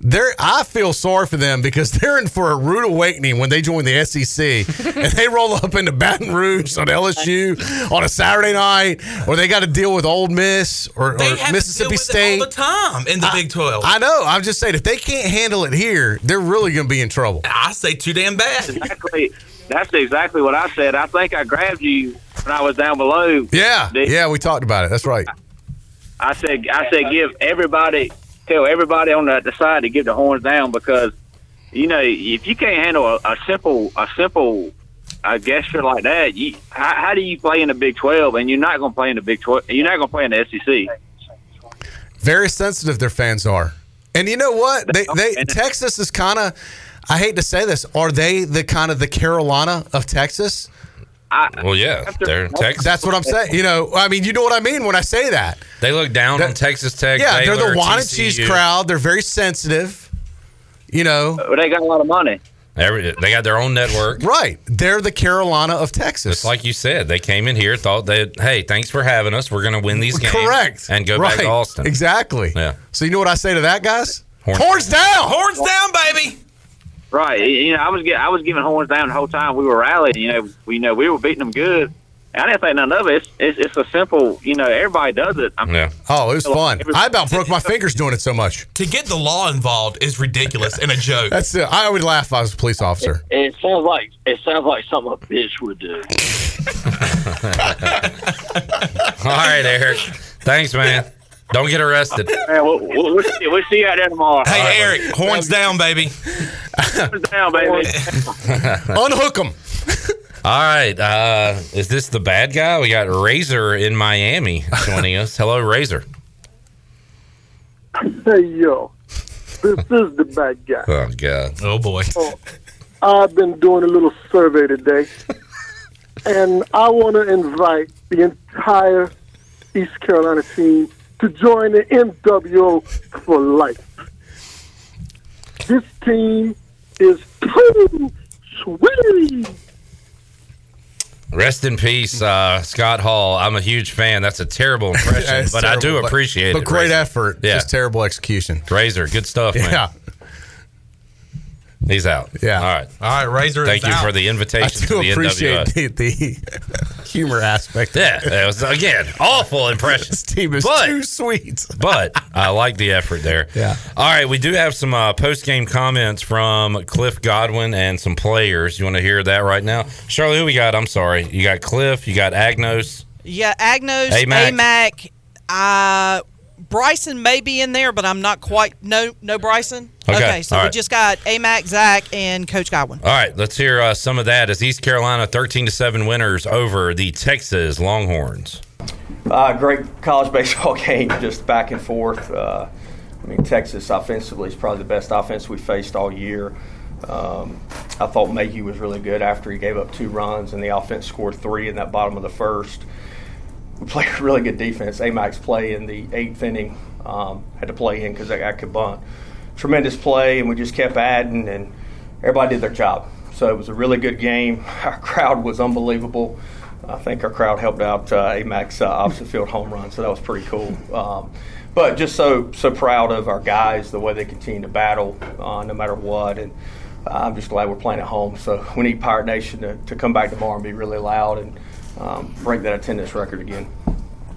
they're I feel sorry for them because <laughs> they're in for a rude awakening when they join the <laughs> SEC and they roll up into Baton Rouge on LSU on a Saturday night, or they got to deal with Ole Miss or, or Mississippi State all the
time in the Big Twelve.
I know. I'm just saying, if they can't handle it here, they're really going to be in trouble.
I say too damn bad.
Exactly. That's exactly what I said. I think I grabbed you when I was down below.
Yeah, yeah, we talked about it. That's right.
I said, I said, give everybody, tell everybody on the, the side to give the horns down because, you know, if you can't handle a, a simple, a simple, a gesture like that, you, how, how do you play in the Big Twelve? And you're not going to play in the Big Twelve. You're not going to play in the E SEC.
very sensitive their fans are. And you know what? They,
<laughs>
they Texas is kind of. I hate to say this. Are they the kind of the Carolina of Texas?
Well, yeah, they're Texas.
That's what I'm saying. You know, I mean, you know what I mean when I say that.
They look down on Texas Tech.
yeah, they're
Baylor,
the wine and cheese
TCU.
crowd. They're very sensitive. You know,
they got a lot of money.
Every, they got their own network.
Right. They're the Carolina of Texas.
Just like you said, they came in here, thought that, hey, thanks for having us. We're going to win these games.
Correct.
And go back
Right.
to Austin.
Exactly.
Yeah.
So you know what I say to that, guys?
Horns-
Horns down.
Horns down, baby.
Right. You know, I was get, I was giving horns down the whole time we were rallying. You know, we you know we were beating them good, I didn't think none of it. It's, it's, it's a simple, you know, everybody does it. I'm,
yeah.
Oh, it was fun. I about broke my fingers doing it so much.
To get the law involved is ridiculous and a joke.
That's it. I would laugh if I was a police officer.
It sounds like it sounds like something a bitch would do.
<laughs> All right, Eric. Thanks, man. Don't get arrested.
Man, we'll, we'll, we'll, see, we'll see you out there tomorrow.
Hey, Eric, horns down,
<laughs>
baby.
horns down, baby.
<laughs>
Unhook them.
All right. Uh, is this the bad guy? We got Razor in Miami joining us. Hello, Razor.
<laughs> Hey yo, this is the bad guy.
Oh, God. Oh, boy.
I've been doing a little survey today, and I want to invite the entire East Carolina team to join the NWO for life. This team is too sweet.
Rest in peace, uh, Scott Hall. I'm a huge fan. That's
<laughs>
a terrible impression,
It's
but I do
terrible, but-
appreciate
but
it.
great
Razor.
effort.
Yeah.
Just terrible execution.
Razor, good stuff, man.
Yeah.
He's out.
Yeah.
All right.
All right, Razor.
Thank
is
you
out.
for the invitation
I
to
do
the
appreciate
NWO.
the, the humor aspect.
<laughs> Yeah, that was again awful impression.
<laughs> This team is
But-
too sweet.
but I like the effort there.
Yeah.
All right, we do have some uh, post game comments from Cliff Godwin and some players. You want to hear that right now, Charlie? Who we got? I'm sorry, you got Cliff, you got Agnos.
Yeah, Agnos, AMAC,
AMAC.
uh, Bryson may be in there, but I'm not quite. No, no Bryson.
Okay,
so
all
we
right.
just got AMAC, Zach, and Coach Godwin.
All right, let's hear uh, some of that. As East Carolina 13 to seven winners over the Texas Longhorns.
Uh, great college baseball <laughs> game, just back and forth. Uh, I mean, Texas offensively is probably the best offense we faced all year. Um, I thought Mayhew was really good after he gave up two runs, and the offense scored three in that bottom of the first. We played really good defense. Amax play in the eighth inning um, had to play in because that guy could bunt. Tremendous play, and we just kept adding, and everybody did their job. So it was a really good game. <laughs> Our crowd was unbelievable. I think our crowd helped out uh, Amax uh, opposite field home run, so that was pretty cool. Um, but just so so proud of our guys, the way they continue to battle uh, no matter what, and uh, I'm just glad we're playing at home. So we need Pirate Nation to, to come back tomorrow and be really loud and um, break that attendance record again.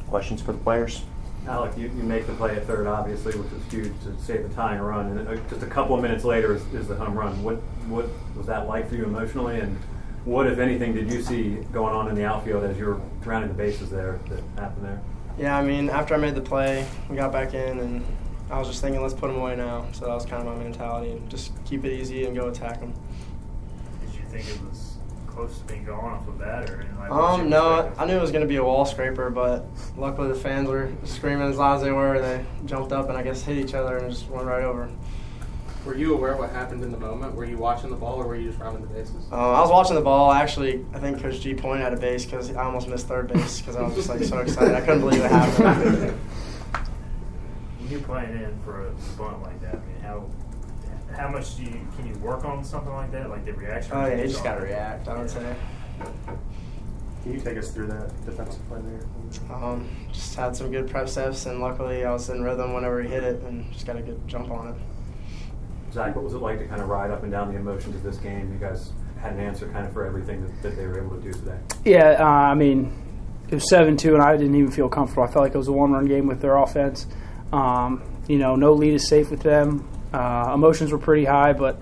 Questions for the players?
Alec, you, you make the play at third, obviously, which is huge to save a tying run, and uh, just a couple of minutes later is, is the home run. What what was that like for you emotionally, and what, if anything, did you see going on in the outfield as you were rounding the bases there that happened there?
Yeah, I mean, after I made the play, we got back in, and I was just thinking, let's put them away now. So that was kind of my mentality, and just keep it easy and go attack them.
Did you think it was close to being gone off of that, or like, what's your
Um, no,
perspective?
I knew it was going to be a wall scraper, but luckily the fans were screaming as loud as they were. They jumped up and I guess hit each other and just went right over.
Were you aware of what happened in the moment? Were you watching the ball, or were you just rounding the bases?
Uh, I was watching the ball. Actually, I think Coach G pointed at a base because I almost missed third base because I was just like so excited. I couldn't believe it happened.
<laughs>
<laughs>
When you're playing in for a bunt like that, I mean, how how much do you can you work on something like that, like the reaction?
Oh, yeah, you just gotta react, I would say.
Can you take us through that defensive play there?
Um, just had some good prep steps, and luckily I was in rhythm whenever he hit it, and just got a good jump on it.
Zach, what was it like to kind of ride up and down the emotions of this game? You guys had an answer kind of for everything that, that they were able to do today.
Yeah, uh, I mean, it was seven two, and I didn't even feel comfortable. I felt like it was a one run game with their offense. Um, you know, no lead is safe with them. Uh, emotions were pretty high, but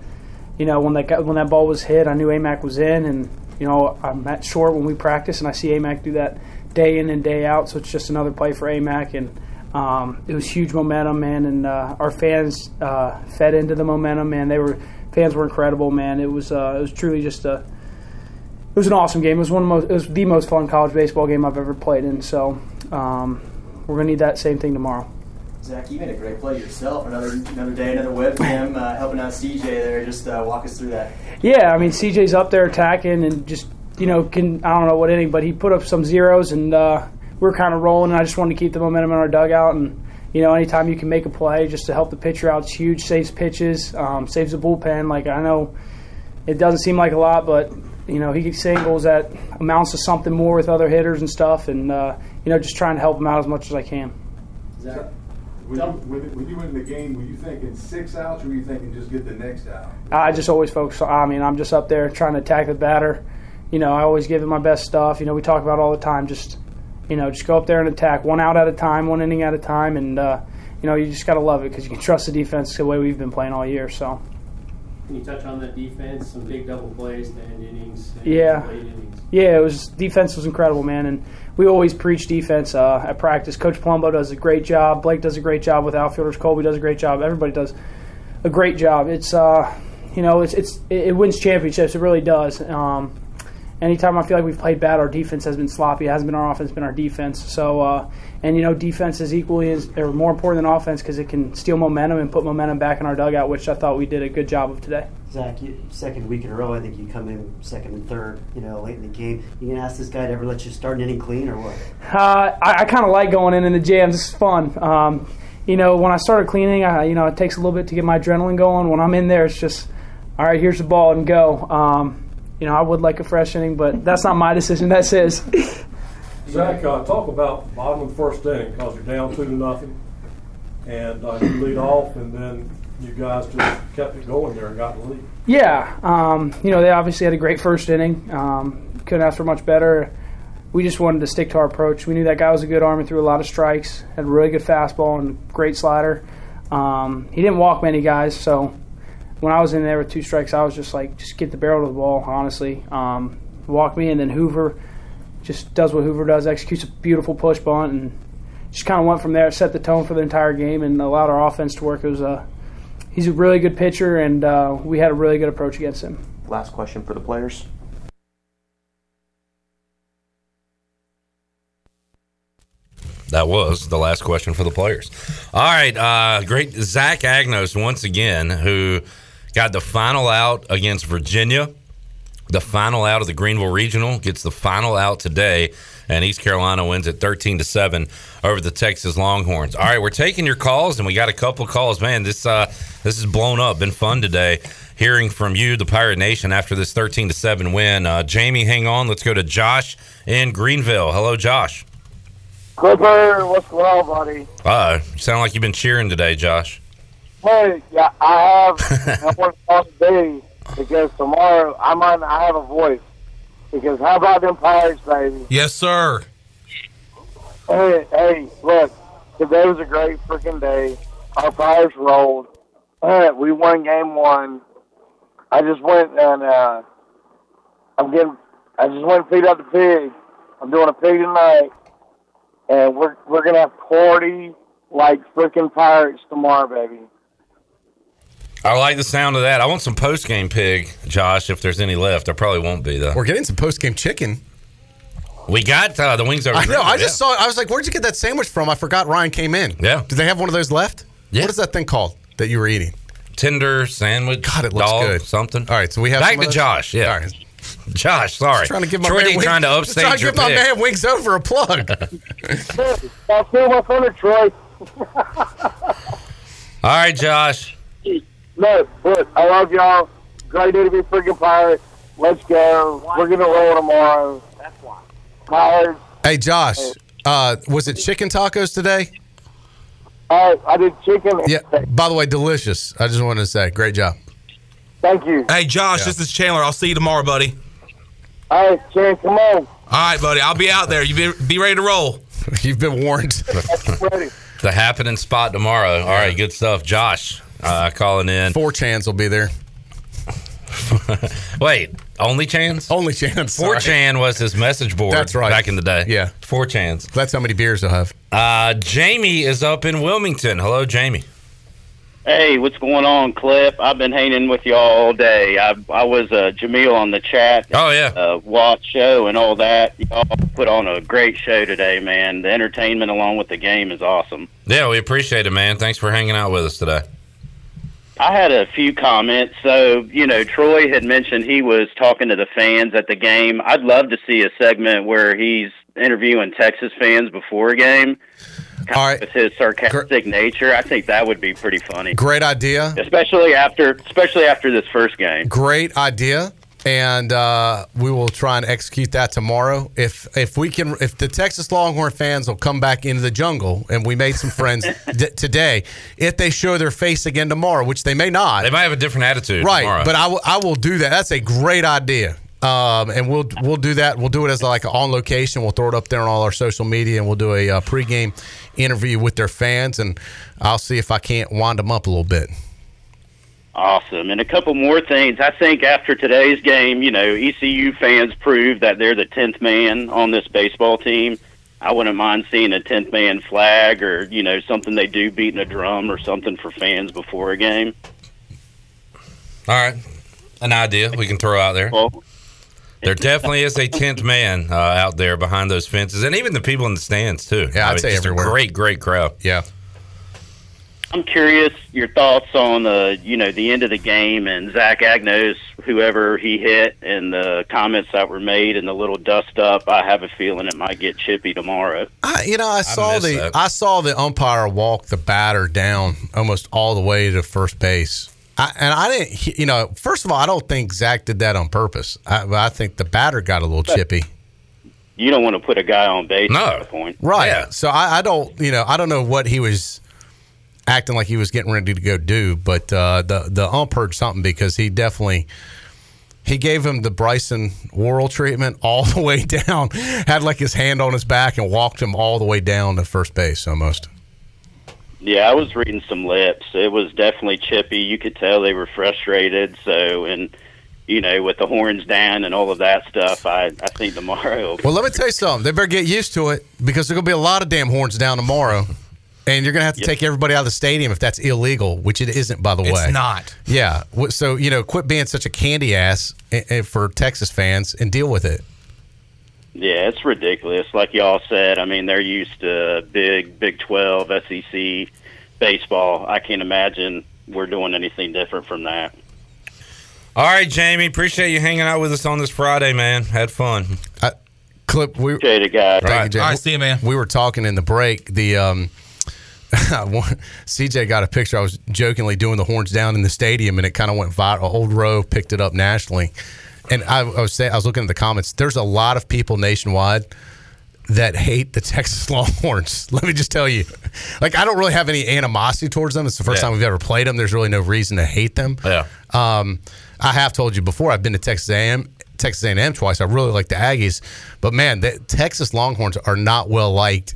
you know when that got, when that ball was hit, I knew Amac was in, and you know I'm not short when we practice, and I see Amac do that day in and day out. So it's just another play for Amac, and um, it was huge momentum, man. And uh, our fans uh, fed into the momentum, man. They were fans were incredible, man. It was uh, it was truly just a it was an awesome game. It was one of the most, it was the most fun college baseball game I've ever played in. So um, we're gonna need that same thing tomorrow.
Zach, you made a great play yourself. Another another day, another web cam uh, helping out CJ there. Just uh, walk us through that.
Yeah, I mean CJ's up there attacking and just you know can I don't know what inning, but he put up some zeros and uh, we were kind of rolling. And I just wanted to keep the momentum in our dugout and you know anytime you can make a play just to help the pitcher out, it's huge. Saves pitches, um, saves the bullpen. Like I know it doesn't seem like a lot, but you know he gets singles that amounts to something more with other hitters and stuff, and uh, you know just trying to help him out as much as I can. Zach, when you, when, when you were in the game, were you thinking six outs or were you thinking just get the next out? I just always focus. on I mean, I'm just up there trying to attack the batter. You you know, I always give it my best stuff. You know, we talk about it all the time. Just, you know, just go up there and attack one out at a time, one inning at a time, and uh, you know, you just gotta love it because you can trust the defense the way we've been playing all year. So.
Can you touch on that defense? Some big double plays to end innings. and
Yeah.
late innings.
Yeah, it was defense was incredible, man, and we always preach defense uh, at practice. Coach Palumbo does a great job. Blake does a great job with outfielders. Colby does a great job. Everybody does a great job. It's uh, you know, it's it's it it wins championships. It really does. Um, anytime I feel like we've played bad, our defense has been sloppy. It hasn't been our offense, it's been our defense. So, uh, and you know, defense is equally as, or more important than offense because it can steal momentum and put momentum back in our dugout, which I thought we did a good job of today.
Zach, you, second week in a row, I think you come in second and third, you know, late in the game. You gonna ask this guy to ever let you start an inning clean or what?
Uh, I, I kind of like going in in the jams. It's fun. Um, you know, when I started cleaning, I, you know, it takes a little bit to get my adrenaline going. When I'm in there, it's just, all right, here's the ball and go. Um, you know, I would like a fresh inning, but that's not my decision. That's his. <laughs>
Zach, uh, talk about bottom of the first inning because you're down two to nothing, and uh, you lead off, and then you guys just kept it going there and got the lead.
Yeah, um, you know they obviously had a great first inning. Um, couldn't ask for much better. We just wanted to stick to our approach. We knew that guy was a good arm and threw a lot of strikes. Had a really good fastball and a great slider. Um, he didn't walk many guys, so when I was in there with two strikes, I was just like, just get the barrel to the ball. Honestly, um, walk me, and then Hoover just does what Hoover does, executes a beautiful push bunt, and just kind of went from there. Set the tone for the entire game and allowed our offense to work. It was a he's a really good pitcher, and uh, we had a really good approach against him.
Last question for the players.
That was the last question for the players. All right, uh, great Zach Agnos once again, who got the final out against Virginia, the final out of the Greenville Regional, gets the final out today, and East Carolina wins at thirteen to seven over the Texas Longhorns. All right, we're taking your calls, and we got a couple calls. Man, this uh, this is blown up. Been fun today. Hearing from you, the Pirate Nation, after this thirteen to seven win. Uh, Jamie, hang on. Let's go to Josh in Greenville. Hello, Josh.
Clipper, what's going on, buddy?
Uh, you sound like you've been cheering today, Josh.
Hey, yeah, I have. I want to talk today because tomorrow I'm on. I have a voice because how about them Pirates, baby?
Yes, sir.
Hey, hey, look, today was a great freaking day. Our Pirates rolled. Uh, we won game one. I just went and uh, I'm getting. I just went and feed up the pig. I'm doing a pig tonight, and we're we're gonna have forty like freaking pirates tomorrow, baby.
I like the sound of that. I want some post game pig, Josh, if there's any left. There probably won't be, though.
We're getting some post game chicken.
We got uh, the wings over
I know.
Greenville,
I just
yeah.
saw. it. I was like, "Where'd you get that sandwich from?" I forgot. Ryan came in.
Yeah.
Do they have one of those left?
Yeah.
What is that thing called that you were eating?
Tender sandwich.
God, it looks
dog,
good.
Something.
All right, so we have
Back
some of
to
those?
Josh, yeah.
All right.
Josh, sorry.
Trying to give my
Troy
man
D
wings-
trying
<laughs>
to
just
upstage
Trying to
your
give my
pick.
man wings over
<laughs>
a plug.
I'll see my friend Troy.
All right, Josh.
Look, look, I love y'all. Great day to be freaking pirate. Let's go. We're gonna roll tomorrow. That's why. Pirates.
hey, Josh. Uh, was it chicken tacos today?
I Oh, I did chicken.
Yeah. By the way, delicious. I just wanted to say, great job.
Thank you.
Hey, Josh, this is Chandler. I'll see you tomorrow, buddy.
All right, Chan, come on.
All right, buddy. I'll be out there. You be, be ready to roll.
<laughs> You've been
<laughs>
warned.
the happening spot tomorrow. All right, good stuff. Josh uh, calling in.
Four chans will be there.
<laughs> Wait, only chans?
Only chans.
Four chan was his message board.
That's right.
Back in the day.
Yeah.
Four chans.
That's how many beers I have.
Uh, Jamie is up in Wilmington. Hello, Jamie.
Hey, what's going on, Cliff? I've been hanging with y'all all day. I I was uh, Jamil on the chat.
Oh yeah,
uh, watch show and all that. Y'all put on a great show today, man. The entertainment along with the game is awesome.
Yeah, we appreciate it, man. Thanks for hanging out with us today.
I had a few comments. So, you know, Troy had mentioned he was talking to the fans at the game. I'd love to see a segment where he's interviewing Texas fans before a game.
All right.
With his sarcastic nature, I think that would be pretty funny.
Great idea.
Especially after especially after this first game.
Great idea. And uh, we will try and execute that tomorrow. If if we can, if the Texas Longhorn fans will come back into the jungle, and we made some
<laughs>
friends d- today, if they show their face again tomorrow, which they may not,
They might have a different attitude.
right?
tomorrow.
But I will I will do that. That's a great idea. Um, and we'll we'll do that. We'll do it as like on location. We'll throw it up there on all our social media, and we'll do a uh, pregame interview with their fans. And I'll see if I can't wind them up a little bit.
Awesome. And a couple more things. I think after today's game, you know, ECU fans proved that they're the 10th man on this baseball team. I wouldn't mind seeing a 10th man flag or, you know, something they do beating a drum or something for fans before a game.
All right, an idea we can throw out there. there definitely is a tenth man uh, out there behind those fences, and even the people in the stands too.
Yeah, I'd say
just a
everywhere.
great, great crowd.
Yeah.
I'm curious your thoughts on the, you know, the end of the game and Zach Agnos, whoever he hit, and the comments that were made and the little dust up. I have a feeling it might get chippy tomorrow.
I, you know, I saw
miss
the
that.
I saw the umpire walk the batter down almost all the way to first base. I, and I didn't, he- you know. First of all, I don't think Zach did that on purpose. I, I think the batter got a little chippy.
You don't want to put a guy on base at that point.
Right. So I, I don't, you know, I don't know what he was acting like he was getting ready to go do, but uh, the the ump heard something because he definitely he gave him the Bryson Worrell treatment all <laughs> the way down. Had like his hand on his back and walked him all the way down to first base almost.
Yeah, I was reading some lips. It was definitely chippy. You could tell they were frustrated. So, and you know, with the horns down and all of that stuff, I I think tomorrow. <laughs>
Well, let me tell you something. They better get used to it because there's gonna be a lot of damn horns down tomorrow. And you're going to have to take everybody out of the stadium if that's illegal, which it isn't, by the way.
It's not.
Yeah. Wh- So, you know, quit being such a candy ass eh, eh, for Texas fans and deal with it.
Yeah, it's ridiculous. Like y'all said, I mean, they're used to big Big Twelve, SEC baseball. I can't imagine we're doing anything different from that.
All right, Jamie, appreciate you hanging out with us on this Friday, man. Had fun.
Clip, we
appreciate it, guys.
All right. All right, see
you, man. We were talking in the break. The um, <laughs> one- CJ got a picture. I was jokingly doing the horns down in the stadium, and it kind of went viral. Old Row picked it up nationally, and I, I was saying, I was looking at the comments. There's a lot of people nationwide that hate the Texas <laughs> Longhorns. Let me just tell you, like I don't really have any animosity towards them. It's the first
Yeah.
time we've ever played them. There's really no reason to hate them.
Yeah.
Um, I have told you before. I've been to Texas A&M, Texas A&M twice. I really like the Aggies, but man, the Texas Longhorns are not well liked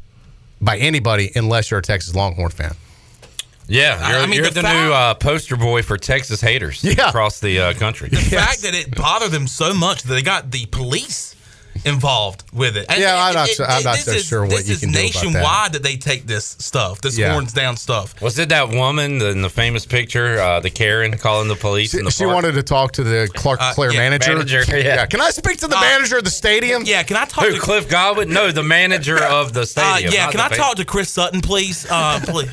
by anybody unless you're a Texas Longhorn fan.
Yeah, you're,
I mean,
you're
the
the, new uh, poster boy for Texas haters across the uh, country.
<laughs>
The fact that it bothered them so much that they got the police involved with it.
Yeah, I'm not so- I'm not
this
so sure what
this
you
is
can do about that.
nationwide that they take this stuff, this
Yeah.
horns down stuff.
Was it that woman in the famous picture, uh, the Karen calling the police? in the
She
park?
wanted to talk to the Clark
Uh,
Claire
yeah,
manager.
manager, <laughs> yeah.
Can I speak to the manager of the stadium?
Uh, Yeah. Can I talk
Who,
to
Cliff Godwin? No, the manager of the
<laughs> Uh,
stadium.
yeah,
not
can
the
I
fa-
talk to Chris Sutton, please? Uh, please.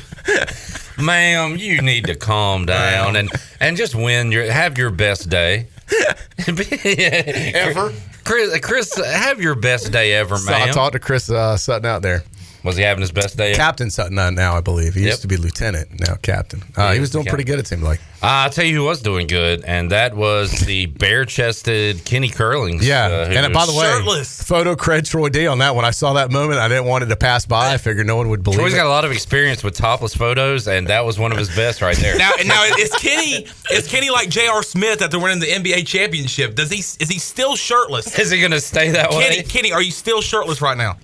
Ma'am, you need to calm down and and just win your have your best day.
<laughs>
ever, Chris, Chris, have your best day ever,
So I
ma'am.
talked to Chris uh, Sutton out there.
Was he having his best day? ever?
Captain Sutton uh, now, I believe. He
Yep.
used to be lieutenant, now captain. Uh, he was doing pretty good, it seemed like.
Uh, I'll tell you who was doing good, and that was the bare chested Kenny Curlings.
Yeah.
uh, who
and by the
was-
way, photo cred Troy D on that one. I saw that moment. I didn't want it to pass by. I figured no one would believe
Troy's
it.
got a lot of experience with topless photos, and that was one of his best right there.
Now, now is Kenny is Kenny like J.R. Smith after winning the NBA championship? Does he is he still shirtless?
Is he going to stay that
Kenny,
way?
Kenny, are you still shirtless right now?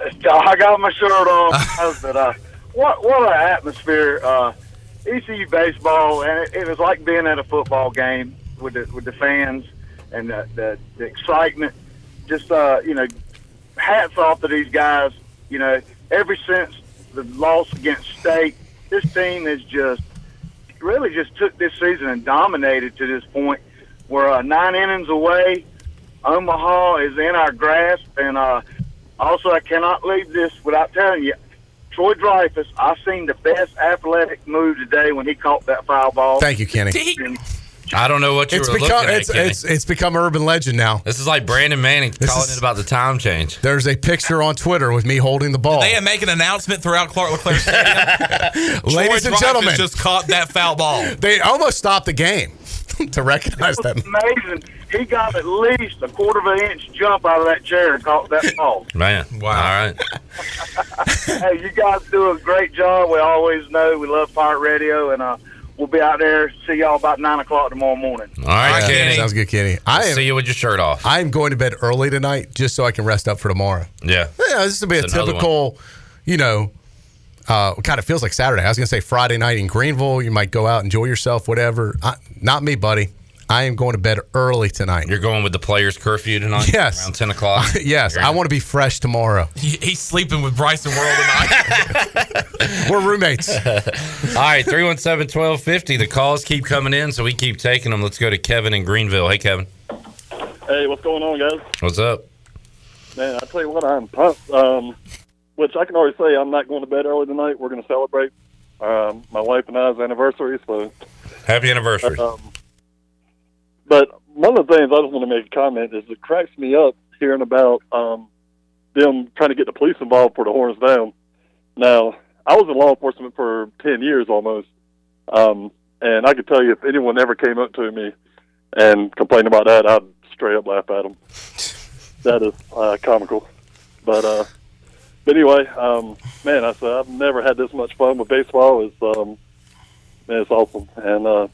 Uh, I got my shirt on. How's that? Uh, what what an atmosphere! Uh, ECU baseball, and it, it was like being at a football game with the, with the fans and the, the, the excitement. Just uh, you know, hats off to these guys. You know, ever since the loss against State, this team has just really just took this season and dominated to this point. We're uh, nine innings away. Omaha is in our grasp, and uh, also I cannot leave this without telling you, Troy Dreyfus. I seen the best athletic move today when he caught that foul ball.
Thank you, Kenny.
<laughs> I don't know what you
It's
were
become
looking at,
it's,
Kenny.
it's it's become urban legend now.
this is like Brandon Manning
This
calling
is-
it about the time change.
There's a picture on Twitter with me holding the ball.
They had make an announcement throughout Clark LeClaire
<laughs>
Stadium.
Ladies
Troy
and
Dreyfus
gentlemen.
just caught that foul ball.
They almost stopped the game <laughs> to recognize
It
that.
was amazing. He got at least a quarter of an inch jump out of that chair and caught that ball.
Man. Wow. All right.
hey, you guys do a great job. We always know we love Pirate Radio, and uh, We'll be out there. See y'all about nine o'clock tomorrow morning.
All right,
Yeah,
Kenny.
Sounds good, Kenny. I am,
See you with your shirt off.
I am going to bed early tonight just so I can rest up for tomorrow.
Yeah.
<laughs> Yeah, this will be a
That's another
typical, you know, uh, kind of feels like Saturday. I was going to say Friday night in Greenville. You might go out, enjoy yourself, whatever. I, not me, buddy. I am going to bed early tonight.
You're going with the players' curfew tonight?
Yes.
Around 10 o'clock?
<laughs> yes, I want to be fresh tomorrow.
He- he's sleeping with Bryson World tonight.
We're
<laughs>
roommates.
<laughs> All right, 317 1250. The calls keep coming in, so we keep taking them. Let's go to Kevin in Greenville. Hey, Kevin.
Hey, what's going on, guys?
What's up?
Man, I tell you what, I'm pumped. Um, which I can already say, I'm not going to bed early tonight. We're going to celebrate um, my wife and I's anniversary. So,
Happy anniversary.
um, but one of the things I just want to make a comment is it cracks me up hearing about um, them trying to get the police involved for the horns down. Now, I was in law enforcement for ten years almost, um, and I could tell you if anyone ever came up to me and complained about that, I'd straight up laugh at them. that is uh, comical, but uh, but anyway, um, man, I said I've never had this much fun with baseball. It's um, man, it's awesome, and uh,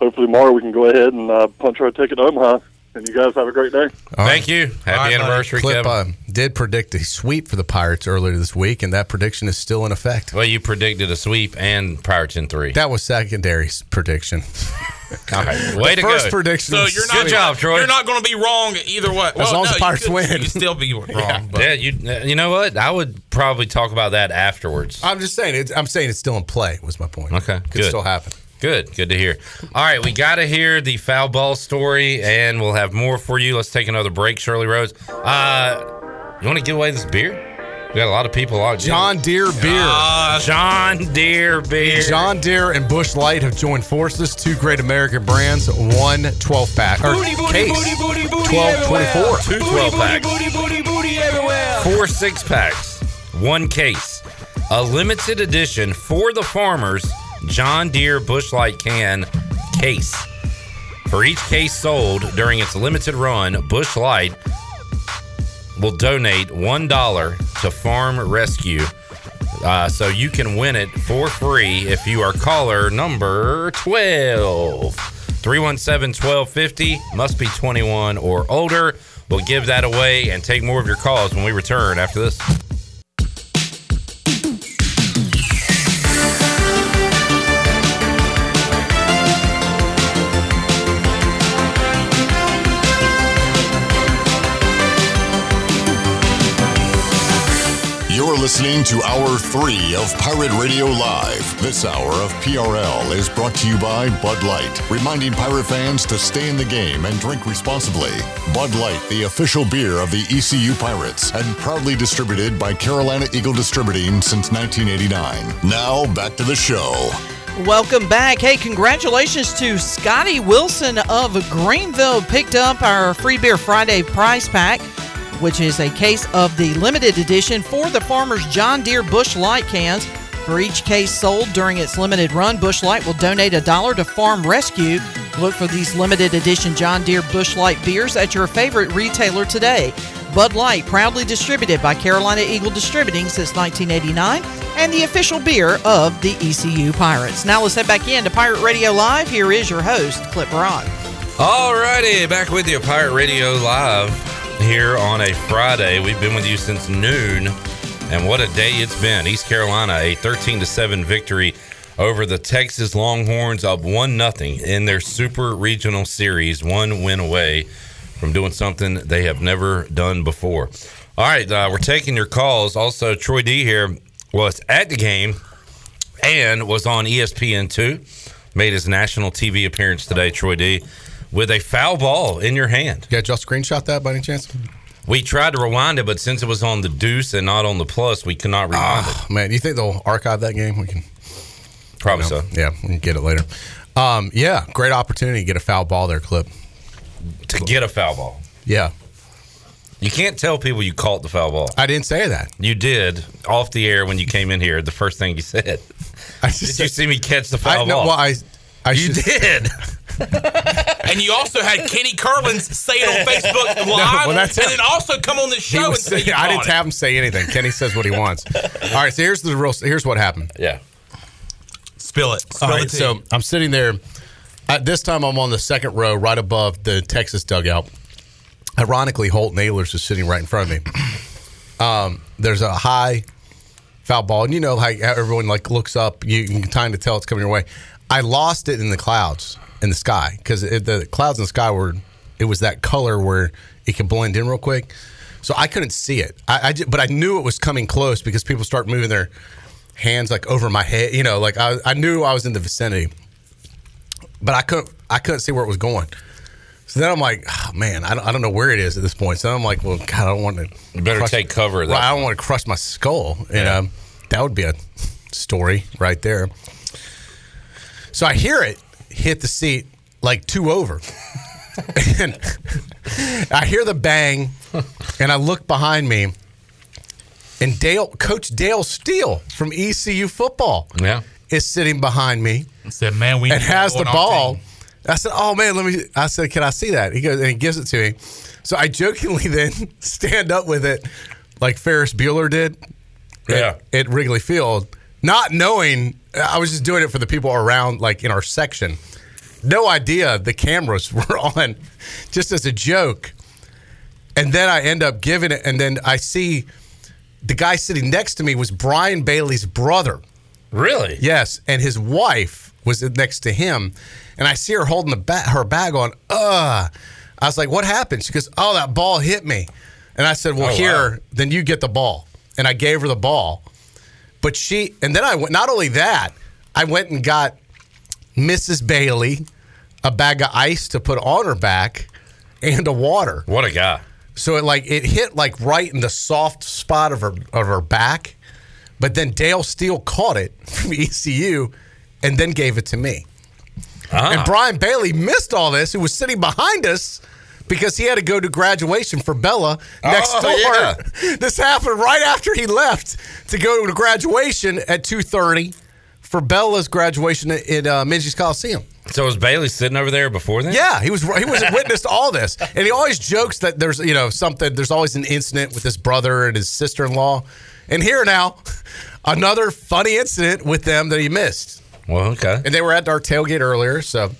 hopefully tomorrow we can go ahead and uh, punch our ticket to Omaha. And you guys have a great day.
Thank you. Happy anniversary,
Clip
Kevin.
um, did predict a sweep for the Pirates earlier this week, and that prediction is still in effect.
Well, you predicted a sweep and Pirates in three.
That was secondary's prediction. <laughs>
All right, way
The
to
first
go.
prediction
So
was
you're not
sweet.
You're not going to be wrong either way. Well,
long as
no,
the Pirates
you could,
win.
you could still be wrong.
<laughs> Yeah, yeah, you, uh, you know what? I would probably talk about that afterwards.
I'm just saying. It's, I'm saying it's still in play. Was my point.
Okay,
could
good.
still happen.
Good, good to hear. All right, we got to hear the foul ball story, and we'll have more for you. Let's take another break, Shirley Rose. Uh, you want to give away this beer? We got a lot of people logged in.
John Deere beer.
John Deere beer.
John Deere and Bush Light have joined forces. Two great American brands. One 12 pack. Or
Booty, booty,
case.
booty, booty, booty
12,
everywhere.
24.
Two 12 packs.
booty, booty everywhere.
Four six packs, one case, a limited edition for the farmers John Deere Bushlight can case. For each case sold during its limited run, Bushlight will donate one dollar to Farm Rescue. Uh, so you can win it for free if you are caller number 12 317 1250 must be 21 or older we'll give that away and take more of your calls when we return after this
You're listening to Hour 3 of Pirate Radio Live. This hour of PRL is brought to you by Bud Light, reminding pirate fans to stay in the game and drink responsibly. Bud Light, the official beer of the ECU Pirates, and proudly distributed by Carolina Eagle Distributing since 1989. Now, back to the show.
Welcome back. Hey, congratulations to Scotty Wilson of Greenville. Picked up our Free Beer Friday prize pack, which is a case of the limited edition for the farmers John Deere Bush Light cans. For each case sold during its limited run, Bush Light will donate a dollar to Farm Rescue. Look for these limited edition John Deere Bush Light beers at your favorite retailer today. Bud Light, proudly distributed by Carolina Eagle Distributing since 1989, and the official beer of the ECU Pirates. Now let's head back in to Pirate Radio Live. Here is your host, Clip Rock.
Alrighty, back with you, Pirate Radio Live here on a Friday. We've been with you since noon, and what a day it's been. East Carolina, a 13 to 7 victory over the Texas Longhorns, up 1 nothing in their super regional series, one win away from doing something they have never done before. All right, uh, we're taking your calls. Also, Troy D here was at the game and was on E ESPN2. Made his national TV appearance today, Troy D, with a foul ball in your hand.
Yeah, y'all screenshot that by any chance?
We tried to rewind it, but since it was on the deuce and not on the plus, we could not rewind it.
Oh, Man, you think they'll archive that game? We can
Probably
you know,
so.
Yeah, we can get it later. Um, yeah, great opportunity to get a foul ball there, Clip.
To get a foul ball.
Yeah,
You can't tell people you caught the foul ball.
I didn't say that.
You did off the air when you came in here. The first thing
<laughs>
you said. did you see me catch the foul
I, no,
ball?
well, I, I
you
should- <laughs>
did.
And you also had Kenny Curlins say
<laughs>
it on Facebook Live,
well, that's
and
him.
then also come on the
He
show and
was
say
saying-
you
I
caught
didn't
it.
have him
<laughs>
say anything. Kenny says what he wants. All right, so here's the real. Here's what happened.
Yeah.
Spill it. Spill
All right,
the tea.
so I'm sitting there. I, this time I'm on the second row, right above the Texas dugout. Ironically, Holt Naylor's is sitting right in front of me. <clears throat> Um, there's a high foul ball, and you know how everyone like looks up. You you can kind of tell it's coming your way. I lost it in the clouds in the sky because the clouds in the sky were it was that color where it can blend in real quick. So I couldn't see it. I, I ju- but I knew it was coming close because people start moving their hands like over my head. You know, like I, I knew I was in the vicinity, but I couldn't I couldn't see where it was going. So then I'm like, oh, man, I don't, I don't know where it is at this point. So I'm like, well, God, I don't want to.
You better take cover at that
Well, I don't want to crush my skull. You know, that would be a story right there. So I hear it hit the seat like two over. <laughs> and I hear the bang, and I look behind me, and Dale, Coach Dale Steele from ECU football,
Yeah.
is sitting behind me.
said, "Man, we
and
need to
has
go
the
on our
ball." I said, "Oh man, let me." I said, "Can I see that?" He goes and he gives it to me. So I jokingly <laughs> then stand up with it, like Ferris Bueller did,
Yeah.
at, at Wrigley Field, not knowing I was just doing it for the people around, like in our section. No idea the cameras <laughs> were on, just as a joke. And then I end up giving it, and then I see the guy sitting next to me was Brian Bailey's brother.
Really?
Yes, and his wife was next to him, and I see her holding the ba- her bag on. Uh, I was like, "What happened?" She goes, "Oh, that ball hit me," and I said, "Well,
Oh,
here,
wow.
then you get the ball," and I gave her the ball. But she, and then I went. Not only that, I went and got Mrs. Bailey a bag of ice to put on her back and a water.
What a guy!
So it like it hit like right in the soft spot of her of her back, but then Dale Steele caught it from ECU, and then gave it to me.
Ah.
And Brian Bailey missed all this, who was sitting behind us because he had to go to graduation for Bella next
Oh,
door.
yeah.
<laughs> This happened right after he left to go to graduation at 2.30 for Bella's graduation at, at uh, Minji's Coliseum.
So was Bailey sitting over there before then?
Yeah, he was he was witness to all this, and he always jokes that there's you know something. There's always an incident with his brother and his sister in law, and here now, another funny incident with them that he missed.
Well, Oh, okay.
And they were at our tailgate earlier, so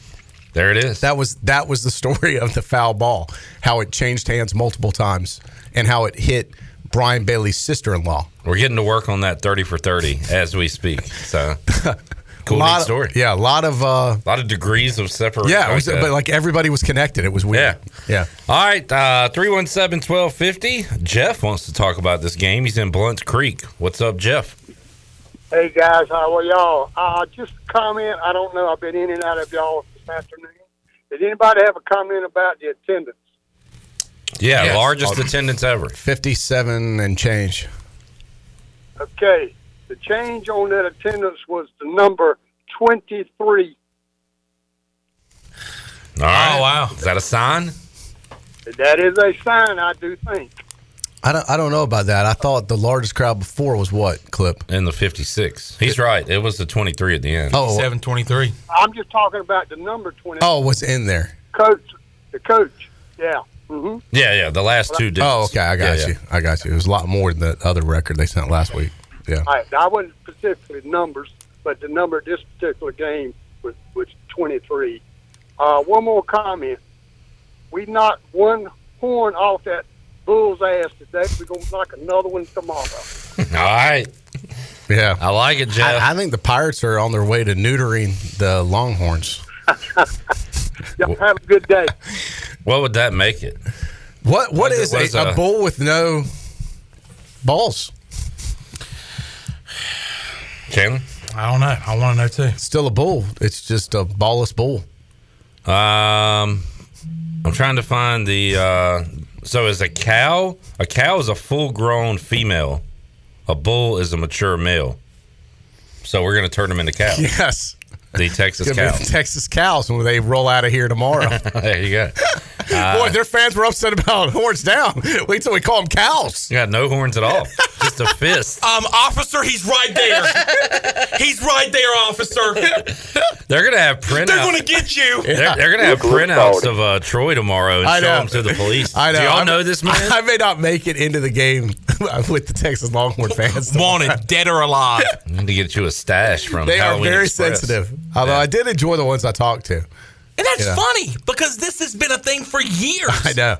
there it is.
That was that was the story of the foul ball, how it changed hands multiple times, and how it hit Brian Bailey's sister in law.
We're getting to work on that thirty for thirty as we speak.
<laughs>
So cool neat
lot of-
story.
yeah, a lot of uh,
a lot of degrees of separation.
yeah, it was,
that.
but like everybody was connected. It was weird. Yeah,
All right, uh, 317-1250. Jeff wants to talk about this game. He's in Blunt's Creek. What's up, Jeff?
Hey guys, how are y'all? Uh, just a comment. I don't know. I've been in and out of y'all this afternoon. Did anybody have a comment about the attendance?
Yeah, largest attendance ever.
fifty-seven and change.
Okay, the change on that attendance was the number twenty-three.
All right. Oh wow, is that a sign?
That is a sign, I do think.
I don't, I don't know about that. I thought the largest crowd before was what clip?
In the fifty-six. He's right. It was the twenty-three at the end.
Oh.
seven twenty-three.
I'm just talking about the number twenty.
Oh, was in there.
coach, the coach. Yeah. hmm
Yeah, yeah. The last two. Digits.
Oh, okay. I got
Yeah, yeah.
you. I got you. It was a lot more than the other record they sent last week. Yeah.
All right. I wasn't specifically numbers, but the number of this particular game was, was 23. Uh, one more comment. We knocked one horn off that bull's ass today. We're going to knock another one tomorrow.
<laughs> All right.
Yeah.
I like it,
Jeff. I, think the Pirates are on their way to neutering the Longhorns.
<laughs> Y'all have a good day.
What would that make it?
What
What
what
is-
is,
what is
a,
a-
a bull with no balls?
Chandler?
I don't know. I want to know too.
Still a bull. It's just a ballless bull.
Um, I'm trying to find the. Uh, so is a cow? A cow is a full-grown female. A bull is a mature male. So we're gonna turn them into cows.
Yes.
The Texas
It's gonna <laughs>
cow.
be the Texas cows when they roll out of here tomorrow.
<laughs> there you go. <laughs>
<laughs>
Uh,
Boy, their fans were upset about <laughs> horns down. Wait till we call them cows.
You got no horns
<laughs>
at all. Just a fist.
Um, officer, he's right there.
<laughs>
he's right there, officer.
They're gonna have printouts.
They're gonna get
<laughs>
you.
They're, they're gonna have printouts of uh, Troy tomorrow and
I
show
know.
them to the police.
I know.
Do y'all
I'm-
know this man?
<laughs> I may not make it into the game <laughs> with the Texas Longhorn fans.
<laughs> Wanted
dead
<laughs>
or alive.
Need to get you a stash from.
They are
Halloween
very
Express.
sensitive. Although I did enjoy the ones I talked to.
And that's
Yeah.
funny because this has been a thing
<laughs>
for years.
I know.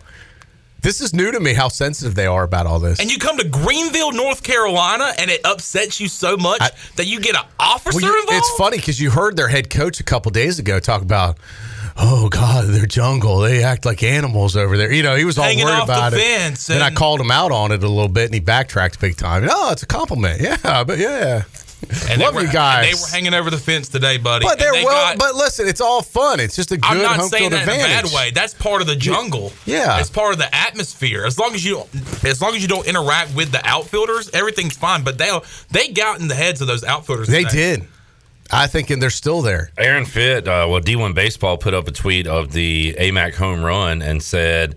This is new to me how sensitive they are about all this.
And you come to Greenville, North Carolina, and it upsets you so much that you get an officer
Well, you-
involved.
It's funny because you heard their head coach a couple days ago talk about, oh God, they're jungle. They act like animals over there. You know, he was all
Hanging
worried
off the
about it.
fence
then I
and-
called him out on it a little bit, and he backtracked big time. Oh, it's a compliment. Yeah, but yeah,
And they
love
were-
you guys.
They were hanging over the fence today, buddy.
but
and
they're
they
well.
got-
but listen, it's all fun. It's just a good
I'm not
home
saying
field
that
advantage.
in a bad way. That's part of the jungle.
Yeah.
it's part of the atmosphere. As long as you, as long as you don't interact with the outfielders, everything's fine. But they they got in the heads of those outfielders.
They
today.
did. I think, and they're still there.
Aaron Fitt, uh, well, D1 Baseball put up a tweet of the AMAC home run and said,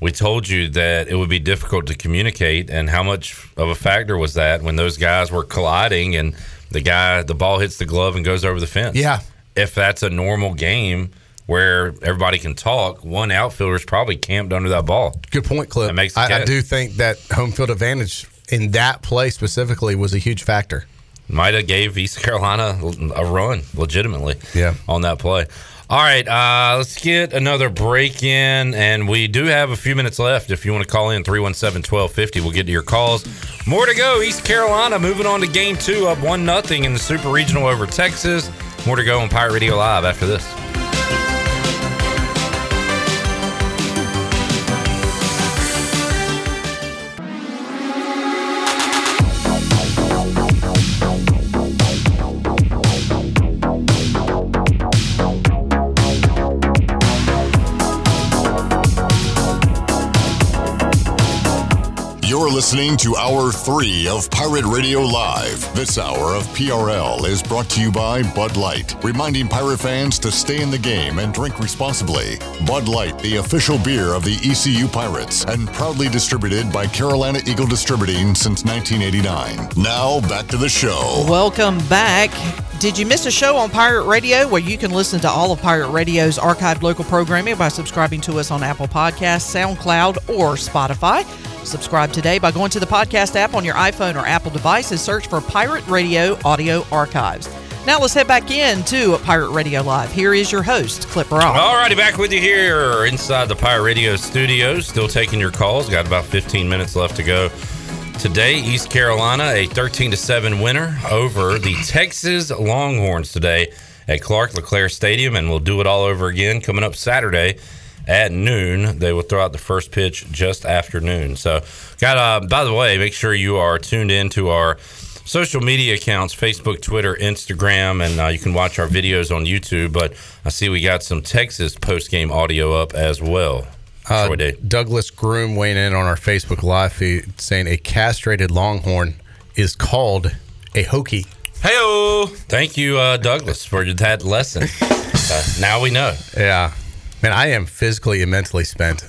We told you that it would be difficult to communicate. And how much of a factor was that when those guys were colliding and the guy, the ball hits the glove and goes over the fence?
Yeah.
If that's a normal game where everybody can talk, one outfielder's probably camped under that ball.
Good point, Clip.
That makes the
I, I
catch.
do think that home field advantage in that play specifically was a huge factor.
might have gave East Carolina a run legitimately.
Yeah.
on that play. All right, uh, let's get another break in, and we do have a few minutes left. If you want to call in 317-1250, we'll get to your calls. More to go. East Carolina moving on to game two, up one nothing in the Super Regional over Texas. More to go on Pirate Radio Live after this.
You're listening to Hour 3 of Pirate Radio Live. This hour of PRL is brought to you by Bud Light, reminding pirate fans to stay in the game and drink responsibly. Bud Light, the official beer of the ECU Pirates, and proudly distributed by Carolina Eagle Distributing since 1989. Now, back to the show.
Welcome back. Did you miss a show on Pirate Radio? Well, you can listen to all of Pirate Radio's archived local programming by subscribing to us on Apple Podcasts, SoundCloud, or Spotify. Subscribe today by going to the podcast app on your iPhone or Apple device and search for Pirate Radio Audio Archives. Now let's head back in to Pirate Radio Live. Here is your host, Clip Rock.
All righty, back with you here inside the Pirate Radio studios. Still taking your calls. Got about 15 minutes left to go. Today, East Carolina, a 13 to 7 winner over the Texas Longhorns today at Clark LeClaire Stadium, and we'll do it all over again coming up Saturday at noon. They will throw out the first pitch just after noon. So, got uh, by the way, make sure you are tuned in to our social media accounts Facebook, Twitter, Instagram, and uh, you can watch our videos on YouTube. But I see we got some Texas post game audio up as well.
Uh,
Troy Day.
Douglas Groom weighing in on our Facebook live feed saying a castrated longhorn is called a hokey.
Hey, thank you, uh, Douglas, for
<laughs>
that lesson. Uh, now we know.
Yeah. Man, I am physically and mentally spent.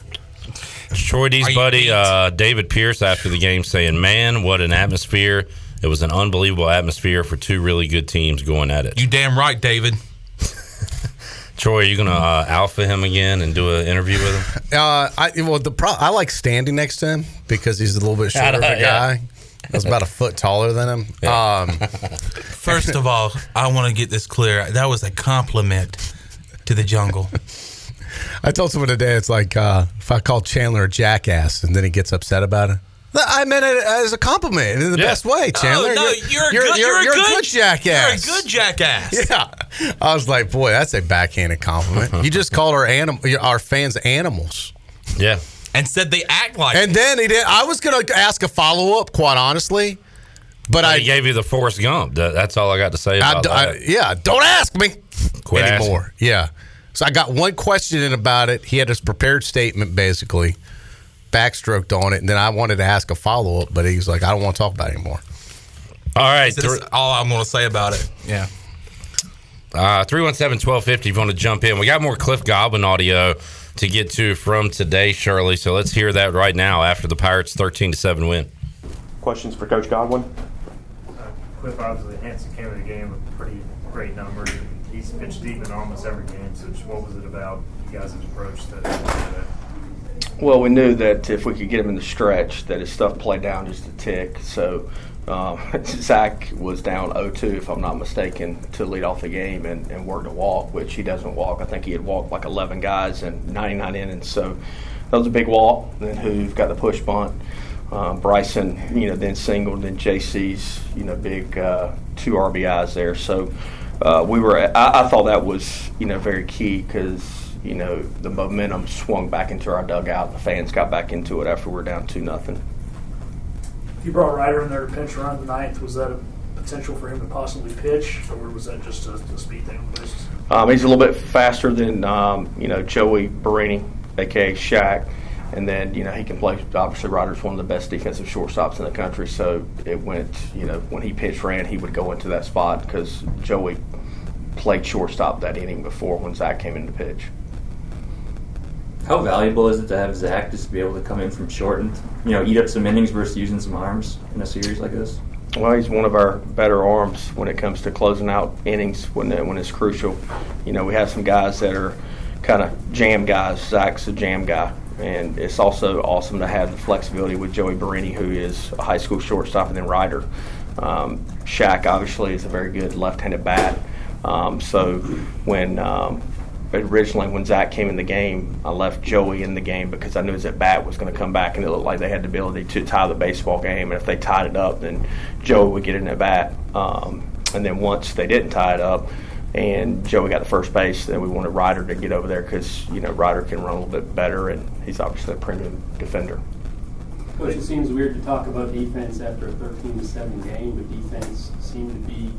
Troy D's buddy uh, David Pierce after the game saying, "Man, what an atmosphere! It was an unbelievable atmosphere for two really good teams going at it."
You damn right, David.
<laughs> Troy, are you gonna uh, alpha him again and do an interview with him?
Uh, I well the pro- I like standing next to him because he's a little bit shorter of a
Yeah.
guy. I was about a foot taller than him. Um,
<laughs> First of all, I want to get this clear. That was a compliment to the jungle.
I told someone today it's like uh, if I call Chandler a jackass and then he gets upset about it. <laughs> I meant it as a compliment in the best way, Chandler.
Oh, no,
You're-
you're, a
you're- you're-
good, you're,
you're
a good
jackass.
You're a good jackass.
Yeah. I was like, boy, that's a backhanded compliment. You just called our animal, our fans animals.
Yeah.
And said they act like.
And then he did. I was gonna ask a follow up, quite honestly, but I,
he gave Oh, you the Forrest Gump. That- That's all I got to say
I,
about
d- I-
that.
yeah, don't ask me
Quit asking.
anymore. Yeah. So I got one question in about it. He had his prepared statement basically, backstroked on it, and then I wanted to ask a follow up, but he was like, I don't want to talk about it anymore.
All right,
That's all I'm going to say about it. Yeah.
Uh, 317 1250 if you want to jump in. We got more Cliff Goblin audio to get to from today, Shirley. So let's hear that right now after the Pirates' 13 to 7 win.
Questions for Coach Godwin?
Cliff obviously Hanson came to the game with pretty great numbers. He's pitched deep in almost every game. So, just what was it about you guys' approach that? that
Well, we knew that if we could get him in the stretch, that his stuff played down just a tick. So um, <laughs> Zach was down 0-2, if I'm not mistaken, to lead off the game and, and worked a walk, which he doesn't walk. I think he had walked like 11 guys in 99 innings. So that was a big walk. Then Hoove got the push bunt. Um, Bryson, you know, then singled. Then JC's, you know, big uh, two RBIs there. So uh, we were. I, I thought that was, you know, very key because you know the momentum swung back into our dugout. The fans got back into it after we were down two nothing.
You brought Ryder in there to pinch run in the ninth. Was that a potential for him to possibly pitch, or was that just a, a speed thing? on the bases?
Um, he's a little bit faster than um, you know Joey Barini, aka Shaq, and then you know he can play. Obviously, Ryder's one of the best defensive shortstops in the country. So it went you know when he pitched ran, he would go into that spot because Joey played shortstop that inning before when Zach came in to pitch.
How valuable is it to have Zach just be able to come in from short and you know eat up some innings versus using some arms in a series like this?
Well, he's one of our better arms when it comes to closing out innings when uh, when it's crucial. You know, we have some guys that are kind of jam guys. Zach's a jam guy, and it's also awesome to have the flexibility with Joey Barini, who is a high school shortstop, and then Ryder. Um, Shaq obviously is a very good left-handed bat. Um, so when um, originally when Zach came in the game, I left Joey in the game because I knew his at bat was going to come back, and it looked like they had the ability to tie the baseball game. And if they tied it up, then Joey would get an at bat. Um, and then once they didn't tie it up, and Joey got the first base, then we wanted Ryder to get over there because you know Ryder can run a little bit better, and he's obviously a premium defender.
Coach, it seems weird to talk about defense after a 13 to 7 game, but defense seemed to be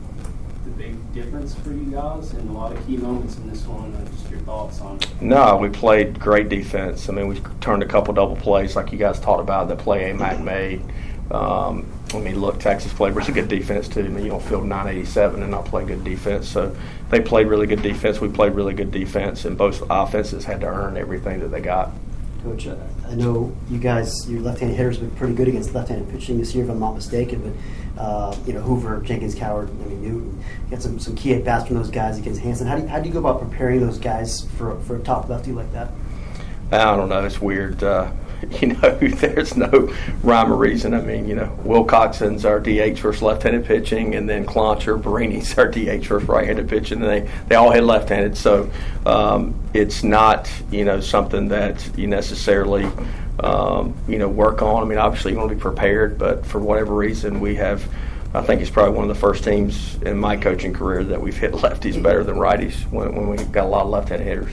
the big difference for you guys and a lot of key moments in this one. Uh, just your thoughts on it.
No, we played great defense. I mean, we turned a couple double plays like you guys talked about the play AMAC made. Um, I mean, look, Texas played really good defense too. I mean, you don't field 987 and not play good defense. So they played really good defense. We played really good defense, and both offenses had to earn everything that they got.
Coach, uh, I know you guys, your left-handed hitters have been pretty good against left-handed pitching this year, if I'm not mistaken. But uh, you know, Hoover, Jenkins, Coward, I mean, Newton, you got some, some key at bats from those guys against Hanson. How do you, how do you go about preparing those guys for for a top lefty like that?
I don't know. It's weird. Uh, <laughs> you know, there's no rhyme or reason. I mean, you know, Wilcoxon's our DH versus left-handed pitching, and then Cloncher, Barini's our DH versus right-handed pitching. And they they all hit left-handed, so um, it's not you know something that you necessarily um, you know work on. I mean, obviously you want to be prepared, but for whatever reason, we have. I think it's probably one of the first teams in my coaching career that we've hit lefties better than righties when, when we got a lot of left-handed hitters.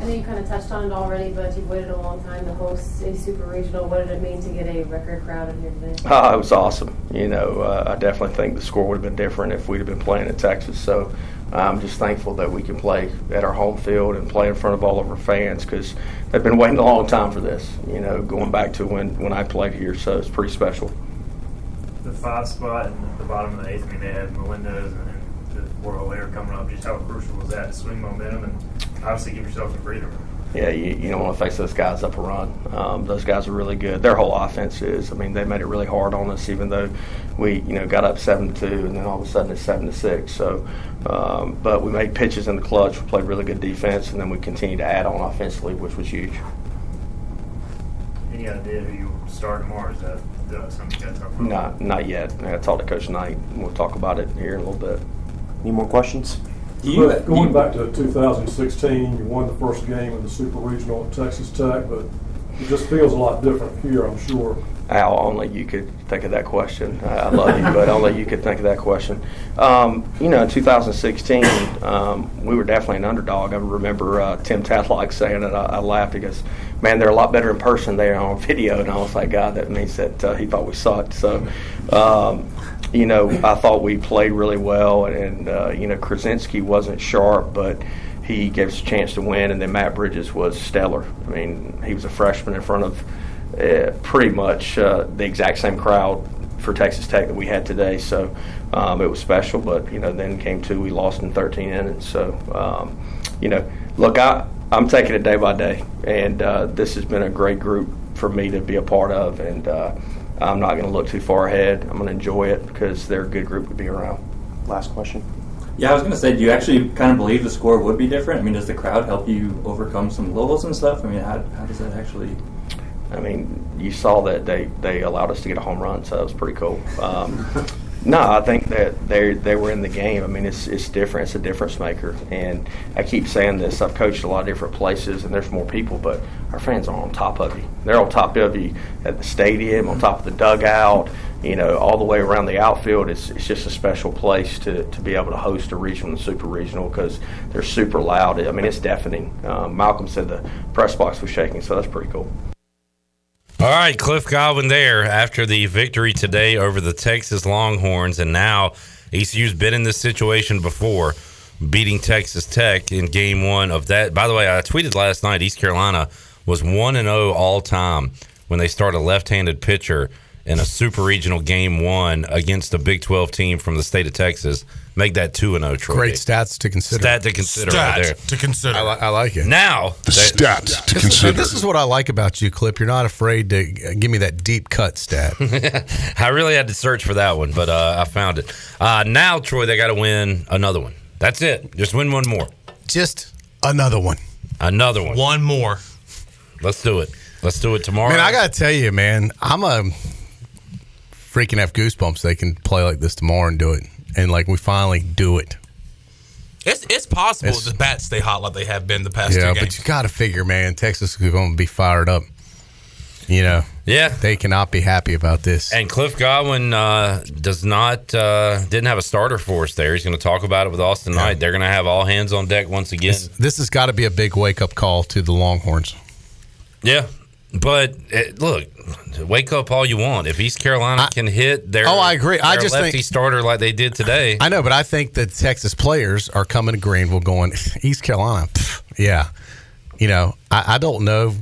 I know you kind of touched on it already, but you've waited a long time to host a super regional. What did it mean to get a record crowd in here
<laughs>
today?
Uh, it was awesome. You know, uh, I definitely think the score would have been different if we'd have been playing in Texas. So I'm just thankful that we can play at our home field and play in front of all of our fans because they've been waiting a long time for this, you know, going back to when, when I played here. So it's pretty special.
The five spot and the bottom of the eighth. I mean, they had Melendez and then the world layer coming up. Just how crucial was that to swing momentum and obviously give yourself a breather?
yeah, you, you don't want to face those guys up a run. Um, those guys are really good. Their whole offense is. I mean, they made it really hard on us, even though we, you know, got up seven to two, and then all of a sudden it's seven to six. So, um, but we made pitches in the clutch. We played really good defense, and then we continued to add on offensively, which was huge.
Any idea who you start tomorrow? Is that, is that something you got to talk about?
Not, not yet. I talked to Coach Knight. and We'll talk about it here in a little bit. Any more questions?
But going back to 2016, you won the first game in the Super Regional at Texas Tech, but it just feels a lot different here, I'm sure.
Al, only you could think of that question. I I love you, but only you could think of that question. Um, you know, in 2016, um, we were definitely an underdog. I remember uh, Tim Tadlock saying it. I, I laughed because, man, they're a lot better in person than they are on video. And I was like, God, that means that uh, he thought we sucked. So, um, you know, I thought we played really well. And, uh, you know, Krasinski wasn't sharp, but he gave us a chance to win. And then Matt Bridges was stellar. I mean, he was a freshman in front of uh, pretty much uh, the exact same crowd for Texas Tech that we had today. So um, it was special. But you know, then came two, we lost in 13 innings. So um, you know, look, I I'm taking it day by day, and uh, this has been a great group for me to be a part of, and uh, I'm not going to look too far ahead. I'm going to enjoy it because they're a good group to be around. Last question.
Yeah, I was going to say, do you actually kind of believe the score would be different? I mean, does the crowd help you overcome some lulls and stuff? I mean, how, how does that actually?
I mean, you saw that they, they allowed us to get a home run, so that was pretty cool. Um, <laughs> no, I think that they they were in the game. I mean, it's it's different. It's a difference maker. And I keep saying this. I've coached a lot of different places, and there's more people, but our fans are on top of you. They're on top of you at the stadium, on top of the dugout. You know, all the way around the outfield. It's it's just a special place to, to be able to host a regional and super regional because they're super loud. I mean, it's deafening. Um, Malcolm said the press box was shaking, so that's pretty cool.
All right, Cliff Godwin there after the victory today over the Texas Longhorns. And now ECU's been in this situation before, beating Texas Tech in game one of that. By the way, I tweeted last night East Carolina was 1 and 0 all time when they start a left handed pitcher in a super regional game one against a Big 12 team from the state of Texas. Make that 2 and 0 Troy.
Great stats to consider.
Stat to consider
Stat
right there.
To consider.
I, li- I like it. Now,
The
stat
This is- This is what I like about you, Clip. You're not afraid to uh, give me that deep cut
<laughs>
stat.
I really had to search for that one, but uh, I found it. Uh, now, Troy, they got to win another one. That's it. Just win one more.
Just another one.
Another one.
One more.
Let's do it. Let's do it tomorrow.
Man, I gotta tell you, man, I'm a freaking have goosebumps. They can play like this tomorrow and do it, and like we finally do it.
It's it's possible
It's-
the bats stay hot like they have been the past
yeah,
two games.
but you gotta figure, man, Texas is going to be fired up. You know,
yeah,
they cannot be happy about this.
And Cliff Godwin uh, does not uh, didn't have a starter for us there. He's going to talk about it with us tonight. They're going to have all hands on deck once again.
This has got to be a big wake up call to the Longhorns.
yeah, but it, look, wake up all you want. If East Carolina can hit their
Oh, I agree. I
their
just
lefty
think-
starter like they did today.
I know, but I think the Texas players are coming to Greenville going, <laughs> East Carolina. pff, yeah. You know, I, I don't know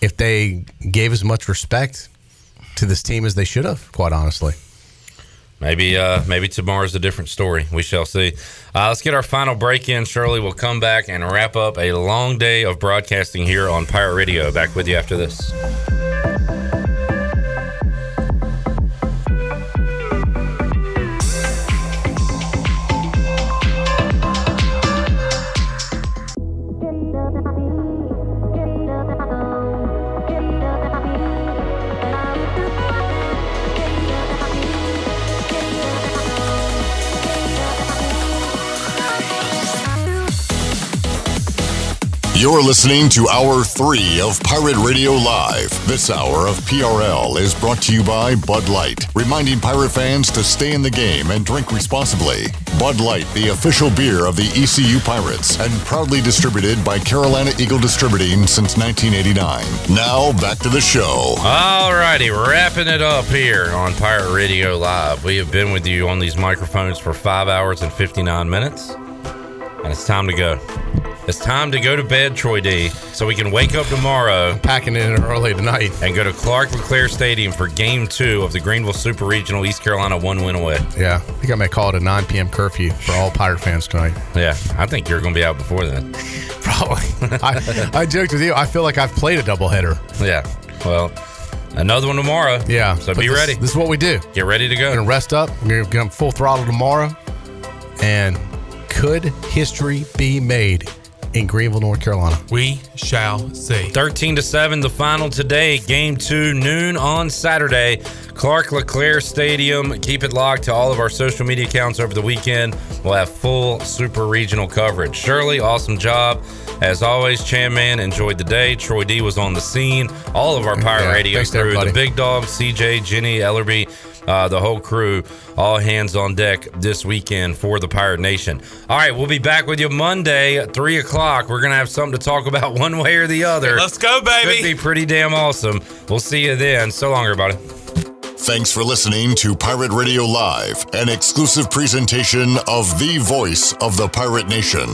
if they gave as much respect to this team as they should have, quite honestly.
Maybe uh, maybe tomorrow's a different story. We shall see. Uh, let's get our final break in. Shirley will come back and wrap up a long day of broadcasting here on Pirate Radio. Back with you after this.
You're listening to Hour 3 of Pirate Radio Live. This hour of PRL is brought to you by Bud Light, reminding pirate fans to stay in the game and drink responsibly. Bud Light, the official beer of the ECU Pirates, and proudly distributed by Carolina Eagle Distributing since 1989. Now, back to the show.
All righty, wrapping it up here on Pirate Radio Live. We have been with you on these microphones for five hours and 59 minutes, and it's time to go. It's time to go to bed, Troy D, so we can wake up tomorrow.
packing in early tonight.
And go to Clark LeClaire Stadium for game two of the Greenville Super Regional East Carolina one win away.
Yeah. I think I may call it a 9 p.m. curfew for all Pirate fans tonight.
Yeah, I think you're going to be out before then.
Probably. <laughs> I,
<laughs>
I joked with you. I feel like I've played a doubleheader.
Yeah. Well, another one tomorrow.
Yeah.
So
But
be
this-
ready.
This is what we do.
Get ready to
We're
go.
gonna rest up. We're gonna come full throttle tomorrow. And could history be made in Greenville, North Carolina?
We shall see.
13 to 7, the final today. Game two, noon on Saturday. Clark LeClaire Stadium. Keep it locked to all of our social media accounts over the weekend. We'll have full super regional coverage. Shirley, awesome job. As always, Chan Man enjoyed the day. Troy D was on the scene. All of our Pirate
Yeah,
Radio
thanks to
crew, the
everybody.
Big Dog, CJ, Jenny, Ellerby, uh, the whole crew, all hands on deck this weekend for the Pirate Nation. All right, we'll be back with you Monday at 3 o'clock. We're going to have something to talk about one way or the other.
Let's go, baby.
Could be pretty damn awesome. We'll see you then. So long, everybody.
Thanks for listening to Pirate Radio Live, an exclusive presentation of the voice of the Pirate Nation.